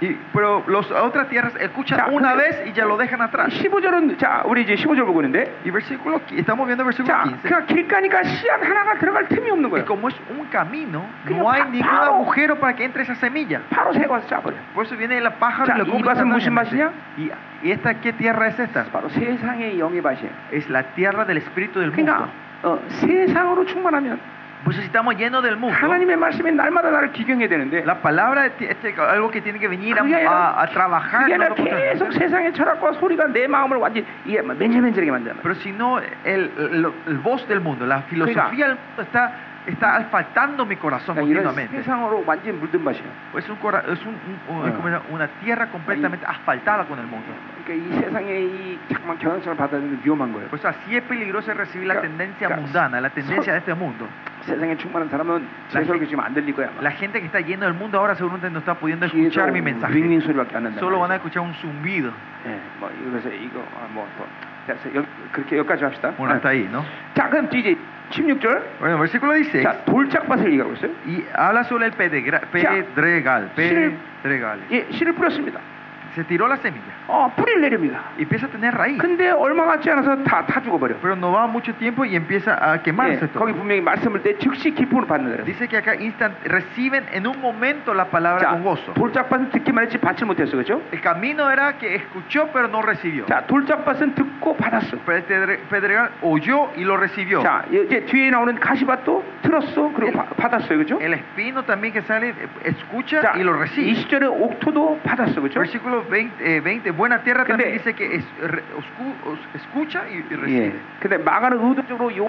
Speaker 2: Y- pero las otras tierras
Speaker 1: Ya,
Speaker 2: escuchan una
Speaker 1: pero-
Speaker 2: vez y ya lo dejan atrás.
Speaker 1: 15절은 자, 우리 이제 15절 보고 있는데.
Speaker 2: Y versículo, qui- estamos viendo versículo
Speaker 1: 자,
Speaker 2: 15.
Speaker 1: 그냥 길가니까 씨앗 하나가 들어갈 틈이 없는
Speaker 2: Y
Speaker 1: 거예요.
Speaker 2: como es un camino,
Speaker 1: Que
Speaker 2: no
Speaker 1: no
Speaker 2: hay
Speaker 1: pa-
Speaker 2: ningún
Speaker 1: pao.
Speaker 2: agujero para que entre esa semilla.
Speaker 1: 바로 새가 와서 짜버려.
Speaker 2: Por eso viene la pájaro
Speaker 1: Ya,
Speaker 2: y lo
Speaker 1: ¿y
Speaker 2: come
Speaker 1: vas a
Speaker 2: instantáneamente.
Speaker 1: Mushimashia?
Speaker 2: ¿Y, y esta qué tierra es esta?
Speaker 1: 바로 세상의 영의 밭이에요.
Speaker 2: Es la tierra del espíritu del mundo.
Speaker 1: 그러니까 어, 세상으로 충만하면
Speaker 2: Por eso si estamos llenos del mundo,
Speaker 1: 하나님의 말씀이 날마다 어, 나를 기경해야 되는데
Speaker 2: la palabra es este, algo que tiene que venir a,
Speaker 1: 그게 아니라-
Speaker 2: a- a trabajar.
Speaker 1: 그게 아니라
Speaker 2: nosotros con nosotros.
Speaker 1: 계속 세상의 철학과 소리가 내 마음을 완전히 이게 맨질맨질하게 만드는 거예요.
Speaker 2: Pero si no, el, el- el voz del mundo, la filosofía
Speaker 1: Mira.
Speaker 2: del mundo está, está asfaltando mi corazón
Speaker 1: 그러니까 이런
Speaker 2: continuamente.
Speaker 1: 세상으로 완전히 물든 맛이에요.
Speaker 2: Es, un, cora- es un- un- un-
Speaker 1: Ah.
Speaker 2: como era, una tierra completamente asfaltada con el mundo.
Speaker 1: 그러니까 이 세상의 이 잠깐만 경향성을 받아들이는 게 위험한 거예요.
Speaker 2: Por eso así es peligroso recibir
Speaker 1: Ca-
Speaker 2: la tendencia
Speaker 1: ca-
Speaker 2: mundana, la tendencia
Speaker 1: so-
Speaker 2: de este mundo.
Speaker 1: 세상에 충만한 사람은 제
Speaker 2: 나-
Speaker 1: 설교 지금 안 들릴 거야. 아마.
Speaker 2: La gente que está llena del mundo ahora seguramente no está pudiendo
Speaker 1: 귀에서
Speaker 2: escuchar mi mensaje.
Speaker 1: 윙윙 소리밖에 안 난다.
Speaker 2: Solo van a escuchar un zumbido.
Speaker 1: 예, 뭐 이것에 이거 아, 뭐또 그렇게 여기까지 합시다.
Speaker 2: Bueno,
Speaker 1: 예.
Speaker 2: hasta ahí, ¿no?
Speaker 1: 자, 그럼 이제 16절.
Speaker 2: Bueno, el versículo 16
Speaker 1: 자, 돌짝밭을 얘기하고 있어요.
Speaker 2: y habla sobre el pedregra- pedregal.
Speaker 1: Sir-
Speaker 2: Pedregal.
Speaker 1: 예, 씨를 뿌렸습니다.
Speaker 2: Se tiró la semilla
Speaker 1: 어, 뿌리를 내립니다.
Speaker 2: y empieza a tener raíz.
Speaker 1: 근데 얼마 같지 않아서 다 다 죽어버려.
Speaker 2: Pero no va mucho tiempo y empieza a
Speaker 1: 예,
Speaker 2: quemarse todo.
Speaker 1: 거기 분명히 말씀을 때 즉시 기쁨을 받는다. 그래요.
Speaker 2: Dice que acá instant- reciben en un momento la palabra
Speaker 1: 자,
Speaker 2: con gozo.
Speaker 1: 돌짝밭은 듣기만 했지 받지 못했어, 그렇죠?
Speaker 2: El camino era que escuchó pero no recibió.
Speaker 1: 자, 돌짝밭은 듣고 받았어.
Speaker 2: Pero el pedre- pedregal oyó y lo recibió.
Speaker 1: 자, 이제 뒤에 나오는 가시밭도 들었어, 그리고
Speaker 2: 예.
Speaker 1: 바- 받았어요, 그렇죠?
Speaker 2: El espino también que sale eh, escucha
Speaker 1: 자,
Speaker 2: y lo recibe.
Speaker 1: 20절에 옥토도 받았어, 그렇죠?
Speaker 2: Versículo 20, eh, 20, buena tierra también
Speaker 1: Pero-
Speaker 2: dice que es- re- oscu- os- escucha y, y
Speaker 1: 예.
Speaker 2: recibe.
Speaker 1: 근데 마가는 의도적으로 요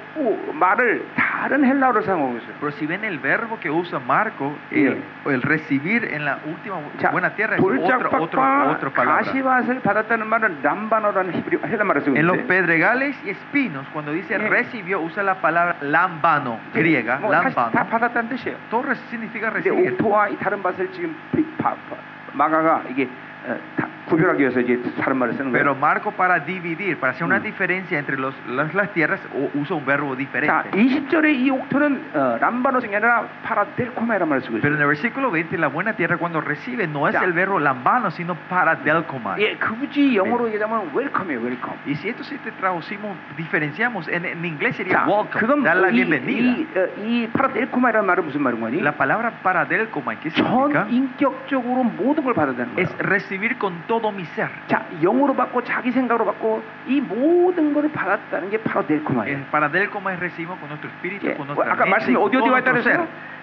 Speaker 1: 말을 다른 헬라어로 사용하고 있어요.
Speaker 2: Pero si ven el verbo que usa Marco, el, el recibir en la última bu-
Speaker 1: 자,
Speaker 2: buena tierra es otra, otra,
Speaker 1: 돌짝밭과
Speaker 2: otra palabra.
Speaker 1: 가시밭을 받았다는 말은 람바노라는 히브리 헬라 말을 쓰고
Speaker 2: En los
Speaker 1: 있는데
Speaker 2: pedregales y espinos, cuando dice
Speaker 1: Bien.
Speaker 2: recibió, usa la palabra lambano, griega,
Speaker 1: 뭐 사실 다
Speaker 2: lambano.
Speaker 1: 받았다는 뜻이에요.
Speaker 2: Todo re- significa
Speaker 1: 근데
Speaker 2: recibir.
Speaker 1: 옥토와 이 다른 밭을 지금 비- 바- 바- 마가가 이게 어, 다 구별하기 위해서 이제 다른 말을 쓰는
Speaker 2: Pero
Speaker 1: 거예요.
Speaker 2: Marco para dividir, para hacer una
Speaker 1: Mm.
Speaker 2: diferencia entre los, las, las tierras, o- usa un verbo
Speaker 1: 자,
Speaker 2: diferente.
Speaker 1: 20절에 이 옥토는 어, 람바노성이 아니라 파라델코마이라는 말을 쓰고 있어요.
Speaker 2: Pero en el versículo 20, la buena tierra cuando recibe no es
Speaker 1: Ya.
Speaker 2: el verbo lambano, sino para delcomar.
Speaker 1: 예, 굳이 영어로 얘기하면 웰컴이에요, 웰컴.
Speaker 2: Y si esto sí te traducimos, diferenciamos, en, en inglés
Speaker 1: 자,
Speaker 2: sería welcome,
Speaker 1: 뭐 그건
Speaker 2: dar la
Speaker 1: 이,
Speaker 2: bienvenida.
Speaker 1: 이, 어, 이 파라델코마이라는 말은 무슨 말인 거니?
Speaker 2: La palabra para delcomar, ¿qué significa?
Speaker 1: 전 인격적으로 모든 걸 받아들이는 거예요.
Speaker 2: Es recibir con todo mi ser.
Speaker 1: 자, 영으로 받고 자기 생각으로 받고 이 모든 걸 받았다는 게 바로 델코마예요.
Speaker 2: Eh, Para delcomar es recibimos con nuestro espíritu,
Speaker 1: 예,
Speaker 2: con
Speaker 1: 뭐,
Speaker 2: nuestra
Speaker 1: 아까
Speaker 2: mente,
Speaker 1: 말씀이
Speaker 2: con
Speaker 1: 어디
Speaker 2: todo
Speaker 1: 어디 와 있다
Speaker 2: nuestro ser.
Speaker 1: 그랬어요?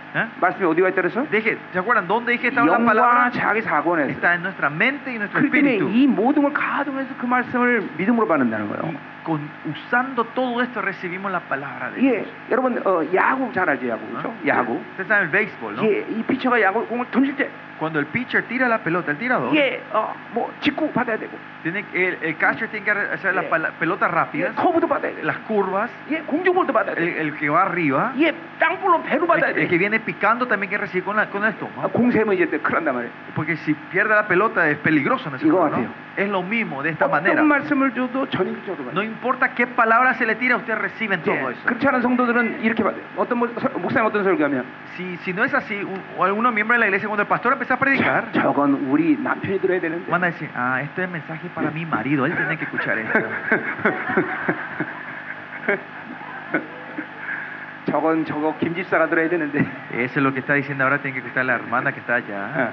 Speaker 1: 말씀이 어디 와 있다 그랬어?
Speaker 2: ¿Eh? Dije, ¿se acuerdan dónde dije que estaba la
Speaker 1: 영과
Speaker 2: palabra?
Speaker 1: 자기 사고는
Speaker 2: Está en nuestra mente y nuestro
Speaker 1: 그렇기 때문에
Speaker 2: espíritu.
Speaker 1: 이 모든 걸 가동해서 그 말씀을 믿음으로 받는다는 거예요.
Speaker 2: Y con, usando todo esto recibimos la palabra de
Speaker 1: 예,
Speaker 2: Dios.
Speaker 1: 여러분 어, 야구 잘 알죠, 야구
Speaker 2: ¿no?
Speaker 1: 그렇죠? 야구.
Speaker 2: Ustedes saben el béisbol, ¿no?
Speaker 1: 예, 이 피처가 야구 공을 던질 때,
Speaker 2: Cuando el pitcher tira la pelota, el tirador,
Speaker 1: 예, 어, 뭐 직구 받아야 되고,
Speaker 2: tiene, el, el catcher tiene que hacer la
Speaker 1: Yeah.
Speaker 2: pala- pelota
Speaker 1: 예,
Speaker 2: rápida,
Speaker 1: 커브도 받아야 돼,
Speaker 2: las curvas,
Speaker 1: 예, 공중볼도 받아야
Speaker 2: el,
Speaker 1: 돼,
Speaker 2: el que va arriba,
Speaker 1: 예, 땅볼로 배로 받아야
Speaker 2: el, el que
Speaker 1: 돼.
Speaker 2: viene picando también que recibe con, la- con el
Speaker 1: 아,
Speaker 2: estómago.
Speaker 1: 공 세면 이제 큰일 난단 말이에요.
Speaker 2: Porque si pierde la pelota es peligroso en ese
Speaker 1: Digo,
Speaker 2: juego, ¿no?
Speaker 1: tío.
Speaker 2: Es lo mismo, de esta manera.
Speaker 1: 어떤 말씀을 줘도 전인격적으로 받아요.
Speaker 2: No importa qué palabra se le tira, usted recibe en todo
Speaker 1: 예,
Speaker 2: eso.
Speaker 1: 그렇지 않은 성도들은 이렇게 받아요. 어떤 목- 서- 목사님 어떤 설교하면
Speaker 2: Si, si no es así, un- o algunos miembros de la iglesia, cuando el pastor empieza a predicar,
Speaker 1: 저건 우리 남편이 들어야 되는데.
Speaker 2: van a decir, ah, este mensaje es para mi marido, él tiene que escuchar esto.
Speaker 1: 저건 저거 김 집사가 들어야 되는데.
Speaker 2: Eso es lo que está diciendo ahora, tiene que escuchar la hermana que está allá.
Speaker 1: 어, 어,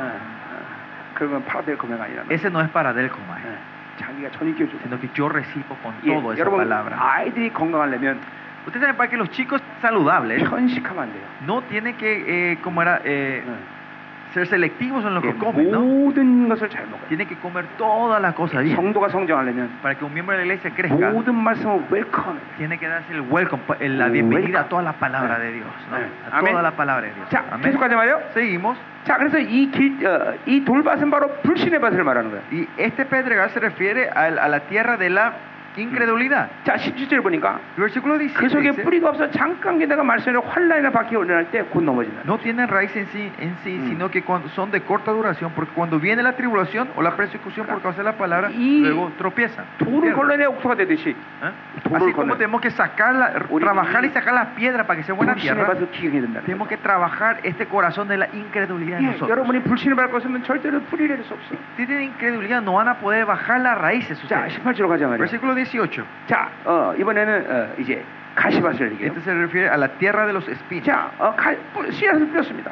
Speaker 1: 어. 그러면 파라델 고백 아니라.
Speaker 2: Ese no es para
Speaker 1: 예.
Speaker 2: Delcomay,
Speaker 1: 어, 자기가 전인격적으로.
Speaker 2: sino que yo recibo con
Speaker 1: 예,
Speaker 2: todo esa
Speaker 1: 여러분
Speaker 2: palabra.
Speaker 1: 아이들이 건강하려면
Speaker 2: Ustedes saben, para que los chicos
Speaker 1: 네.
Speaker 2: saludables
Speaker 1: 편식하면 안 돼요.
Speaker 2: no tienen que, eh, como era, eh, ser selectivos en lo
Speaker 1: 예,
Speaker 2: que comen, ¿no?
Speaker 1: 모든 것을 잘 먹어요.
Speaker 2: Tienen que comer todas las cosas bien.
Speaker 1: 성도가 성장하려면
Speaker 2: Para que un miembro de la iglesia crezca,
Speaker 1: 모든 말씀을 웰컴.
Speaker 2: tiene que darse el welcome, pa- el- la bienvenida a toda la palabra de Dios, ¿no?
Speaker 1: Amén.
Speaker 2: A toda la palabra de Dios.
Speaker 1: 예. 자,
Speaker 2: Amén.
Speaker 1: 계속 가자 말이요.
Speaker 2: Seguimos.
Speaker 1: 자, 그래서 이, 길, 어, 이 돌밭은 바로 불신의 밭을 말하는 거예요.
Speaker 2: Y este pedregal se refiere al- a, la tierra de la incredulidad.
Speaker 1: 자, 17절 보니까
Speaker 2: El versículo
Speaker 1: 그
Speaker 2: 17
Speaker 1: 속에
Speaker 2: dice,
Speaker 1: 뿌리가 없어 잠깐 게다가 말씀을 환란이나 바퀴에 올려날 때 곧 넘어진다.
Speaker 2: no tienen raíz en sí, en sí
Speaker 1: Mm.
Speaker 2: sino que cuando- son de corta duración, porque cuando viene la tribulación o la persecución por causa de la palabra,
Speaker 1: Y-
Speaker 2: luego tropiezan.
Speaker 1: 돌을
Speaker 2: Pierden.
Speaker 1: 걸러내 옥토가 되듯이
Speaker 2: ¿Eh?
Speaker 1: Todo
Speaker 2: Así
Speaker 1: el
Speaker 2: como
Speaker 1: color.
Speaker 2: tenemos que sacar la-
Speaker 1: Uri-
Speaker 2: trabajar y sacar las piedras para que sea buena
Speaker 1: 불신의
Speaker 2: tierra,
Speaker 1: 밭을 기경해야 된다는
Speaker 2: tenemos
Speaker 1: 거예요.
Speaker 2: que trabajar este corazón de la incredulidad en
Speaker 1: 예,
Speaker 2: nosotros.
Speaker 1: 여러분이 불신을 밟고 있으면 절대로 뿌리를 낼수 없어.
Speaker 2: Si tienen incredulidad, no van a poder bajar las raíces.
Speaker 1: 자,
Speaker 2: ustedes.
Speaker 1: 18절로 가자 말이야.
Speaker 2: Versículo 18.
Speaker 1: 자, 어, 이번에는 어, 이제 가시밭을
Speaker 2: Este
Speaker 1: 얘기해요.
Speaker 2: se refiere a la tierra de los espinos.
Speaker 1: 자, 어, 가, 뿌- 씨앗을 뿌렸습니다.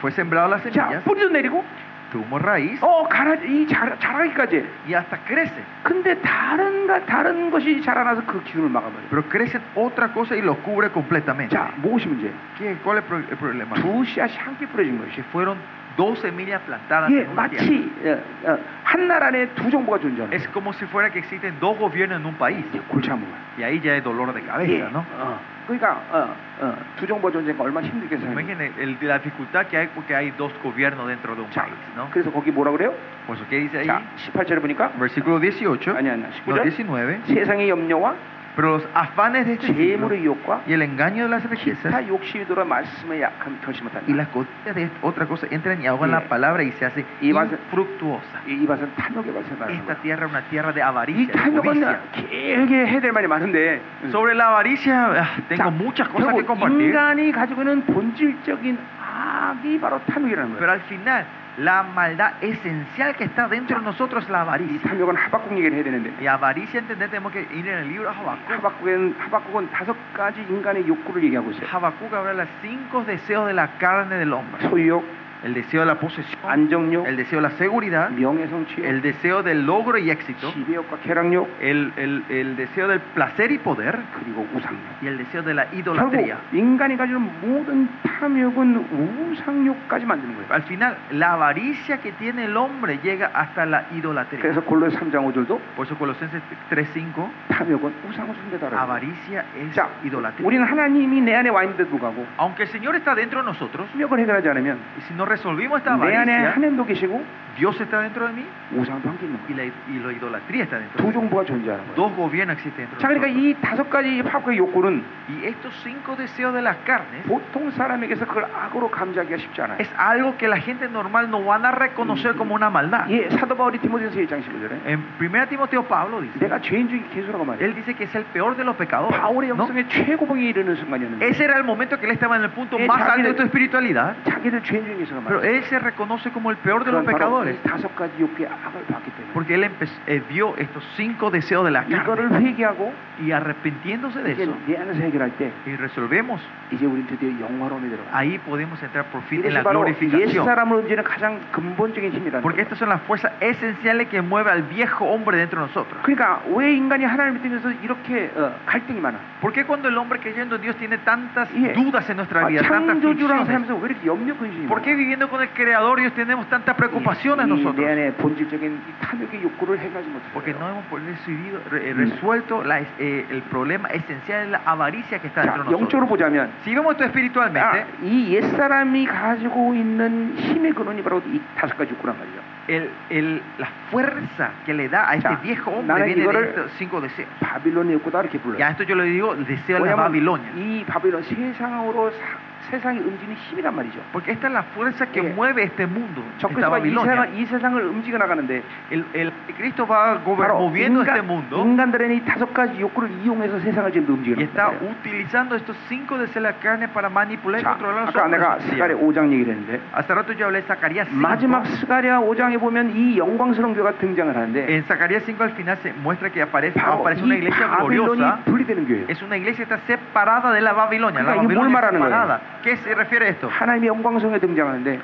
Speaker 2: Fue sembrado las
Speaker 1: 자,
Speaker 2: semillas,
Speaker 1: 뿌리도 내리고
Speaker 2: tuvo raíz
Speaker 1: 어, 가라, 이 자, 자라기까지.
Speaker 2: y hasta crece.
Speaker 1: 근데 다른, 가- 다른 것이 자라나서 그 기운을 막아버려요.
Speaker 2: Pero crece otra cosa y lo cubre completamente.
Speaker 1: 자, 무엇이 문제예요?
Speaker 2: ¿Qué- ¿Cuál es el pro- el problema?
Speaker 1: 두 씨앗이 함께 뿌려진 것이.
Speaker 2: Que fueron dos semillas plantadas
Speaker 1: 예,
Speaker 2: en un tierra.
Speaker 1: 마치 어, 어, 한 나라 안에 두 정부가 존재하는
Speaker 2: Es como si fuera que existen dos gobiernos en un país.
Speaker 1: 거예요. 골치 아픈 거예요.
Speaker 2: Y ahí ya es dolor de
Speaker 1: 예,
Speaker 2: cabeza, ¿no?
Speaker 1: 어, 그러니까 어, 어, 두 정부가 존재하니까 얼마나 힘들겠어요.
Speaker 2: Imaginen Pues el- la dificultad que hay porque hay dos gobiernos dentro de un
Speaker 1: 자,
Speaker 2: país, ¿no?
Speaker 1: 그래서 거기 뭐라 그래요?
Speaker 2: Por eso, ¿qué dice ahí?
Speaker 1: 자, 18절에 보니까
Speaker 2: Versículo 18,
Speaker 1: 아니 아니
Speaker 2: no,
Speaker 1: 19절
Speaker 2: 19.
Speaker 1: 세상의 염려와
Speaker 2: Pero los afanes de este siglo
Speaker 1: 재물의 유혹과
Speaker 2: y el engaño de las riquezas
Speaker 1: 다 욕심이 돌아 말씀에 약함 결심 못한다.
Speaker 2: y las cosas de otra cosa entran y ahogan
Speaker 1: Yeah.
Speaker 2: la palabra y se hace
Speaker 1: Y vas-
Speaker 2: infructuosa.
Speaker 1: 이, 이 밭은 탐욕의 밭에 나는
Speaker 2: Esta
Speaker 1: 거야.
Speaker 2: tierra es una tierra de
Speaker 1: 이
Speaker 2: avaricia. de codicia.
Speaker 1: 탐욕은 길게 해야 될 말이 많은데
Speaker 2: Sobre la avaricia, ah, tengo muchas cosas que
Speaker 1: 결국
Speaker 2: compartir.
Speaker 1: 인간이 가지고 있는 본질적인 악이 바로 탐욕이라는
Speaker 2: Pero
Speaker 1: 거예요.
Speaker 2: al final, la maldad esencial que está dentro de nosotros es la
Speaker 1: 이
Speaker 2: avaricia.
Speaker 1: 탐욕은 하박국 얘기를 해야 되는데
Speaker 2: Y avaricia, entender, tenemos que ir en el libro de Habacuc.
Speaker 1: 하박국은 하박국은 다섯 가지 인간의 욕구를 얘기하고 있어요.
Speaker 2: Habacuc habla de los cinco deseos de la carne del hombre:
Speaker 1: 소유욕,
Speaker 2: el deseo de la posesión,
Speaker 1: 안정욕,
Speaker 2: el deseo de la seguridad, el
Speaker 1: 명예성취욕,
Speaker 2: deseo del logro y éxito,
Speaker 1: 지배욕과 계량욕,
Speaker 2: el, el- el deseo del placer y poder,
Speaker 1: 그리고 우상욕.
Speaker 2: y el deseo de la
Speaker 1: 결국
Speaker 2: idolatría.
Speaker 1: 인간이 가지는 모든 탐욕은 우상욕까지 만드는 거예요.
Speaker 2: Al final, la avaricia que tiene el hombre llega hasta la idolatría.
Speaker 1: 그래서 골로새 3장 5절도
Speaker 2: Por eso Colosenses 3.5,
Speaker 1: 탐욕은 우상을 숭배다라고. 해요.
Speaker 2: avaricia es
Speaker 1: 자,
Speaker 2: idolatría.
Speaker 1: 우리는 하나님이 내 안에 와 있는데도 불구하고
Speaker 2: Aunque el Señor está dentro de nosotros,
Speaker 1: 탐욕을 해결하지 않으면
Speaker 2: y si no resolvimos esta
Speaker 1: 내 안에
Speaker 2: avaricia,
Speaker 1: 하나님도 계시고
Speaker 2: Dios está dentro de mí
Speaker 1: 우상도 함께 있는
Speaker 2: y
Speaker 1: 거예요.
Speaker 2: la, y la idolatría está dentro
Speaker 1: 두
Speaker 2: de mí.
Speaker 1: 정부가 존재하는 거예요.
Speaker 2: Dos gobiernos existen dentro
Speaker 1: 자,
Speaker 2: de
Speaker 1: 그러니까
Speaker 2: nosotros.
Speaker 1: 이 다섯 가지 파국의 욕구는
Speaker 2: Y estos cinco deseos de las carnes
Speaker 1: 보통 사람에게서 그걸 악으로 감지하기가 쉽지 않아요.
Speaker 2: es algo que la gente normal no van a reconocer como una maldad.
Speaker 1: 예, 사도 바울이 디모데서 1장 15절에
Speaker 2: En 1 Timoteo Pablo dice,
Speaker 1: 내가 죄인 중에 개수라고 말해요.
Speaker 2: él dice que es el peor de los pecadores.
Speaker 1: 바울의
Speaker 2: ¿no?
Speaker 1: 영성의 최고봉에 이르는 순간이었는데
Speaker 2: Ese era el momento que él estaba en el punto
Speaker 1: Eh,
Speaker 2: más alto de
Speaker 1: también-
Speaker 2: tu espiritualidad,
Speaker 1: 자기를 죄인 중에 개수라고 말해요.
Speaker 2: pero él se reconoce como el peor de los
Speaker 1: 그런 바로
Speaker 2: pecadores
Speaker 1: 이 다섯 가지 욕구의 악을 받기 때문에
Speaker 2: porque él empe- eh, vio estos cinco deseos de la carne
Speaker 1: 이거를 회개하고
Speaker 2: y arrepintiéndose de
Speaker 1: 이제
Speaker 2: eso
Speaker 1: 내 안에서 해결할 때
Speaker 2: y resolvemos,
Speaker 1: 이제 우린 드디어 영화로움에 들어가.
Speaker 2: ahí podemos entrar por fin en
Speaker 1: 이것이
Speaker 2: la
Speaker 1: 바로 옛
Speaker 2: glorificación.
Speaker 1: 사람을 움직이는 가장 근본적인 힘이라는
Speaker 2: Porque
Speaker 1: 거예요.
Speaker 2: estas son las fuerzas esenciales que mueve al viejo hombre dentro de nosotros.
Speaker 1: 그러니까 왜 인간이 하나님을 믿으면서 이렇게 어, 갈등이 많아?
Speaker 2: ¿Por qué cuando el hombre creyendo en Dios tiene tantas
Speaker 1: Yeah.
Speaker 2: dudas en nuestra
Speaker 1: 아,
Speaker 2: vida, tantas
Speaker 1: 창조주랑
Speaker 2: aflicciones?
Speaker 1: 살면서 왜 이렇게 염려 근심이
Speaker 2: ¿Por qué viviendo con el Creador Dios tenemos tantas preocupaciones
Speaker 1: 이내
Speaker 2: nosotros?
Speaker 1: 안에 본질적인 이 탐욕의 욕구를 해결하지
Speaker 2: Porque no
Speaker 1: 못해요.
Speaker 2: hemos recibido, re- eh,
Speaker 1: Mm.
Speaker 2: resuelto la es- eh, el problema esencial de la avaricia que está
Speaker 1: 자,
Speaker 2: dentro de nosotros.
Speaker 1: 영적으로 보자면 아,
Speaker 2: Si vemos esto espiritualmente,
Speaker 1: 이옛 사람이 가지고 있는 힘의 근원이 바로 이 다섯 가지 욕구란 말이죠.
Speaker 2: el- el- la fuerza que le da a este
Speaker 1: Ya.
Speaker 2: viejo
Speaker 1: Nada,
Speaker 2: hombre viene de
Speaker 1: Igor-
Speaker 2: estos cinco deseos.
Speaker 1: 바빌론의 욕구다 이렇게 불러요.
Speaker 2: Ya esto yo le digo, el deseo de la
Speaker 1: 왜냐면
Speaker 2: Babilonia.
Speaker 1: 이 바빌론 세상으로 사- 세상이 움직이는 힘이란 말이죠.
Speaker 2: Porque esta es la fuerza que
Speaker 1: Yeah.
Speaker 2: mueve este mundo, esta
Speaker 1: 적그리스도가 이,
Speaker 2: Babilonia.
Speaker 1: 세상, 이 세상을 움직여 나가는데
Speaker 2: El, el Cristo va gober-
Speaker 1: 바로
Speaker 2: moviendo
Speaker 1: 인간,
Speaker 2: este mundo
Speaker 1: 인간들은 이 다섯 가지 욕구를 이용해서 세상을 지금
Speaker 2: y
Speaker 1: 움직이는
Speaker 2: está
Speaker 1: 거예요.
Speaker 2: utilizando estos cinco deseos de la carne para manipular y
Speaker 1: 자,
Speaker 2: controlar los
Speaker 1: 아까 내가
Speaker 2: hombres.
Speaker 1: 스가랴 5장 얘기를 했는데
Speaker 2: Hace rato yo hablé de Zacarías
Speaker 1: 음,
Speaker 2: 5.
Speaker 1: 마지막 스가랴 5장에 보면 이 영광스러운 교회가 등장을 하는데
Speaker 2: En Zacarías 5 al final se muestra que aparece,
Speaker 1: 바로
Speaker 2: aparece una
Speaker 1: 이
Speaker 2: iglesia
Speaker 1: 바빌론이
Speaker 2: gloriosa.
Speaker 1: 분리되는 아? 교회예요.
Speaker 2: Es una iglesia que está separada de la Babilonia. La
Speaker 1: Claro, ¿y por
Speaker 2: Babilonia
Speaker 1: 말하는
Speaker 2: separada. ¿Qué se refiere a esto?
Speaker 1: 하나님의 영광성에 등장하는데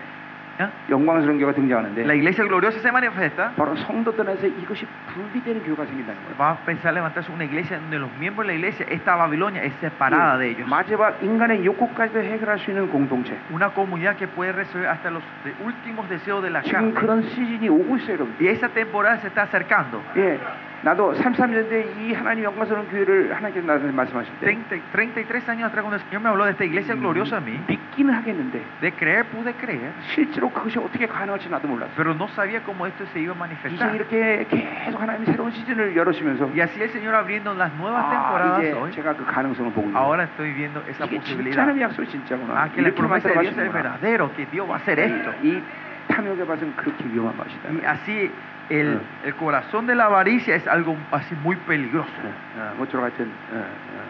Speaker 2: ¿Eh?
Speaker 1: 영광스러운 교회가
Speaker 2: La
Speaker 1: 등장하는데
Speaker 2: iglesia gloriosa se manifiesta.
Speaker 1: 바로 성도들에서 이것이 분리되는 교회가 생긴다는 거예요.
Speaker 2: Va a pensar levantarse una iglesia donde los miembros de la iglesia, esta Babilonia, es separada de ellos.
Speaker 1: 마지막 인간의 욕구까지도 해결할 수 있는 공동체.
Speaker 2: Una comunidad que puede resolver hasta los de- últimos deseos de la
Speaker 1: 지금
Speaker 2: carne.
Speaker 1: 그런 시즌이 오고 있어요, 여러분.
Speaker 2: Y esa temporada se está acercando.
Speaker 1: 예, 나도 33년 전에 이 하나님 영광스러운 교회를 하나님께서 나한테 말씀하실 때
Speaker 2: Treinta- 33 años atrás, cuando el Señor me habló de esta iglesia gloriosa a mí,
Speaker 1: 믿기는 하겠는데
Speaker 2: de creer pude creer,
Speaker 1: 실제로 그것이 어떻게 가능할지 나도 몰랐어요.
Speaker 2: pero no sabía cómo esto se iba a
Speaker 1: 이제
Speaker 2: manifestar.
Speaker 1: 이렇게 계속 하나님이 새로운 시즌을 열으시면서
Speaker 2: Y así el Señor abriendo las
Speaker 1: Ah,
Speaker 2: nuevas
Speaker 1: 아,
Speaker 2: temporadas
Speaker 1: 이제
Speaker 2: hoy,
Speaker 1: 제가 그 가능성을 보고 있는
Speaker 2: ahora estoy viendo esa
Speaker 1: 이게 진짜
Speaker 2: posibilidad.
Speaker 1: 하나님의 약속이 진짜구나.
Speaker 2: Ah, que la
Speaker 1: 이렇게
Speaker 2: promesa de Dios es
Speaker 1: 만들어가시는구나.
Speaker 2: verdadero, que Dios va a hacer esto.
Speaker 1: 이 탐욕의 밭은 그렇게 위험한 것이다.
Speaker 2: Y así el, el corazón de la avaricia es algo así muy peligroso.
Speaker 1: 어, 모쪼록 하여튼 어, 어,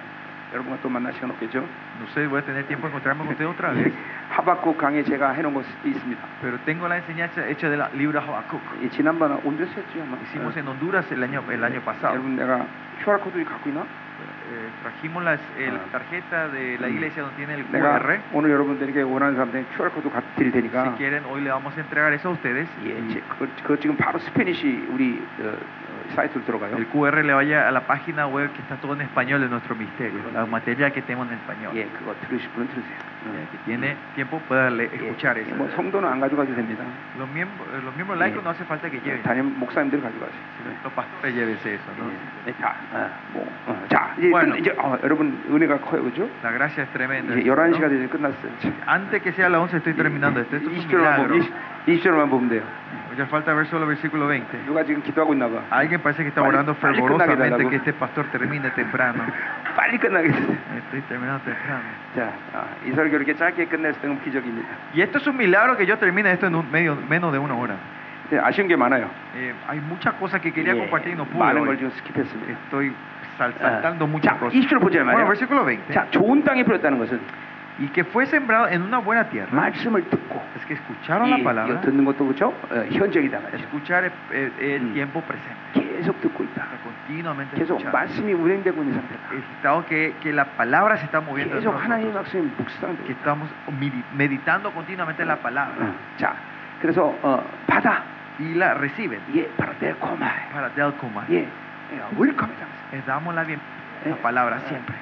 Speaker 1: 여러분과 또 만날 시간 없겠죠?
Speaker 2: No sé, voy a tener tiempo de encontrarme con usted otra vez,
Speaker 1: 하박국 강에 제가 해놓은 것이 있습니다.
Speaker 2: pero tengo la enseñanza hecha de la libra Habacuc.
Speaker 1: 이 지난번에 온데서 했죠 아마.
Speaker 2: Hicimos en Honduras el año, el año pasado.
Speaker 1: 여러분 내가 QR 코드 갖고 있나?
Speaker 2: eh, trajimos las, eh, la
Speaker 1: Ah.
Speaker 2: tarjeta de la
Speaker 1: Mm.
Speaker 2: iglesia donde tiene el
Speaker 1: 내가
Speaker 2: QR.
Speaker 1: 오늘 여러분들에게 원하는 사람들은 QR 코드 갖다 드릴
Speaker 2: Si
Speaker 1: 테니까
Speaker 2: quieren, hoy le vamos a entregar eso a ustedes.
Speaker 1: 예,
Speaker 2: Y
Speaker 1: 제- 그거, 그거 지금 바로 스페니시 우리 어, 어, 사이트로 들어가요.
Speaker 2: El QR le vaya a la página web que está todo en español de nuestro misterio, la materia que tenemos en español.
Speaker 1: 예, 그거 들으실 분은 들으세요. 어.
Speaker 2: Eh,
Speaker 1: 예,
Speaker 2: que
Speaker 1: 그
Speaker 2: tiene tiempo, pueda le- escuchar eso.
Speaker 1: 뭐 성도는 안 가져가도 됩니다.
Speaker 2: Los miembros, eh, los miembros laicos
Speaker 1: Bien.
Speaker 2: no hace falta que lleven,
Speaker 1: 담임 목사님들 가져가세요.
Speaker 2: sino los pastores llévense eso. ¿no?
Speaker 1: 예. 자, 어, 뭐, 어, 자, 이제,
Speaker 2: Bueno.
Speaker 1: 끝- 이제 어, 여러분 은혜가 커요, 그죠?
Speaker 2: La gracia es tremenda.
Speaker 1: 이제
Speaker 2: ¿no?
Speaker 1: 11시가 되면 네, 끝났어요. 참.
Speaker 2: Antes que sea la 11 estoy terminando esto. Esto es un
Speaker 1: 20절만
Speaker 2: milagro.
Speaker 1: 보면, 20절만 보면 돼요.
Speaker 2: Ya falta ver solo versículo 20.
Speaker 1: 누가 지금 기도하고 있나 봐.
Speaker 2: Alguien parece que está
Speaker 1: Vale,
Speaker 2: orando
Speaker 1: vale, con la
Speaker 2: fervorosamente
Speaker 1: guitarra,
Speaker 2: que
Speaker 1: ¿no?
Speaker 2: este pastor termine temprano.
Speaker 1: 빨리 끝나게 됐어요.
Speaker 2: Estoy terminando temprano.
Speaker 1: 자, 아, 이 설교 이렇게 짧게 끝냈을 때는 기적입니다.
Speaker 2: Y esto es un milagro que yo termine esto en un medio, menos de una hora.
Speaker 1: 네, 아쉬운 게 많아요.
Speaker 2: Eh, hay muchas cosas que quería
Speaker 1: 예,
Speaker 2: compartir y no pude.
Speaker 1: 많은
Speaker 2: hoy.
Speaker 1: 걸 지금 스킵했습니다.
Speaker 2: Estoy sal- saltando muchas
Speaker 1: 자,
Speaker 2: cosas.
Speaker 1: 20절 보자
Speaker 2: Bueno,
Speaker 1: 말이에요.
Speaker 2: versículo 20.
Speaker 1: 자, 좋은 땅에 뿌렸다는 것은
Speaker 2: Y que fue sembrado en una buena
Speaker 1: 네.
Speaker 2: tierra.
Speaker 1: 말씀을 듣고
Speaker 2: Es que escucharon la
Speaker 1: 이- 이거
Speaker 2: palabra.
Speaker 1: 듣는 것도 그렇죠? 어, 현적이다 말이죠.
Speaker 2: Escuchar es- es- es el
Speaker 1: Mm.
Speaker 2: tiempo presente.
Speaker 1: 계속 듣고
Speaker 2: Está
Speaker 1: 있다.
Speaker 2: Continuamente
Speaker 1: 계속
Speaker 2: escuchando.
Speaker 1: 말씀이 운행되고 있는 상태다.
Speaker 2: El estado que, que la palabra se está moviendo.
Speaker 1: 계속
Speaker 2: dentro de
Speaker 1: 하나님의
Speaker 2: nosotros.
Speaker 1: 말씀이 묵상되고
Speaker 2: Que
Speaker 1: 있다.
Speaker 2: estamos medi- meditando continuamente la palabra.
Speaker 1: 어, 자, 그래서 어, 받아.
Speaker 2: Y la reciben.
Speaker 1: 예, 바로 내코마.
Speaker 2: Para Delcoma.
Speaker 1: 예, 웰컴이다.
Speaker 2: Les damos la bien la
Speaker 1: Eh,
Speaker 2: palabra siempre.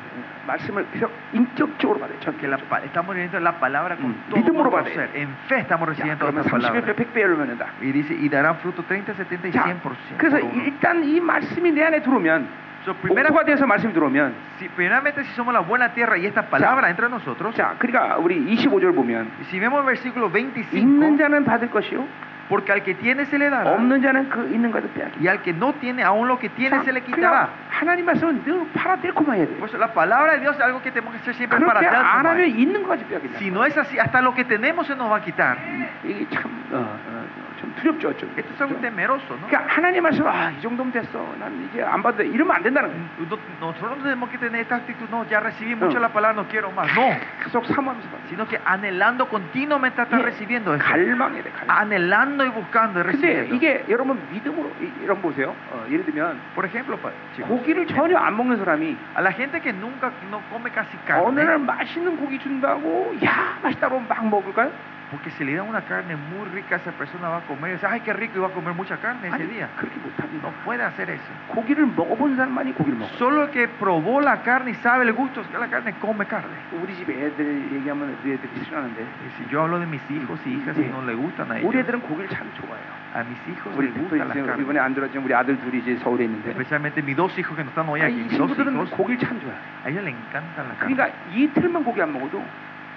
Speaker 1: 말씀을 계속 인격적으로 받아요. 전
Speaker 2: Que la pa- estamos recibiendo la palabra con
Speaker 1: Mm.
Speaker 2: todo
Speaker 1: 믿음으로
Speaker 2: nuestro
Speaker 1: 받아요.
Speaker 2: ser. En fe estamos
Speaker 1: 자,
Speaker 2: recibiendo
Speaker 1: 그러면
Speaker 2: esta
Speaker 1: 30배
Speaker 2: palabra.
Speaker 1: 100배를 면한다.
Speaker 2: Y dice, y darán fruto 30, 70 y
Speaker 1: 자,
Speaker 2: 100%.
Speaker 1: 그래서
Speaker 2: por uno.
Speaker 1: 일단 이 말씀이 내 안에 들어오면
Speaker 2: So, primera-
Speaker 1: 목표가 돼서 말씀이 들어오면
Speaker 2: si, primeramente, si somos la buena tierra y esta palabra entra en nosotros,
Speaker 1: 자, 그러니까 우리 25절 보면
Speaker 2: y si vemos el versículo
Speaker 1: 있는
Speaker 2: 25,
Speaker 1: 자는 받을 것이요
Speaker 2: porque al que tiene se le dará,
Speaker 1: 없는 자는 그 있는 것을 빼앗기.
Speaker 2: y al que no tiene, aún lo que tiene
Speaker 1: 자,
Speaker 2: se le
Speaker 1: 그러니까
Speaker 2: quitará.
Speaker 1: 하나님 말씀은 늘 팔아 델코만 해야 돼요.
Speaker 2: Pues la palabra de Dios es algo que tenemos que hacer siempre para
Speaker 1: 그렇게
Speaker 2: dar,
Speaker 1: 안
Speaker 2: tomar.
Speaker 1: 하면 있는 것까지 빼앗긴다.
Speaker 2: Si no es así, hasta lo que tenemos se nos va a quitar.
Speaker 1: 이게 참, 어, 어, 좀 두렵죠, 어쩌면.
Speaker 2: Esto es algo
Speaker 1: 그죠?
Speaker 2: temeroso, ¿no?
Speaker 1: 그러니까 하나님 말씀, 아, 이 정도면 됐어. 난 이제 안 받아도 돼. 이러면 안 된다는 거예요.
Speaker 2: No- Nosotros no tenemos que tener esta actitud, no, ya recibí
Speaker 1: No.
Speaker 2: mucho la palabra, no quiero más. No,
Speaker 1: 계속 사모하면서 받아요.
Speaker 2: sino que anhelando continuamente estar
Speaker 1: 예,
Speaker 2: recibiendo eso.
Speaker 1: 갈망해야 돼, 갈망.
Speaker 2: Anhelando y buscando y
Speaker 1: 아, 근데
Speaker 2: recibiendo.
Speaker 1: 이게 여러분 믿음으로, 이- 이런 보세요. 어, 예를 들면,
Speaker 2: Por ejemplo, pa- chicos,
Speaker 1: 고기를 전혀 안 먹는 사람이
Speaker 2: a la gente que nunca no come casi
Speaker 1: 어느 날
Speaker 2: carne,
Speaker 1: 맛있는 고기 준다고, 야, 맛있다고 하면 막 먹을까요?
Speaker 2: porque si le dan una carne muy rica, esa persona va a comer, y dice, ay, qué rico, y va a comer mucha carne ese
Speaker 1: 아니,
Speaker 2: día.
Speaker 1: 그렇게
Speaker 2: No
Speaker 1: 못합니다.
Speaker 2: puede hacer eso.
Speaker 1: 고기를 먹어본 사람만이 고기를 먹어요.
Speaker 2: Solo el que probó la carne y sabe el gusto de la carne, come carne.
Speaker 1: 우리 집 애들 얘기하면 우리 애들이 싫어하는데,
Speaker 2: Y si yo hablo de mis hijos y hijas y
Speaker 1: Sí.
Speaker 2: no le gustan a
Speaker 1: 우리
Speaker 2: ellos,
Speaker 1: 애들은 고기를 참 좋아해요.
Speaker 2: a mis hijos
Speaker 1: 우리
Speaker 2: les
Speaker 1: 네. 또
Speaker 2: gusta la
Speaker 1: 이제 이번에
Speaker 2: carne.
Speaker 1: 안 들었지만 우리 아들 둘이 이제 서울에 있는데
Speaker 2: Especialmente mis dos hijos que no están hoy
Speaker 1: 아, 이
Speaker 2: aquí, mis dos
Speaker 1: 친구들은
Speaker 2: hijos,
Speaker 1: 고기를 참 좋아해요.
Speaker 2: a ellos les encanta la carne.
Speaker 1: 그러니까 이틀만 고기 안 먹어도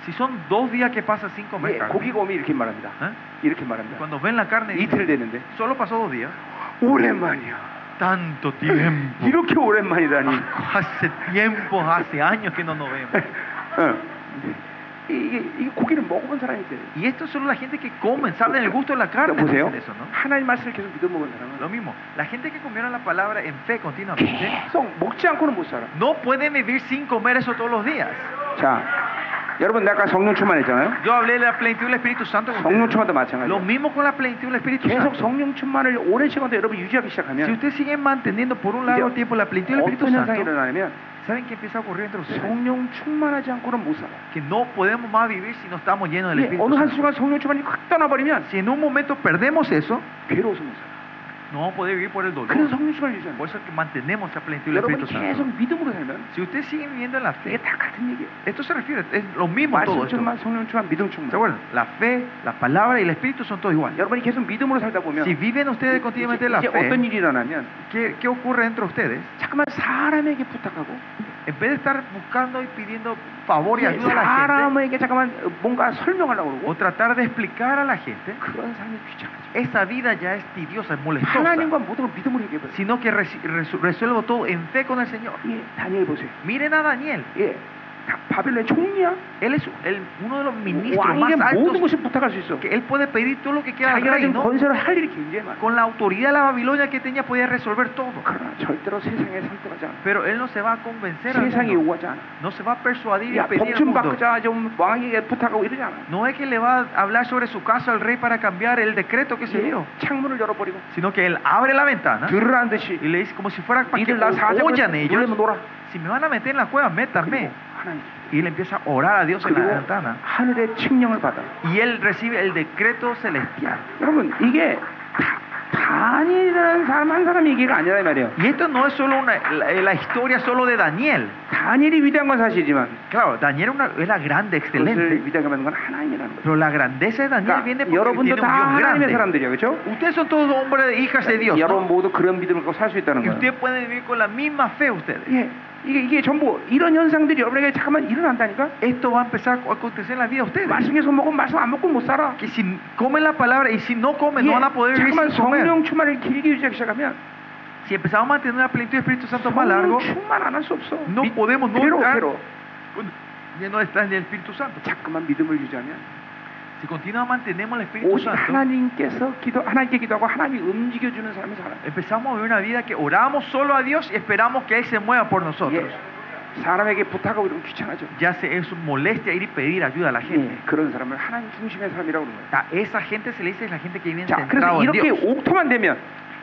Speaker 2: Si son dos días que pasan sin comer
Speaker 1: 예,
Speaker 2: carne,
Speaker 1: 고기가 오면 이렇게 말합니다.
Speaker 2: ¿eh?
Speaker 1: 이렇게 말합니다.
Speaker 2: cuando ven la carne,
Speaker 1: 이틀
Speaker 2: dicen,
Speaker 1: 됐는데
Speaker 2: solo pasó dos días.
Speaker 1: 오랜만이야.
Speaker 2: Tanto tiempo.
Speaker 1: 이렇게 오랜만이다니.
Speaker 2: Hace tiempo, hace años que no nos vemos.
Speaker 1: 어. 이게, 이게 고기를 먹어본 사람이 있어요.
Speaker 2: Y esto es solo la gente que come, saben el gusto de la
Speaker 1: 그러니까
Speaker 2: carne.
Speaker 1: 보세요.
Speaker 2: dicen Eso, ¿no?
Speaker 1: 하나님 말씀을 계속 믿어 먹은 사람은
Speaker 2: Lo mismo, la gente que comieron la palabra en fe continuamente
Speaker 1: 계속 먹지 않고는 못 살아.
Speaker 2: no puede vivir sin comer eso todos los días.
Speaker 1: 자, 여러분 내가 아까 성령 충만했잖아요.
Speaker 2: Yo hablé de la plenitud del Espíritu Santo. con
Speaker 1: 성령
Speaker 2: ustedes.
Speaker 1: 충만도
Speaker 2: Lo
Speaker 1: 마찬가지예요.
Speaker 2: mismo con la plenitud del Espíritu
Speaker 1: 계속
Speaker 2: Santo.
Speaker 1: 성령 충만을 오랜 시간 동안 여러분 유지하기
Speaker 2: Si
Speaker 1: 시작하면
Speaker 2: ustedes siguen manteniendo por un largo tiempo la plenitud del Espíritu
Speaker 1: 어떤 현상이
Speaker 2: Santo,
Speaker 1: 일어나냐면
Speaker 2: ¿saben qué empieza a ocurrir
Speaker 1: 네.
Speaker 2: entre ustedes?
Speaker 1: 성령 충만하지 않고는 못 살아.
Speaker 2: Que no podemos más vivir si no estamos llenos del
Speaker 1: 예,
Speaker 2: Espíritu
Speaker 1: 어느 한
Speaker 2: Santo.
Speaker 1: 순간 성령 충만이 확 떠나버리면
Speaker 2: Si en un momento perdemos eso,
Speaker 1: 괴로워서 못 살아.
Speaker 2: no vamos a poder vivir por el dolor.
Speaker 1: 그래서 성령 충만을 유지하는 거예요.
Speaker 2: Por eso es que mantenemos la plenitud del
Speaker 1: 여러분이
Speaker 2: Espíritu
Speaker 1: 계속
Speaker 2: Santo.
Speaker 1: 믿음으로 살면
Speaker 2: Si ustedes siguen viviendo en la
Speaker 1: 이게
Speaker 2: fe,
Speaker 1: 다 같은 얘기예요.
Speaker 2: esto se refiere, es lo mismo
Speaker 1: 말씀
Speaker 2: todo esto.
Speaker 1: 충만, 성령 충만, 믿음 충만.
Speaker 2: ¿Se acuerdan? La fe, la palabra y el Espíritu son todos iguales.
Speaker 1: 여러분이 계속 믿음으로 살다 보면
Speaker 2: Si viven ustedes continuamente
Speaker 1: 이제,
Speaker 2: la
Speaker 1: 이제 어떤
Speaker 2: fe,
Speaker 1: 일이 일어나면
Speaker 2: ¿qué, qué ocurre entre ustedes?
Speaker 1: 자꾸만 사람에게 부탁하고
Speaker 2: En vez de estar buscando y pidiendo favor y
Speaker 1: 예,
Speaker 2: ayuda a la gente,
Speaker 1: 사람에게 잠깐만 뭔가 설명하려고
Speaker 2: o
Speaker 1: 그러고
Speaker 2: tratar de explicar a la gente,
Speaker 1: 그런 삶이 귀찮아져.
Speaker 2: esa vida ya es tediosa, es molestosa,
Speaker 1: 하나님과 모든 걸 믿음으로 해결해.
Speaker 2: sino que reci- resu- resuelvo todo en fe con el Señor.
Speaker 1: 예, 다니엘 보세요.
Speaker 2: Miren a Daniel,
Speaker 1: 예, 다- 바벨론의 총리야?
Speaker 2: Él es el- uno de los ministros
Speaker 1: 왕에게
Speaker 2: más
Speaker 1: 모든
Speaker 2: altos
Speaker 1: 것을 부탁할 수 있어.
Speaker 2: que él puede pedir todo lo que quiera al
Speaker 1: 자기가 지금
Speaker 2: reino.
Speaker 1: 건설을 할 일이 굉장히 많아.
Speaker 2: Con la autoridad de la Babilonia que tenía podía resolver todo.
Speaker 1: 그러나 절대로 세상에 상대하지 않아.
Speaker 2: Pero él no se va a convencer al
Speaker 1: 세상이
Speaker 2: mundo.
Speaker 1: 요구하지 않아.
Speaker 2: No se va a persuadir y
Speaker 1: 야,
Speaker 2: pedir al
Speaker 1: 법좀
Speaker 2: mundo.
Speaker 1: 바꾸자, 좀 왕에게 부탁하고 이러지 않아.
Speaker 2: No es que le va a hablar sobre su caso al rey para cambiar el decreto que se dio,
Speaker 1: 창문을 열어버리고
Speaker 2: sino que él abre la ventana
Speaker 1: 들으라는 어?
Speaker 2: y
Speaker 1: 듯이
Speaker 2: le dice como si fuera para que
Speaker 1: 니들 나 사자고
Speaker 2: oyan
Speaker 1: 놀래면
Speaker 2: ellos.
Speaker 1: 놀아.
Speaker 2: Si me van a meter en la cueva, métanme.
Speaker 1: 그리고 하나님
Speaker 2: Y él empieza a orar a Dios en la
Speaker 1: 그리고
Speaker 2: ventana.
Speaker 1: 하늘의 칙령을 받아.
Speaker 2: Y él recibe el decreto celestial.
Speaker 1: 여러분 이게 다 다니엘이라는 사람 한 사람 얘기가 아니라 이 말이에요.
Speaker 2: Y esto no es solo una, la, la historia solo de Daniel.
Speaker 1: 다니엘이 위대한 건 사실이지만
Speaker 2: Claro, Daniel era una- era grande, excelente.
Speaker 1: 그것을 위대하게 만든 건 하나님이라는 거예요.
Speaker 2: Pero la grandeza de Daniel viene
Speaker 1: 그러니까 네.
Speaker 2: porque
Speaker 1: 여러분도
Speaker 2: tiene
Speaker 1: 다
Speaker 2: un Dios
Speaker 1: 하나님의
Speaker 2: grande.
Speaker 1: 사람들이에요, 그렇죠?
Speaker 2: Ustedes son todos hombres e hijas de Dios. ¿no?
Speaker 1: 여러분 모두 그런 믿음을 갖고 살 수 있다는
Speaker 2: Y
Speaker 1: 거예요.
Speaker 2: ustedes pueden vivir con la misma fe ustedes.
Speaker 1: 예, 이게 이게 전부 이런 현상들이 여러분에게 잠깐만 일어난다니까.
Speaker 2: Esto va a empezar a acontecer en la vida de ustedes.
Speaker 1: 말씀에서 먹으면 말씀 안 먹고 못 살아.
Speaker 2: Que si comen la palabra y si no comen, no van a
Speaker 1: 예,
Speaker 2: poder vivir
Speaker 1: 잠깐만
Speaker 2: sin comer.
Speaker 1: 성령 충만을 길게 유지하기 시작하면
Speaker 2: Si empezamos a mantener la plenitud del Espíritu Santo más largo,
Speaker 1: 성령 충만 안 할 수 없어.
Speaker 2: 뭐 no
Speaker 1: 미-
Speaker 2: podemos no
Speaker 1: 그대로
Speaker 2: estar
Speaker 1: 그대로
Speaker 2: llenos de estar en el Espíritu Santo.
Speaker 1: 자꾸만 믿음을 유지하면
Speaker 2: Si continuamente mantenemos el Espíritu
Speaker 1: 오직
Speaker 2: Santo,
Speaker 1: 하나님께서 기도 하나님께 기도하고 하나님이 움직여주는 사람이 살아.
Speaker 2: empezamos a vivir una vida que oramos solo a Dios y esperamos que Él se mueva por nosotros.
Speaker 1: 예. 사람에게 부탁하고 이러면 귀찮아져.
Speaker 2: Ya se es molestia ir y pedir ayuda a la gente.
Speaker 1: 예. 그런 사람을 하나님 중심의 사람이라고 그러는 거예요.
Speaker 2: A esa gente se le dice es la gente que viene
Speaker 1: 자, 그래서
Speaker 2: centrado en
Speaker 1: 이렇게
Speaker 2: Dios.
Speaker 1: 옥토만 되면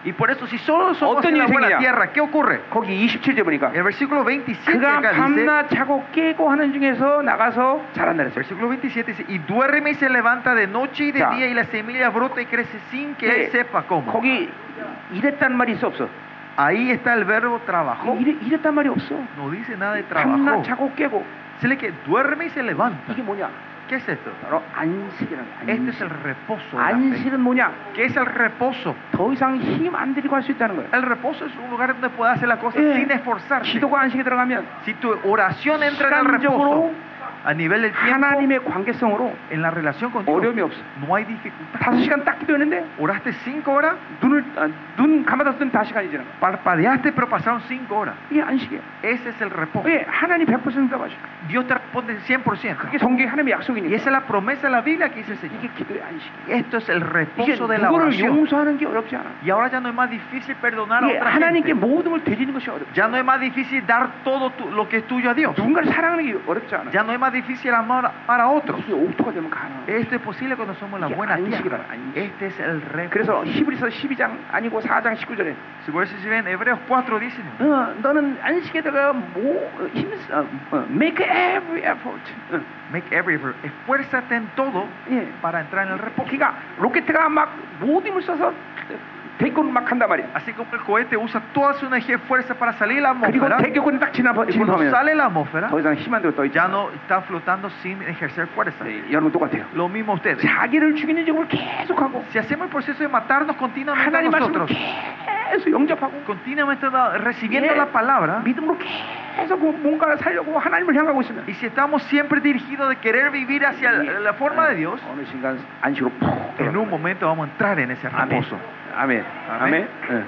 Speaker 2: Y por eso, si solo somos
Speaker 1: 어떤
Speaker 2: en la
Speaker 1: 일이
Speaker 2: buena
Speaker 1: 생기냐?
Speaker 2: tierra, ¿qué ocurre?
Speaker 1: 거기 27절 보니까
Speaker 2: El versículo 27
Speaker 1: 그가
Speaker 2: acá dice,
Speaker 1: 밤낮 자고 깨고 하는 중에서 나가서 자란다 그랬어요.
Speaker 2: versículo 27 dice, y duerme y se levanta de noche y de
Speaker 1: Ya.
Speaker 2: día y la semilla brota y crece sin que
Speaker 1: 예.
Speaker 2: él sepa cómo.
Speaker 1: 거기 이랬단 말이 있어 없어?
Speaker 2: Ahí está el verbo trabajó.
Speaker 1: 이래, 이랬단 말이 없어.
Speaker 2: No dice nada de
Speaker 1: 밤낮
Speaker 2: trabajó.
Speaker 1: 자고 어. 네. 깨고
Speaker 2: Se le que duerme y se levanta.
Speaker 1: 이게 뭐냐?
Speaker 2: ¿Qué es esto?
Speaker 1: 바로 안식이라는 거야.
Speaker 2: Este
Speaker 1: 안식.
Speaker 2: es el reposo. de la fe.
Speaker 1: 안식은 뭐냐?
Speaker 2: ¿Qué es el reposo?
Speaker 1: 더 이상 힘 안 들이고 할 수 있다는 거예요.
Speaker 2: El reposo es un lugar donde puedes hacer las cosas
Speaker 1: Eh.
Speaker 2: sin esforzarse.
Speaker 1: 기도가 안식에 들어가면
Speaker 2: Si tu oración
Speaker 1: 네,
Speaker 2: entra en el
Speaker 1: 시간적으로
Speaker 2: reposo, a nivel
Speaker 1: 네,
Speaker 2: del tiempo,
Speaker 1: 하나님의 관계성으로
Speaker 2: en la relación con Dios,
Speaker 1: 어려움이 없어.
Speaker 2: no hay dificultad.
Speaker 1: 다섯 시간 딱 기도했는데
Speaker 2: Oraste cinco horas,
Speaker 1: 눈을 아, 눈 감아다 쓰면 다섯 시간이 지나.
Speaker 2: parpadeaste, pero pasaron cinco horas.
Speaker 1: 이게 안식이야.
Speaker 2: Ese es el reposo.
Speaker 1: 예, 하나님 100% 응답하셔.
Speaker 2: Dios te responde 100%.
Speaker 1: 그게 성경의 하나님의
Speaker 2: Y
Speaker 1: 약속이니까.
Speaker 2: esa es la promesa de la Biblia que dice el Señor.
Speaker 1: 이게 기도의 안식이야.
Speaker 2: Esto es el
Speaker 1: 이게
Speaker 2: reposo de la
Speaker 1: 누구를
Speaker 2: oración.
Speaker 1: 용서하는 게 어렵지 않아.
Speaker 2: Y ahora ya no es más difícil perdonar a
Speaker 1: 이게
Speaker 2: otra
Speaker 1: 하나님께
Speaker 2: gente.
Speaker 1: 모든 걸 되지는 것이 어렵.
Speaker 2: Ya no es más difícil dar todo tu- lo que es tuyo a Dios.
Speaker 1: 누군가를 사랑하는 게 어렵지 않아.
Speaker 2: Ya no es más difícil amar a- para otros.
Speaker 1: 이게 옥토가 되면 가능. 해
Speaker 2: Esto es posible cuando somos la
Speaker 1: Ya,
Speaker 2: buena
Speaker 1: ahí sí,
Speaker 2: tierra.
Speaker 1: ahí sí.
Speaker 2: Este es el reposo.
Speaker 1: 예. 그래서 히브리서 12장 아니고 4장 19절에
Speaker 2: Si por eso se ven Hebreos 4 dice,
Speaker 1: 어, 너는 안식에다가 뭐 어, 힘, 어, 어, make every effort. 어,
Speaker 2: make every effort. Esfuérzate en todo
Speaker 1: 예.
Speaker 2: para entrar en el reposo.
Speaker 1: 그러니까 로켓트가 막 모든 힘을 써서 대기권을 막 한단 말이야.
Speaker 2: Así como el cohete usa toda su energía y fuerza para salir de la
Speaker 1: 아, 그리고
Speaker 2: atmósfera,
Speaker 1: 대기권이 딱 지나버-
Speaker 2: y cuando
Speaker 1: 진입하면
Speaker 2: sale la atmósfera,
Speaker 1: 더 이상 힘안 들고 떠
Speaker 2: ya
Speaker 1: 있잖아.
Speaker 2: no está flotando sin ejercer fuerza.
Speaker 1: 네, 여러분 똑같아요.
Speaker 2: Lo mismo ustedes.
Speaker 1: 자기를 죽이는 직업을 계속하고
Speaker 2: Si hacemos el proceso de matarnos
Speaker 1: 아,
Speaker 2: continuamente a
Speaker 1: 하나님 말씀을
Speaker 2: nosotros,
Speaker 1: 계속 영접하고
Speaker 2: continuamente da- recibiendo
Speaker 1: Yeah.
Speaker 2: la palabra,
Speaker 1: 믿음으로 계속 그 뭔가를 살려고 하나님을 향하고 있으면
Speaker 2: y si estamos siempre dirigidos de querer vivir hacia la, la forma de Dios,
Speaker 1: 어느 순간 안식으로 푹
Speaker 2: en un
Speaker 1: 들어가는
Speaker 2: momento vamos a entrar en ese
Speaker 1: 거예요. 아멘.
Speaker 2: reposo.
Speaker 1: 아멘. 아멘.
Speaker 2: 아멘.
Speaker 1: 예.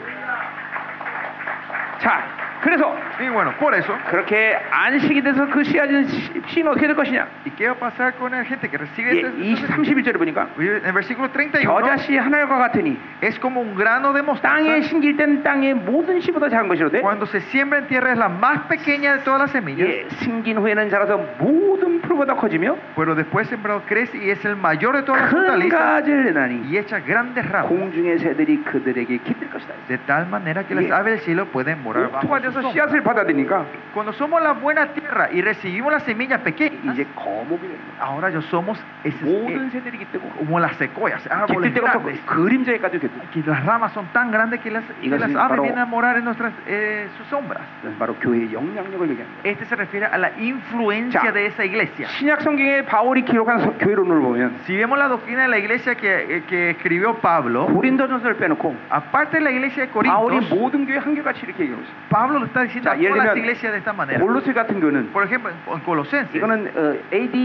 Speaker 1: 자, 그래서
Speaker 2: Y bueno, por eso,
Speaker 1: 그렇게 안식이 돼서 그 씨앗은 씨- 씨는 어떻게 될 것이냐?
Speaker 2: ¿y qué va a pasar con la gente que
Speaker 1: 예,
Speaker 2: recibe este-
Speaker 1: 이 31절에 보니까
Speaker 2: En el versículo 31
Speaker 1: 겨자씨 하나과 같으니
Speaker 2: es como un grano de
Speaker 1: 땅에
Speaker 2: mostaza
Speaker 1: 심길 땐 땅의 모든 씨보다 작은 것이로되
Speaker 2: Cuando se siembra en tierra es la más pequeña de todas las semillas,
Speaker 1: 예, 심긴 후에는 자라서 모든 풀보다 커지며
Speaker 2: pero después sembrado crece y es el mayor de todas las
Speaker 1: 큰
Speaker 2: hortalizas
Speaker 1: 가지를 내나니
Speaker 2: y echa grandes ramas,
Speaker 1: 공중의 새들이 그들에게 깃들 것이다.
Speaker 2: de tal manera que las
Speaker 1: Yeah.
Speaker 2: aves del cielo pueden morar bajo
Speaker 1: 옥토가
Speaker 2: su
Speaker 1: 돼서
Speaker 2: sombra.
Speaker 1: 씨앗을 받아들이니까
Speaker 2: Cuando somos la buena tierra y recibimos la semilla pequeña,
Speaker 1: 이제 거목이 되는 거야.
Speaker 2: ahora yo somos esas-
Speaker 1: 모든
Speaker 2: eh,
Speaker 1: 새들이 예. 깃들고
Speaker 2: como las secuoyas,
Speaker 1: 깃들
Speaker 2: árboles
Speaker 1: 때가 뭐 없어
Speaker 2: grandes,
Speaker 1: 그림자에까지 깃들.
Speaker 2: que las ramas son tan grandes que las, que las
Speaker 1: Entonces,
Speaker 2: aves
Speaker 1: pero-
Speaker 2: vienen a morar en nuestras eh, sus sombras.
Speaker 1: 바로 교회의 영향력을 얘기하는 거야.
Speaker 2: Este se refiere a la
Speaker 1: Ya.
Speaker 2: influencia de esa iglesia.
Speaker 1: 예. 신약 성경에 바울이 기록한 서- 교회론을 보면
Speaker 2: Si vemos la doctrina de la iglesia que, eh, que escribió Pablo,
Speaker 1: 고린도전서를 빼놓고
Speaker 2: aparte de la iglesia de
Speaker 1: 바울이
Speaker 2: Corinto,
Speaker 1: 모든 교회 한결같이 이렇게 얘기하고 있어.
Speaker 2: Pablo lo está diciendo a
Speaker 1: Ya, y él
Speaker 2: todas las
Speaker 1: diría-
Speaker 2: iglesias de esta
Speaker 1: 네.
Speaker 2: manera.
Speaker 1: 골로새 같은 교회는 어,
Speaker 2: Por ejemplo, en, en Colosenses,
Speaker 1: 이거는 어, AD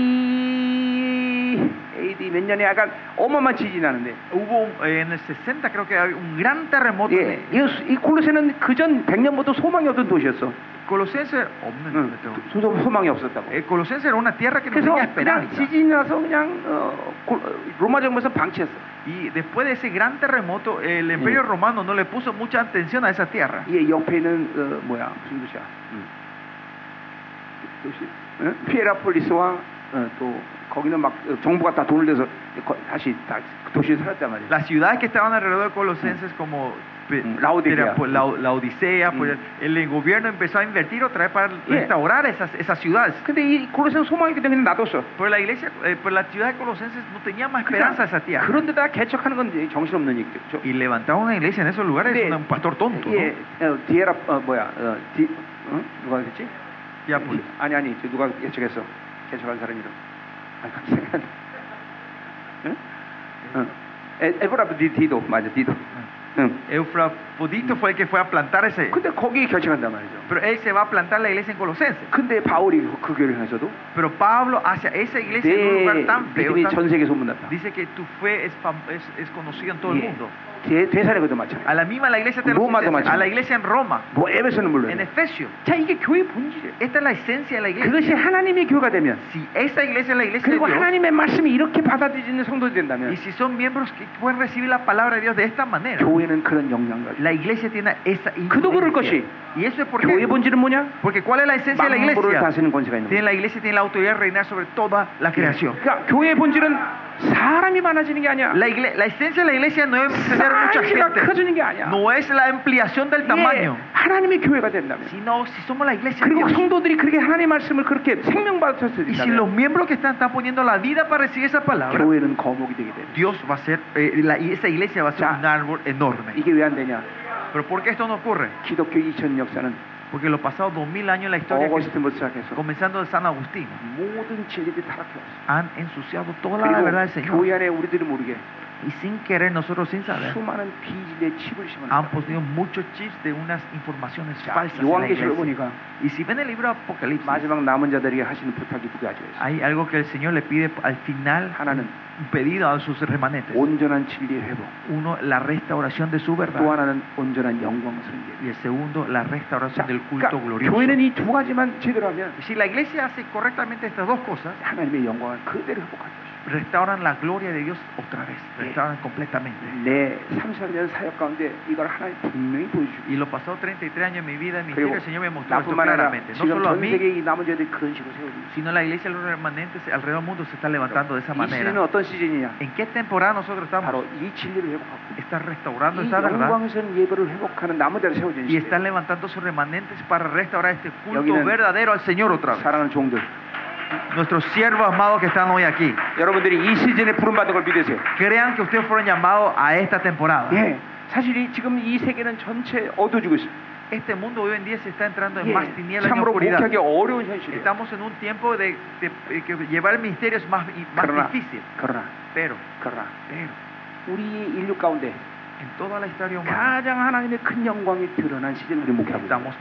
Speaker 1: AD 몇 년에 약간 어마어마한 지진이 나는데
Speaker 2: Hubo eh, en el 60 creo que hay un gran terremoto.
Speaker 1: 예,
Speaker 2: en-
Speaker 1: 이, 이 콜로세는 그전 100년부터 소망이 없던 도시였어.
Speaker 2: Colosense, 없는
Speaker 1: 응,
Speaker 2: 것 같아요.
Speaker 1: 소- 소망이 없었다고.
Speaker 2: Eh, Colosense era una tierra que no
Speaker 1: 그래서
Speaker 2: tenía
Speaker 1: 그냥
Speaker 2: esperanza.
Speaker 1: 지진이 나서 그냥 어, 고- 어, 로마 정부에서 방치했어.
Speaker 2: Y después de ese gran terremoto, el imperio
Speaker 1: Sí.
Speaker 2: romano no le puso mucha atención a esa tierra.
Speaker 1: 이 옆에 있는 어, 뭐야 무슨 도시야? 음. 도시 응? 피에라폴리스와 어, 또 거기는 막 어, 정부가 다 돈을 내서 거- 다시 다그 도시에 살았단 말이야.
Speaker 2: Las ciudades que estaban alrededor de Colosenses como Pe-
Speaker 1: Mm, Laodicea.
Speaker 2: Pera- Po- Lao- Laodicea,
Speaker 1: Mm.
Speaker 2: pues, el gobierno empezó a invertir otra vez para
Speaker 1: Yeah.
Speaker 2: restaurar esas, esas ciudades.
Speaker 1: 근데 이 고로세는 소망이 그냥 그냥 놔뒀어.
Speaker 2: Pero la iglesia, eh, pero la ciudad de Colosenses no tenía más esperanza esa tierra.
Speaker 1: 그런데다 개척하는 건 이제 정신없는 얘기죠.
Speaker 2: Y levantar una iglesia en esos lugares
Speaker 1: Sí.
Speaker 2: es una- un pastor tonto, ¿no?
Speaker 1: 예, 어, 디에라 어, 뭐야 어, 디 응? 누가 했지?
Speaker 2: Ya, pues.
Speaker 1: 아니 아니 저 누가 개척했어? 개척한 사람 이름. 아 갑자기. 응? 응. 에- 에브라 디 디도 맞아 디도. 응.
Speaker 2: Eufrafodito fue el que fue a plantar ese.
Speaker 1: 근데 거기 개척한단 말이죠.
Speaker 2: Pero él se va a plantar la iglesia en Colosenses.
Speaker 1: 근데 바울이 그- 그 교회를 향해서도
Speaker 2: Pero Pablo hacia esa iglesia en un
Speaker 1: 내
Speaker 2: lugar tan feo,
Speaker 1: 믿음이
Speaker 2: tan-
Speaker 1: 전 세계 소문났다.
Speaker 2: dice que tu fe es, fam- es, es conocida en todo el mundo.
Speaker 1: 대 대산에 그도
Speaker 2: A
Speaker 1: 마찬가지.
Speaker 2: la misma la iglesia de
Speaker 1: Roma
Speaker 2: Colosenses,
Speaker 1: tomachana.
Speaker 2: a la iglesia en Roma,
Speaker 1: 뭐 에베소는 물론.
Speaker 2: en Efesio.
Speaker 1: 자 이게 교회 본질이에요.
Speaker 2: Esta es la esencia de la
Speaker 1: 예.
Speaker 2: iglesia.
Speaker 1: 그것이 하나님의 교회가 되면
Speaker 2: Si esa iglesia es la iglesia de
Speaker 1: 그리고
Speaker 2: Dios,
Speaker 1: 하나님의 말씀이 이렇게 받아들이는 성도들이 된다면
Speaker 2: y si son miembros que pueden recibir la palabra de Dios de esta manera,
Speaker 1: 교회는 그런 영향을 가지고.
Speaker 2: la iglesia tiene esa
Speaker 1: 그도 그럴
Speaker 2: influencia.
Speaker 1: 것이.
Speaker 2: Y eso es
Speaker 1: 교회
Speaker 2: porque,
Speaker 1: 본질은 뭐냐?
Speaker 2: porque ¿cuál es la esencia de la
Speaker 1: 만물을
Speaker 2: iglesia?
Speaker 1: 다스리는 권세가 있는
Speaker 2: Tiene
Speaker 1: 거예요.
Speaker 2: la iglesia tiene la autoridad de reinar sobre toda la creación.
Speaker 1: 그러니까 교회의 본질은 사람이 많아지는 게 아니야.
Speaker 2: La, igle- la esencia de la iglesia no es tener mucha
Speaker 1: 사이즈가
Speaker 2: gente,
Speaker 1: 커지는 게 아니야. 예.
Speaker 2: no es la ampliación del
Speaker 1: 이게
Speaker 2: tamaño,
Speaker 1: 하나님의 교회가 된다면.
Speaker 2: sino si somos la iglesia. de
Speaker 1: 그리고
Speaker 2: Dios.
Speaker 1: 성도들이 그렇게 하나님의 말씀을 그렇게 생명받았을 때
Speaker 2: Y si los miembros que están, están poniendo la vida para recibir esa palabra,
Speaker 1: 교회는 거목이 되게 됩니다.
Speaker 2: Dios va a ser, eh, la- y esa iglesia va a ser
Speaker 1: Ya.
Speaker 2: un árbol enorme.
Speaker 1: 이게 왜 안 되냐?
Speaker 2: Pero ¿por qué esto no ocurre?
Speaker 1: 기독교 2000년 역사는
Speaker 2: Porque los pasados 2000 años en la historia,
Speaker 1: 어거스틴부터 시작해서
Speaker 2: comenzando de San Agustín,
Speaker 1: 모든 진리들이 타락해 왔어.
Speaker 2: han ensuciado
Speaker 1: 아,
Speaker 2: toda la verdad del
Speaker 1: 그리고
Speaker 2: Señor.
Speaker 1: 교회 안에 우리들이 모르게
Speaker 2: Y sin querer, nosotros sin saber,
Speaker 1: 수많은 비진의 칩을
Speaker 2: han
Speaker 1: 심었다.
Speaker 2: puesto muchos chips de unas informaciones
Speaker 1: 자,
Speaker 2: falsas. en la
Speaker 1: 요한계시록
Speaker 2: iglesia.
Speaker 1: 보니까
Speaker 2: Y si ven el libro Apocalipsis,
Speaker 1: 마지막 남은 자들에게 하시는 부탁이 두 가지가 있어요.
Speaker 2: hay algo que el Señor le pide al final,
Speaker 1: 하나는
Speaker 2: un pedido a sus remanentes.
Speaker 1: 온전한 진리의 회복,
Speaker 2: Uno, la restauración de su
Speaker 1: 또
Speaker 2: verdad.
Speaker 1: 하나는 온전한 영광스러운 예배.
Speaker 2: Y el segundo, la
Speaker 1: 자,
Speaker 2: restauración del
Speaker 1: 그러니까
Speaker 2: culto glorioso.
Speaker 1: 교회는 이 두 가지만 제대로 하면
Speaker 2: Si la iglesia hace correctamente estas dos cosas,
Speaker 1: 하나님의 영광을 그대로 회복하는 것이죠.
Speaker 2: restauran la gloria de Dios otra vez, restauran completamente.
Speaker 1: 내 33년 사역 가운데 이걸 하나님 분명히 보여주고
Speaker 2: Y lo pasó 33 años en mi vida, en mi
Speaker 1: 그리고
Speaker 2: historia, el Señor me mostró esto
Speaker 1: 나뿐만 아니라
Speaker 2: claramente. No
Speaker 1: 지금
Speaker 2: solo a
Speaker 1: 전
Speaker 2: mí,
Speaker 1: 세계의 이 남은 자들이 그런 식으로 세우고 있어요.
Speaker 2: sino la iglesia, los remanentes alrededor del mundo se están
Speaker 1: 뭐
Speaker 2: levantando de esa
Speaker 1: 이 시즌은
Speaker 2: manera.
Speaker 1: 어떤 시즌이냐?
Speaker 2: ¿En qué temporada nosotros
Speaker 1: 바로
Speaker 2: estamos?
Speaker 1: 이 진리를 회복하고
Speaker 2: Están restaurando
Speaker 1: 이
Speaker 2: esa verdad
Speaker 1: 영광스러운 예배를 회복하는 남은 자를 세워주는
Speaker 2: y están
Speaker 1: 시대
Speaker 2: levantando sus remanentes para restaurar este culto
Speaker 1: 여기는
Speaker 2: verdadero al Señor otra vez.
Speaker 1: 사랑하는 종들
Speaker 2: Nuestros siervos amados que están hoy aquí,
Speaker 1: 여러분들이 이 시즌에 부름받은 걸 믿으세요.
Speaker 2: crean que ustedes fueron llamados a esta temporada.
Speaker 1: 예, 사실 이, 지금 이 세계는 전체 어두워지고 있어요.
Speaker 2: Este mundo hoy en día se está entrando en más
Speaker 1: 예,
Speaker 2: tinieblas y
Speaker 1: 참으로
Speaker 2: oscuridad.
Speaker 1: 목하기 어려운 현실이에요.
Speaker 2: Estamos en un tiempo de, de- de que llevar el misterio es más, y más
Speaker 1: 그러나,
Speaker 2: difícil.
Speaker 1: 그러나,
Speaker 2: Pero,
Speaker 1: 그러나
Speaker 2: pero,
Speaker 1: 우리 인류 가운데
Speaker 2: en toda la historia humana
Speaker 1: 가장 하나님의 큰 영광이 드러난 시즌 우리 목회하고 있어요.
Speaker 2: estamos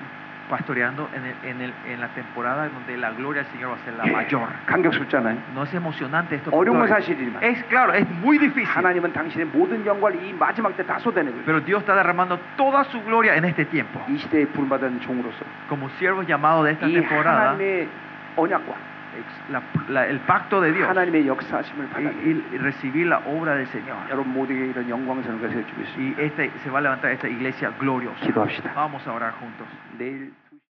Speaker 2: pastoreando en, el- en, el- en la temporada donde la gloria del Señor va a ser la mayor.
Speaker 1: 예, 감격스럽잖아요.
Speaker 2: No es emocionante esto.
Speaker 1: 어려운 건
Speaker 2: pastores.
Speaker 1: 사실이지만
Speaker 2: Es claro, es muy difícil.
Speaker 1: 하나님은 당신의 모든 영광을 이 마지막 때 다 쏟아내고 있어요.
Speaker 2: Pero Dios está derramando toda su gloria en este tiempo.
Speaker 1: 이 시대에 부름받은 종으로서
Speaker 2: Como siervos llamados de esta
Speaker 1: 이
Speaker 2: temporada,
Speaker 1: 하나님의 언약과
Speaker 2: ex- la- la- el pacto de Dios
Speaker 1: 하나님의 역사심을
Speaker 2: y,
Speaker 1: 받아들이
Speaker 2: y- y recibir la obra del Señor.
Speaker 1: 여러분 모두에게 이런 영광스러운 것을 주고 있습니다.
Speaker 2: Y este, se va a levantar esta iglesia gloriosa.
Speaker 1: 기도합시다.
Speaker 2: Vamos a orar juntos.
Speaker 1: 내일